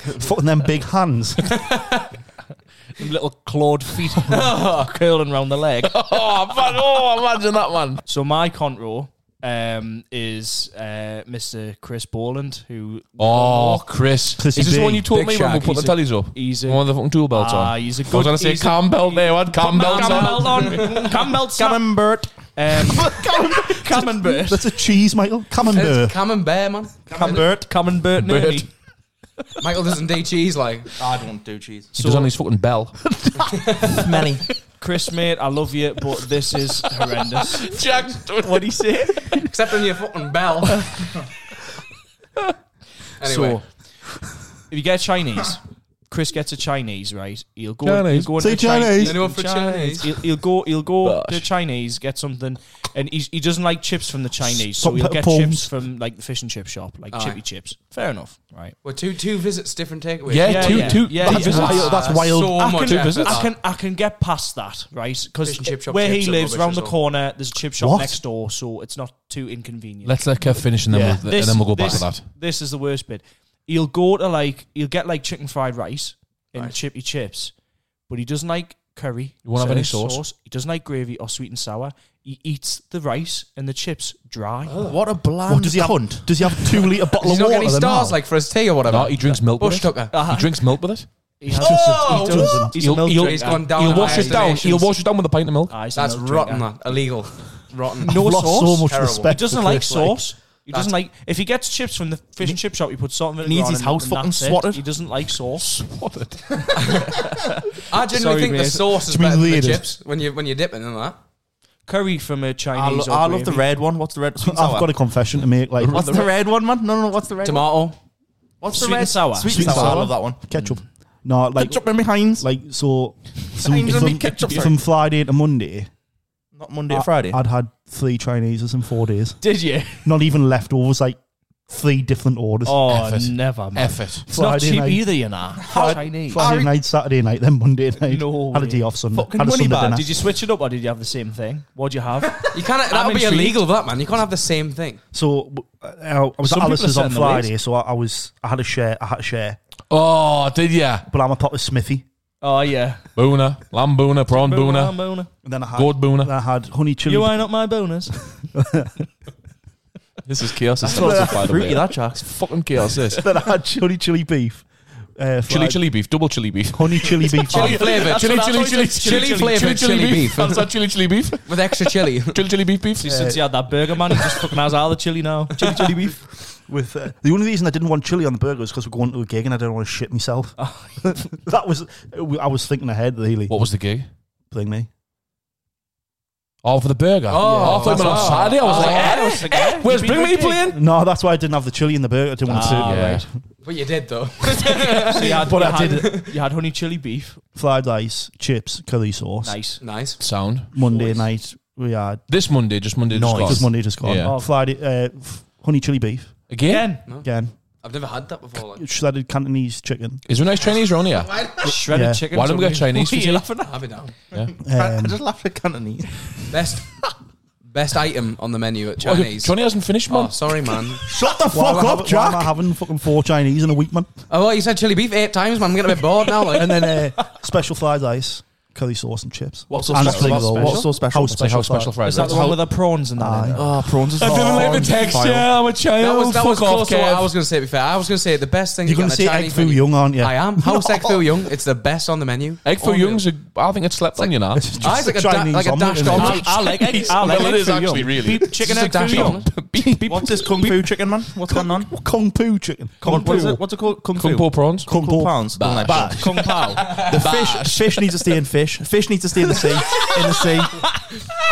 Speaker 1: (laughs)
Speaker 3: Fucking them big hands.
Speaker 1: little clawed feet (laughs) curling round the leg.
Speaker 2: oh, man, oh, imagine that one.
Speaker 1: So my control um, is uh, Mr. Chris Borland, who
Speaker 2: (laughs) Oh, Chris.
Speaker 3: Chrissy
Speaker 2: Is this the
Speaker 3: B.
Speaker 2: one you told
Speaker 6: Big
Speaker 2: me when we
Speaker 6: Shaq,
Speaker 2: put the
Speaker 1: he's
Speaker 2: tellies up?
Speaker 1: he's a
Speaker 2: One of the fucking tool belts
Speaker 1: Ah,
Speaker 2: on.
Speaker 1: he's a
Speaker 2: I was
Speaker 1: good.
Speaker 2: going to say
Speaker 1: he's a-
Speaker 2: cam belt there, one cam belt
Speaker 1: Cam
Speaker 2: on.
Speaker 1: belt
Speaker 2: (laughs)
Speaker 1: on. Cam belt. snap.
Speaker 5: Camembert.
Speaker 1: Um, Camembert.
Speaker 3: That's a cheese, Oh, Michael.
Speaker 6: it's (laughs)
Speaker 3: Camembert.
Speaker 6: camembert, man.
Speaker 5: Camembert.
Speaker 1: Camembert.
Speaker 2: Bert.
Speaker 1: Nearly.
Speaker 6: Michael doesn't do cheese. Like
Speaker 5: I don't do cheese.
Speaker 2: He does on his fucking bell.
Speaker 5: Smelly.
Speaker 1: Chris, mate, I love you, but this is horrendous.
Speaker 2: Jack, what he say?
Speaker 6: except on your
Speaker 1: (laughs)
Speaker 6: fucking bell. anyway,
Speaker 1: So, if you get Chinese, Chinese, Chris gets a Chinese, right? He'll go.
Speaker 2: Chinese.
Speaker 1: He'll go
Speaker 3: Say
Speaker 1: into a Chi-
Speaker 3: Chinese.
Speaker 6: Anyone for Chinese?
Speaker 1: He'll, he'll go. He'll go
Speaker 2: Bosh.
Speaker 1: to Chinese, get something, and he's, he doesn't like chips from the Chinese, so
Speaker 3: Some
Speaker 1: he'll
Speaker 3: pepper
Speaker 1: get
Speaker 3: prawns.
Speaker 1: chips from like the fish and chip shop, like
Speaker 6: Aye.
Speaker 1: chippy chips. Fair enough, right?
Speaker 6: well, two two visits, different takeaways.
Speaker 2: Yeah,
Speaker 1: Yeah,
Speaker 2: two,
Speaker 1: yeah.
Speaker 2: two.
Speaker 1: Yeah,
Speaker 2: two
Speaker 1: yeah.
Speaker 2: visits.
Speaker 3: Wild- that's wild.
Speaker 6: So
Speaker 1: I
Speaker 6: much
Speaker 1: can-
Speaker 6: effort,
Speaker 1: I
Speaker 6: that.
Speaker 1: can I can get past that, right? Because
Speaker 6: Fish and chip shop
Speaker 1: where
Speaker 6: chips
Speaker 1: he
Speaker 6: are
Speaker 1: lives,
Speaker 6: rubbish
Speaker 1: round
Speaker 6: as
Speaker 1: the
Speaker 6: well.
Speaker 1: corner, there's a chip shop
Speaker 3: What?
Speaker 1: next door, so it's not too inconvenient.
Speaker 2: Let's let Kev finish and then,
Speaker 3: Yeah.
Speaker 2: we'll, and then we'll go back
Speaker 1: this,
Speaker 2: to that.
Speaker 1: This is the worst bit. He'll go to like he'll get like chicken fried rice and
Speaker 6: Right.
Speaker 1: chippy chips, but he doesn't like curry.
Speaker 2: He won't have any
Speaker 1: certain
Speaker 2: sauce.
Speaker 1: He doesn't like gravy or sweet and sour. He eats the rice and the chips dry.
Speaker 6: Oh.
Speaker 5: What a bland
Speaker 3: What, does he have?
Speaker 5: cunt.
Speaker 3: Does he have two liter bottle of
Speaker 6: He's not
Speaker 3: water?
Speaker 6: getting
Speaker 3: then,
Speaker 6: stars
Speaker 3: Al?
Speaker 6: like for his tea or whatever.
Speaker 2: No, he drinks milk
Speaker 6: Bush
Speaker 2: with it.
Speaker 6: tucker.
Speaker 2: He drinks milk with it.
Speaker 1: He has
Speaker 6: Oh,
Speaker 1: he does-
Speaker 3: what?
Speaker 1: he's
Speaker 2: He'll-
Speaker 1: a milk
Speaker 2: he'll-
Speaker 1: drinker.
Speaker 6: He's gone down.
Speaker 2: He'll
Speaker 6: in
Speaker 2: wash it down.
Speaker 6: estimations.
Speaker 2: He'll wash it down with a pint of milk.
Speaker 1: Ah, he's a
Speaker 6: That's
Speaker 1: milk
Speaker 6: rotten.
Speaker 1: drinker.
Speaker 6: That illegal. Rotten.
Speaker 1: No
Speaker 3: I've lost
Speaker 1: sauce.
Speaker 3: so much
Speaker 6: Terrible.
Speaker 1: He
Speaker 3: respect.
Speaker 6: (laughs)
Speaker 1: doesn't
Speaker 3: for
Speaker 1: like
Speaker 3: Chris, like-
Speaker 1: sauce. He doesn't like if he gets chips from the fish and chip shop. He puts salt and vinegar
Speaker 5: Needs
Speaker 1: on
Speaker 5: his
Speaker 1: and-
Speaker 5: house
Speaker 1: and
Speaker 5: fucking
Speaker 1: that's it.
Speaker 5: swatted.
Speaker 1: He doesn't like sauce.
Speaker 2: Swatted.
Speaker 6: I genuinely
Speaker 1: Sorry,
Speaker 6: think the
Speaker 1: mate.
Speaker 6: sauce is
Speaker 3: To me,
Speaker 6: better than the
Speaker 3: leaders.
Speaker 6: chips when you when you're dipping in that.
Speaker 1: Curry from a
Speaker 5: I, lo-
Speaker 1: Chinese.
Speaker 5: I
Speaker 1: or
Speaker 5: love the
Speaker 1: gravy.
Speaker 5: red one. What's the red? Sweet and sour.
Speaker 3: I've got a confession to make. Like
Speaker 5: What's the red one, man? No, no, no. What's the red? one?
Speaker 6: Tomato.
Speaker 5: What's
Speaker 1: Sweet
Speaker 5: the red?
Speaker 1: and sour.
Speaker 5: Sweet,
Speaker 3: Sweet
Speaker 5: and
Speaker 3: and
Speaker 5: sour. I
Speaker 3: sour.
Speaker 5: love that one.
Speaker 3: ketchup? No, like
Speaker 5: Ketchup in my hinds.
Speaker 3: like so.
Speaker 1: (laughs)
Speaker 3: so
Speaker 5: Times on me
Speaker 3: from,
Speaker 5: ketchup, sorry.
Speaker 3: from Friday to Monday,
Speaker 5: Not Monday
Speaker 3: I-
Speaker 5: or Friday.
Speaker 3: I'd had three Chineses in four days.
Speaker 1: Did you?
Speaker 3: Not even leftovers. Like three different orders.
Speaker 1: Oh,
Speaker 2: Effort.
Speaker 1: never. Man.
Speaker 2: Effort.
Speaker 1: It's not
Speaker 3: Friday
Speaker 1: cheap
Speaker 3: night.
Speaker 1: either, you know. Chinese.
Speaker 3: Friday night, Saturday night, then Monday night.
Speaker 1: No
Speaker 3: had a
Speaker 1: way.
Speaker 3: day off Sunday.
Speaker 5: Fucking
Speaker 3: had a
Speaker 5: money
Speaker 3: Sunday
Speaker 5: bag.
Speaker 3: dinner.
Speaker 1: Did you switch it up or did you have the same thing? What'd you have?
Speaker 6: You can't. That
Speaker 1: I'm
Speaker 6: would be
Speaker 1: intrigued.
Speaker 6: illegal, that man. You can't have the same thing.
Speaker 3: So uh, I was
Speaker 1: Some people
Speaker 3: at Alice's
Speaker 1: are
Speaker 3: on
Speaker 1: setting the ways.
Speaker 3: Friday, so I, I was I had a share. I had a share,
Speaker 2: Oh, did ya?
Speaker 3: but I'm a pot of Smithy,
Speaker 1: oh, yeah.
Speaker 2: Booner, lamb booner, prawn
Speaker 1: Boner,
Speaker 2: booner,
Speaker 1: boner.
Speaker 3: and then I had
Speaker 2: gourd
Speaker 3: then
Speaker 2: booner.
Speaker 3: I had honey chili.
Speaker 1: You ain't up my boners.
Speaker 2: This is chaos. It's chaos, by the way.
Speaker 5: Fruity that Jack.
Speaker 2: It's fucking chaos, (laughs) this.
Speaker 3: (laughs) then I had chili chili beef, uh,
Speaker 2: Chili,
Speaker 3: fried-
Speaker 2: chili beef, double chili (laughs) beef.
Speaker 1: (laughs)
Speaker 3: honey chili beef.
Speaker 1: Oh,
Speaker 6: Chili flavour. Chili, chili, chili, chili flavour. Chili beef.
Speaker 2: That's that chili, chili (laughs) beef.
Speaker 3: (laughs)
Speaker 6: With extra chili.
Speaker 2: Chili, chili beef, beef.
Speaker 1: Since he had that burger, man, he just fucking has all the chili now. Chili, chili beef.
Speaker 3: With uh, the only reason I didn't want chili on the burger was because we're going to a gig and I didn't want to shit myself. (laughs) that was I was thinking ahead really.
Speaker 2: Oh. What was the gig?
Speaker 3: Playing me.
Speaker 2: Oh, for the burger. Oh, I thought it meant on Saturday. I was like, eh? Where's Bring Me playing?
Speaker 3: No, that's why I didn't have the chili in the burger. I didn't want
Speaker 1: Ah,
Speaker 3: to.
Speaker 2: Yeah.
Speaker 6: But you did, though.
Speaker 1: So you had,
Speaker 3: But
Speaker 1: you
Speaker 3: I
Speaker 1: had- (laughs)
Speaker 3: did
Speaker 1: You had honey chili beef.
Speaker 3: Fried rice, chips, curry sauce.
Speaker 1: Nice.
Speaker 6: (laughs) Nice.
Speaker 2: Sound.
Speaker 3: Monday night we had
Speaker 2: This Monday, just Monday.
Speaker 3: just
Speaker 2: Just gone.
Speaker 3: Monday just gone.
Speaker 2: Yeah.
Speaker 3: Friday uh, f- honey chili beef
Speaker 2: Again?
Speaker 1: Again.
Speaker 3: again.
Speaker 6: I've never had that before. Like.
Speaker 3: shredded Cantonese chicken.
Speaker 2: Is there nice Chinese around here?
Speaker 9: Shredded
Speaker 3: Yeah.
Speaker 9: chicken.
Speaker 2: Why don't we get Chinese? for
Speaker 5: What are you
Speaker 2: tea?
Speaker 5: laughing at?
Speaker 6: Have it down.
Speaker 5: I I
Speaker 3: Um,
Speaker 5: just laughed at Cantonese.
Speaker 6: Best best item on the menu at
Speaker 2: Oh,
Speaker 6: Chinese.
Speaker 2: Johnny hasn't finished, man.
Speaker 6: Oh, sorry, man.
Speaker 5: Shut the
Speaker 3: why am I having- Why am I having fucking four Chinese in a week, man?
Speaker 6: Oh, well, you said chili beef eight times, man. I'm getting a bit bored now. Like.
Speaker 3: (laughs) And then uh, special fried rice, curry sauce and chips.
Speaker 5: What's so
Speaker 3: And
Speaker 5: special?
Speaker 3: spring
Speaker 5: What's
Speaker 3: rolls.
Speaker 5: special? What's so special?
Speaker 3: How
Speaker 5: What's
Speaker 2: Say
Speaker 3: special?
Speaker 2: how special
Speaker 3: fried-
Speaker 2: fried
Speaker 1: Is that
Speaker 2: rice.
Speaker 1: the one with the prawns and that? in it?
Speaker 5: Ah, prawns are
Speaker 2: I didn't like the texture. I'm a
Speaker 6: that
Speaker 2: child.
Speaker 6: was, that was
Speaker 2: Fuck
Speaker 6: close
Speaker 2: off,
Speaker 6: to what I
Speaker 2: Kev.
Speaker 6: was going to say. To be fair, I was going to say the best thing
Speaker 3: You're going
Speaker 6: you get
Speaker 3: to
Speaker 6: on a
Speaker 3: say egg
Speaker 6: Chinese
Speaker 3: foo
Speaker 6: menu-
Speaker 3: young, aren't you?
Speaker 6: I am.
Speaker 3: (laughs)
Speaker 6: How's egg foo young? It's the best on the menu.
Speaker 2: Egg foo
Speaker 6: Oh,
Speaker 2: young's. A, I think it's slept on, you know.
Speaker 3: Just
Speaker 6: Ah, it's like a, da-
Speaker 3: Chinese
Speaker 6: like a
Speaker 3: omelette,
Speaker 6: dashed
Speaker 3: isn't it?
Speaker 6: omelette.
Speaker 9: I like eggs. I like
Speaker 2: Well, it
Speaker 9: eggs
Speaker 2: is
Speaker 9: for young.
Speaker 2: actually, really.
Speaker 9: Beep, chicken
Speaker 6: It's a
Speaker 9: egg for
Speaker 6: dash
Speaker 9: young.
Speaker 6: omelette.
Speaker 2: Beep, beep.
Speaker 5: What's this kung fu chicken, man? What's going on?
Speaker 3: Kung Poo chicken. Kung
Speaker 5: What is
Speaker 3: Poo.
Speaker 5: it? What's it called? Kung
Speaker 2: Kung
Speaker 5: fu.
Speaker 2: po prawns.
Speaker 5: Kung
Speaker 3: Kung
Speaker 5: fu
Speaker 3: po.
Speaker 5: pounds. Don't like
Speaker 2: Bash.
Speaker 5: that.
Speaker 9: Kung pao.
Speaker 5: The fish. Fish needs to stay in fish. Fish needs to stay in the sea. In
Speaker 6: (laughs)
Speaker 5: the sea.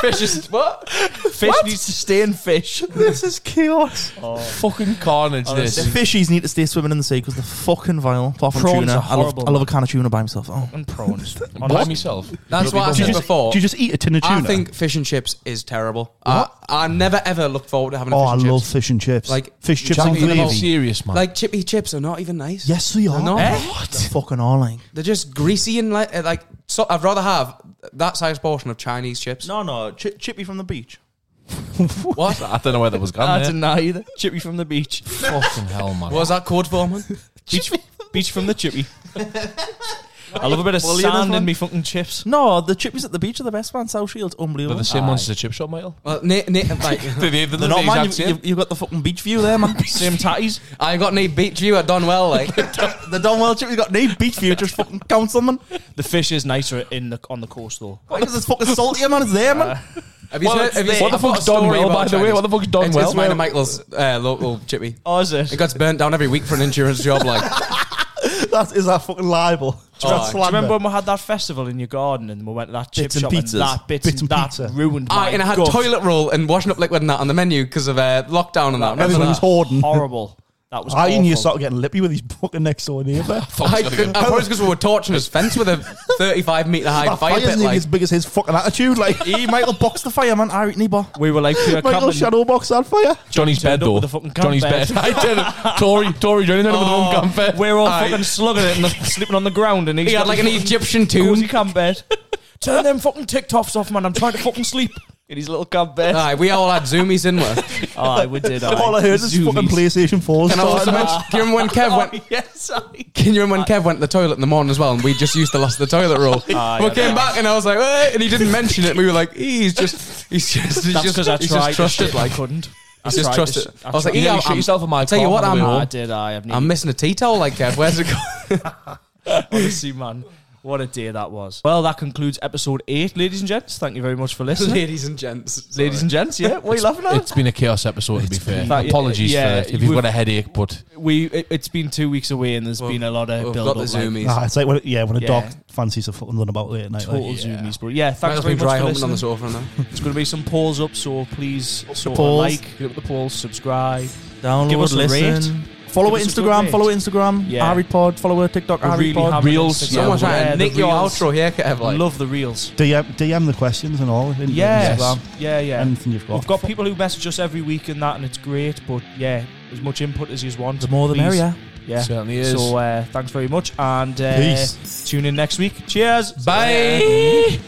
Speaker 6: Fish is what?
Speaker 5: Fish needs to stay in fish. (laughs) This is chaos.
Speaker 2: (laughs) Fucking carnage.
Speaker 5: The
Speaker 2: This.
Speaker 5: fishies need to stay swimming in the sea because they're fucking vile. Apart from
Speaker 1: Prawns
Speaker 5: tuna,
Speaker 1: are
Speaker 5: I love,
Speaker 1: horrible,
Speaker 5: I love a can of tuna by myself. Oh.
Speaker 1: And prawns.
Speaker 2: By myself.
Speaker 6: That's what I
Speaker 3: Do you
Speaker 6: said
Speaker 3: just-
Speaker 6: before.
Speaker 3: Do you just eat a tin of tuna?
Speaker 6: I think fish and chips is terrible. I, I never ever looked forward to having a
Speaker 3: Oh,
Speaker 6: fish
Speaker 3: I
Speaker 6: and
Speaker 3: love
Speaker 6: chips.
Speaker 3: fish and chips.
Speaker 6: Like,
Speaker 3: fish chips
Speaker 6: Jack
Speaker 3: and
Speaker 6: in the
Speaker 2: Are you
Speaker 6: Box.
Speaker 3: gravy.
Speaker 2: serious, man?
Speaker 6: Like chippy chips are not even nice.
Speaker 3: Yes, they
Speaker 6: They're
Speaker 3: are. Eh?
Speaker 6: not.
Speaker 5: What? They fucking
Speaker 6: (laughs)
Speaker 5: are like.
Speaker 6: They're just greasy and like, uh, like so I'd rather have that size portion of Chinese chips.
Speaker 5: No, no. Ch- chippy from the beach.
Speaker 6: What?
Speaker 2: I don't know where that was going. there.
Speaker 9: know either. Chippy from the beach.
Speaker 2: Fucking hell, man.
Speaker 6: What was that code for, man?
Speaker 9: Beach, beach from the chippy. I love a bit of
Speaker 5: Well, you know
Speaker 9: sand
Speaker 5: what?
Speaker 9: in me fucking chips.
Speaker 5: No, the chippies at the beach are the best, man. South Shields,
Speaker 2: They're
Speaker 5: unbelievable.
Speaker 2: the same ones as the chip shop, Michael.
Speaker 6: Well, na- na- like, (laughs)
Speaker 2: They're,
Speaker 5: They're not, man. You, you, you've got the fucking beach view there, man.
Speaker 9: Same tatties.
Speaker 6: I got Nate Beach View at Donwell. Like,
Speaker 5: the Donwell chippies got no (laughs) beach view. Just fucking count on them.
Speaker 1: the fish is nicer in the on the coast though.
Speaker 5: Why? Because it's fucking saltier, man. It's there, man.
Speaker 6: have you
Speaker 2: Well,
Speaker 6: heard-
Speaker 2: it's
Speaker 6: have you
Speaker 2: the- what
Speaker 6: seen-
Speaker 2: the
Speaker 6: I've got
Speaker 2: fuck's
Speaker 6: a story
Speaker 2: Donwell,
Speaker 6: about
Speaker 2: by the way?
Speaker 6: Chinese.
Speaker 2: What the fuck's
Speaker 6: It's-
Speaker 2: Donwell?
Speaker 6: It's mine and Michael's uh, local chippy.
Speaker 9: Oh, is it?
Speaker 6: It gets burnt down every week for an insurance job. Like,
Speaker 5: that is that
Speaker 3: (laughs)
Speaker 5: fucking libel.
Speaker 6: Oh,
Speaker 5: That's
Speaker 6: do
Speaker 1: Do you
Speaker 5: slander.
Speaker 1: remember when we had that festival in your garden and we went to that chip
Speaker 5: Bits and
Speaker 1: shop
Speaker 5: pizzas.
Speaker 1: and that bits,
Speaker 3: Bits
Speaker 1: and
Speaker 3: and
Speaker 1: that
Speaker 3: pizza.
Speaker 1: ruined my
Speaker 6: I, and I had
Speaker 1: gut.
Speaker 6: toilet roll and washing up liquid and that on the menu because of uh, lockdown and that. Remember
Speaker 3: Everyone's
Speaker 6: that? Oh,
Speaker 3: hoarding.
Speaker 1: Horrible. That was
Speaker 3: I
Speaker 1: awful.
Speaker 3: and you start getting lippy with his fucking next door neighbour.
Speaker 6: I, could, I probably because we were torching his fence with a 35 metre high
Speaker 3: That
Speaker 6: fire
Speaker 3: fire's
Speaker 6: pit.
Speaker 3: nearly
Speaker 6: Like,
Speaker 3: as big as his fucking attitude.
Speaker 6: (laughs)
Speaker 3: Like
Speaker 5: He Michael box the fire, man. I reckon bar.
Speaker 1: We were like pure
Speaker 3: Michael
Speaker 1: camping.
Speaker 3: Shadow Box on fire.
Speaker 2: Johnny's
Speaker 1: Turned
Speaker 2: bed,
Speaker 1: up
Speaker 2: though.
Speaker 1: with a fucking
Speaker 2: Johnny's
Speaker 1: camp
Speaker 2: bed. (laughs) I did it. Tory, Tory, Johnny, turned up with the
Speaker 1: Oh,
Speaker 2: wrong camp bed.
Speaker 6: (laughs)
Speaker 1: we're all
Speaker 2: Aye.
Speaker 1: fucking slugging it and sleeping on the ground and he's
Speaker 6: he had
Speaker 1: got
Speaker 6: like an
Speaker 1: his
Speaker 6: Egyptian
Speaker 1: cozy
Speaker 6: tomb.
Speaker 1: camp bed. (laughs) Turn them fucking TikToks off, man. I'm trying to fucking sleep in his little camp bed.
Speaker 6: Aye, we all had zoomies in
Speaker 1: (laughs)
Speaker 6: with.
Speaker 1: Aye, we did. Aye.
Speaker 3: All I heard is fucking PlayStation 4.
Speaker 6: Can I also mention? Can you remember when Kev went?
Speaker 1: Oh, yes, aye.
Speaker 6: Can you remember when Kev went to the toilet in the morning as well, and we just used to last the toilet roll?
Speaker 1: Ah,
Speaker 6: we came back, and I was like, "Eh," and he didn't mention it. and We were like, "He's just, he's just, he's
Speaker 1: That's
Speaker 6: just,
Speaker 1: because I
Speaker 6: he's just
Speaker 1: tried.
Speaker 6: trusted."
Speaker 1: I
Speaker 6: Like,
Speaker 1: couldn't. I
Speaker 6: he's just
Speaker 1: tried
Speaker 6: trusted.
Speaker 1: to-
Speaker 6: I was like,
Speaker 2: You
Speaker 6: "Yeah,
Speaker 2: nearly shit
Speaker 6: I'm,
Speaker 2: yourself in my
Speaker 6: tell you
Speaker 2: car
Speaker 6: what,
Speaker 2: on the way
Speaker 6: I'm-
Speaker 2: home.
Speaker 1: I did. I have
Speaker 6: I'm
Speaker 1: needed
Speaker 6: missing a tea towel." Like, Kev, where's it going?
Speaker 1: honestly, man. What a day that was. Well, that concludes episode eight, ladies and gents. Thank you very much for (laughs) listening,
Speaker 6: Ladies and gents,
Speaker 1: (laughs) ladies and gents. Yeah, what are you laughing at?
Speaker 2: It's been a chaos episode, to be fair.
Speaker 1: been-
Speaker 2: Apologies
Speaker 1: Yeah,
Speaker 2: for if you've got
Speaker 1: we've-
Speaker 2: a headache, but
Speaker 1: We it, it's been two weeks away, and there's
Speaker 6: Well,
Speaker 1: been a lot of
Speaker 6: we've
Speaker 1: build up.
Speaker 6: got the
Speaker 1: Like,
Speaker 6: zoomies.
Speaker 3: Ah, it's like when, yeah, when a
Speaker 1: Yeah.
Speaker 3: dog fancies a fucking run about late at night. like,
Speaker 1: total
Speaker 3: yeah.
Speaker 1: zoomies, but yeah,
Speaker 6: Might
Speaker 1: thanks
Speaker 6: as
Speaker 1: very
Speaker 6: well dry
Speaker 1: much for
Speaker 6: humping on the
Speaker 1: listening.
Speaker 6: sofa now.
Speaker 1: It's going to be some polls up, so please sort of
Speaker 5: polls.
Speaker 1: like, give up the polls, subscribe.
Speaker 5: Download,
Speaker 1: Give us a
Speaker 5: listen. Follow
Speaker 1: Give
Speaker 5: her
Speaker 1: us a good
Speaker 5: Instagram.
Speaker 1: rate.
Speaker 5: Follow her Instagram.
Speaker 1: Yeah.
Speaker 5: Yeah. Pod. Follow her TikTok.
Speaker 1: We're
Speaker 5: Harry
Speaker 1: really
Speaker 5: Pod.
Speaker 1: having
Speaker 2: Reels,
Speaker 1: an Instagram.
Speaker 2: yeah,
Speaker 6: Someone's
Speaker 1: Yeah,
Speaker 6: trying to
Speaker 1: the
Speaker 6: nick your
Speaker 1: reels.
Speaker 6: outro here, Kev. Like,
Speaker 1: Love the reels.
Speaker 3: DM, DM the questions and all. in- in
Speaker 1: Yes.
Speaker 3: Instagram.
Speaker 1: Yeah, yeah.
Speaker 3: Anything you've got.
Speaker 1: We've got people who message us every week and that, and it's great. But yeah, as much input as you want.
Speaker 5: The more the
Speaker 1: please.
Speaker 5: merrier.
Speaker 1: Yeah.
Speaker 2: certainly is.
Speaker 1: So uh, thanks very much, and uh,
Speaker 3: Peace.
Speaker 1: tune in next week. Cheers.
Speaker 6: Bye.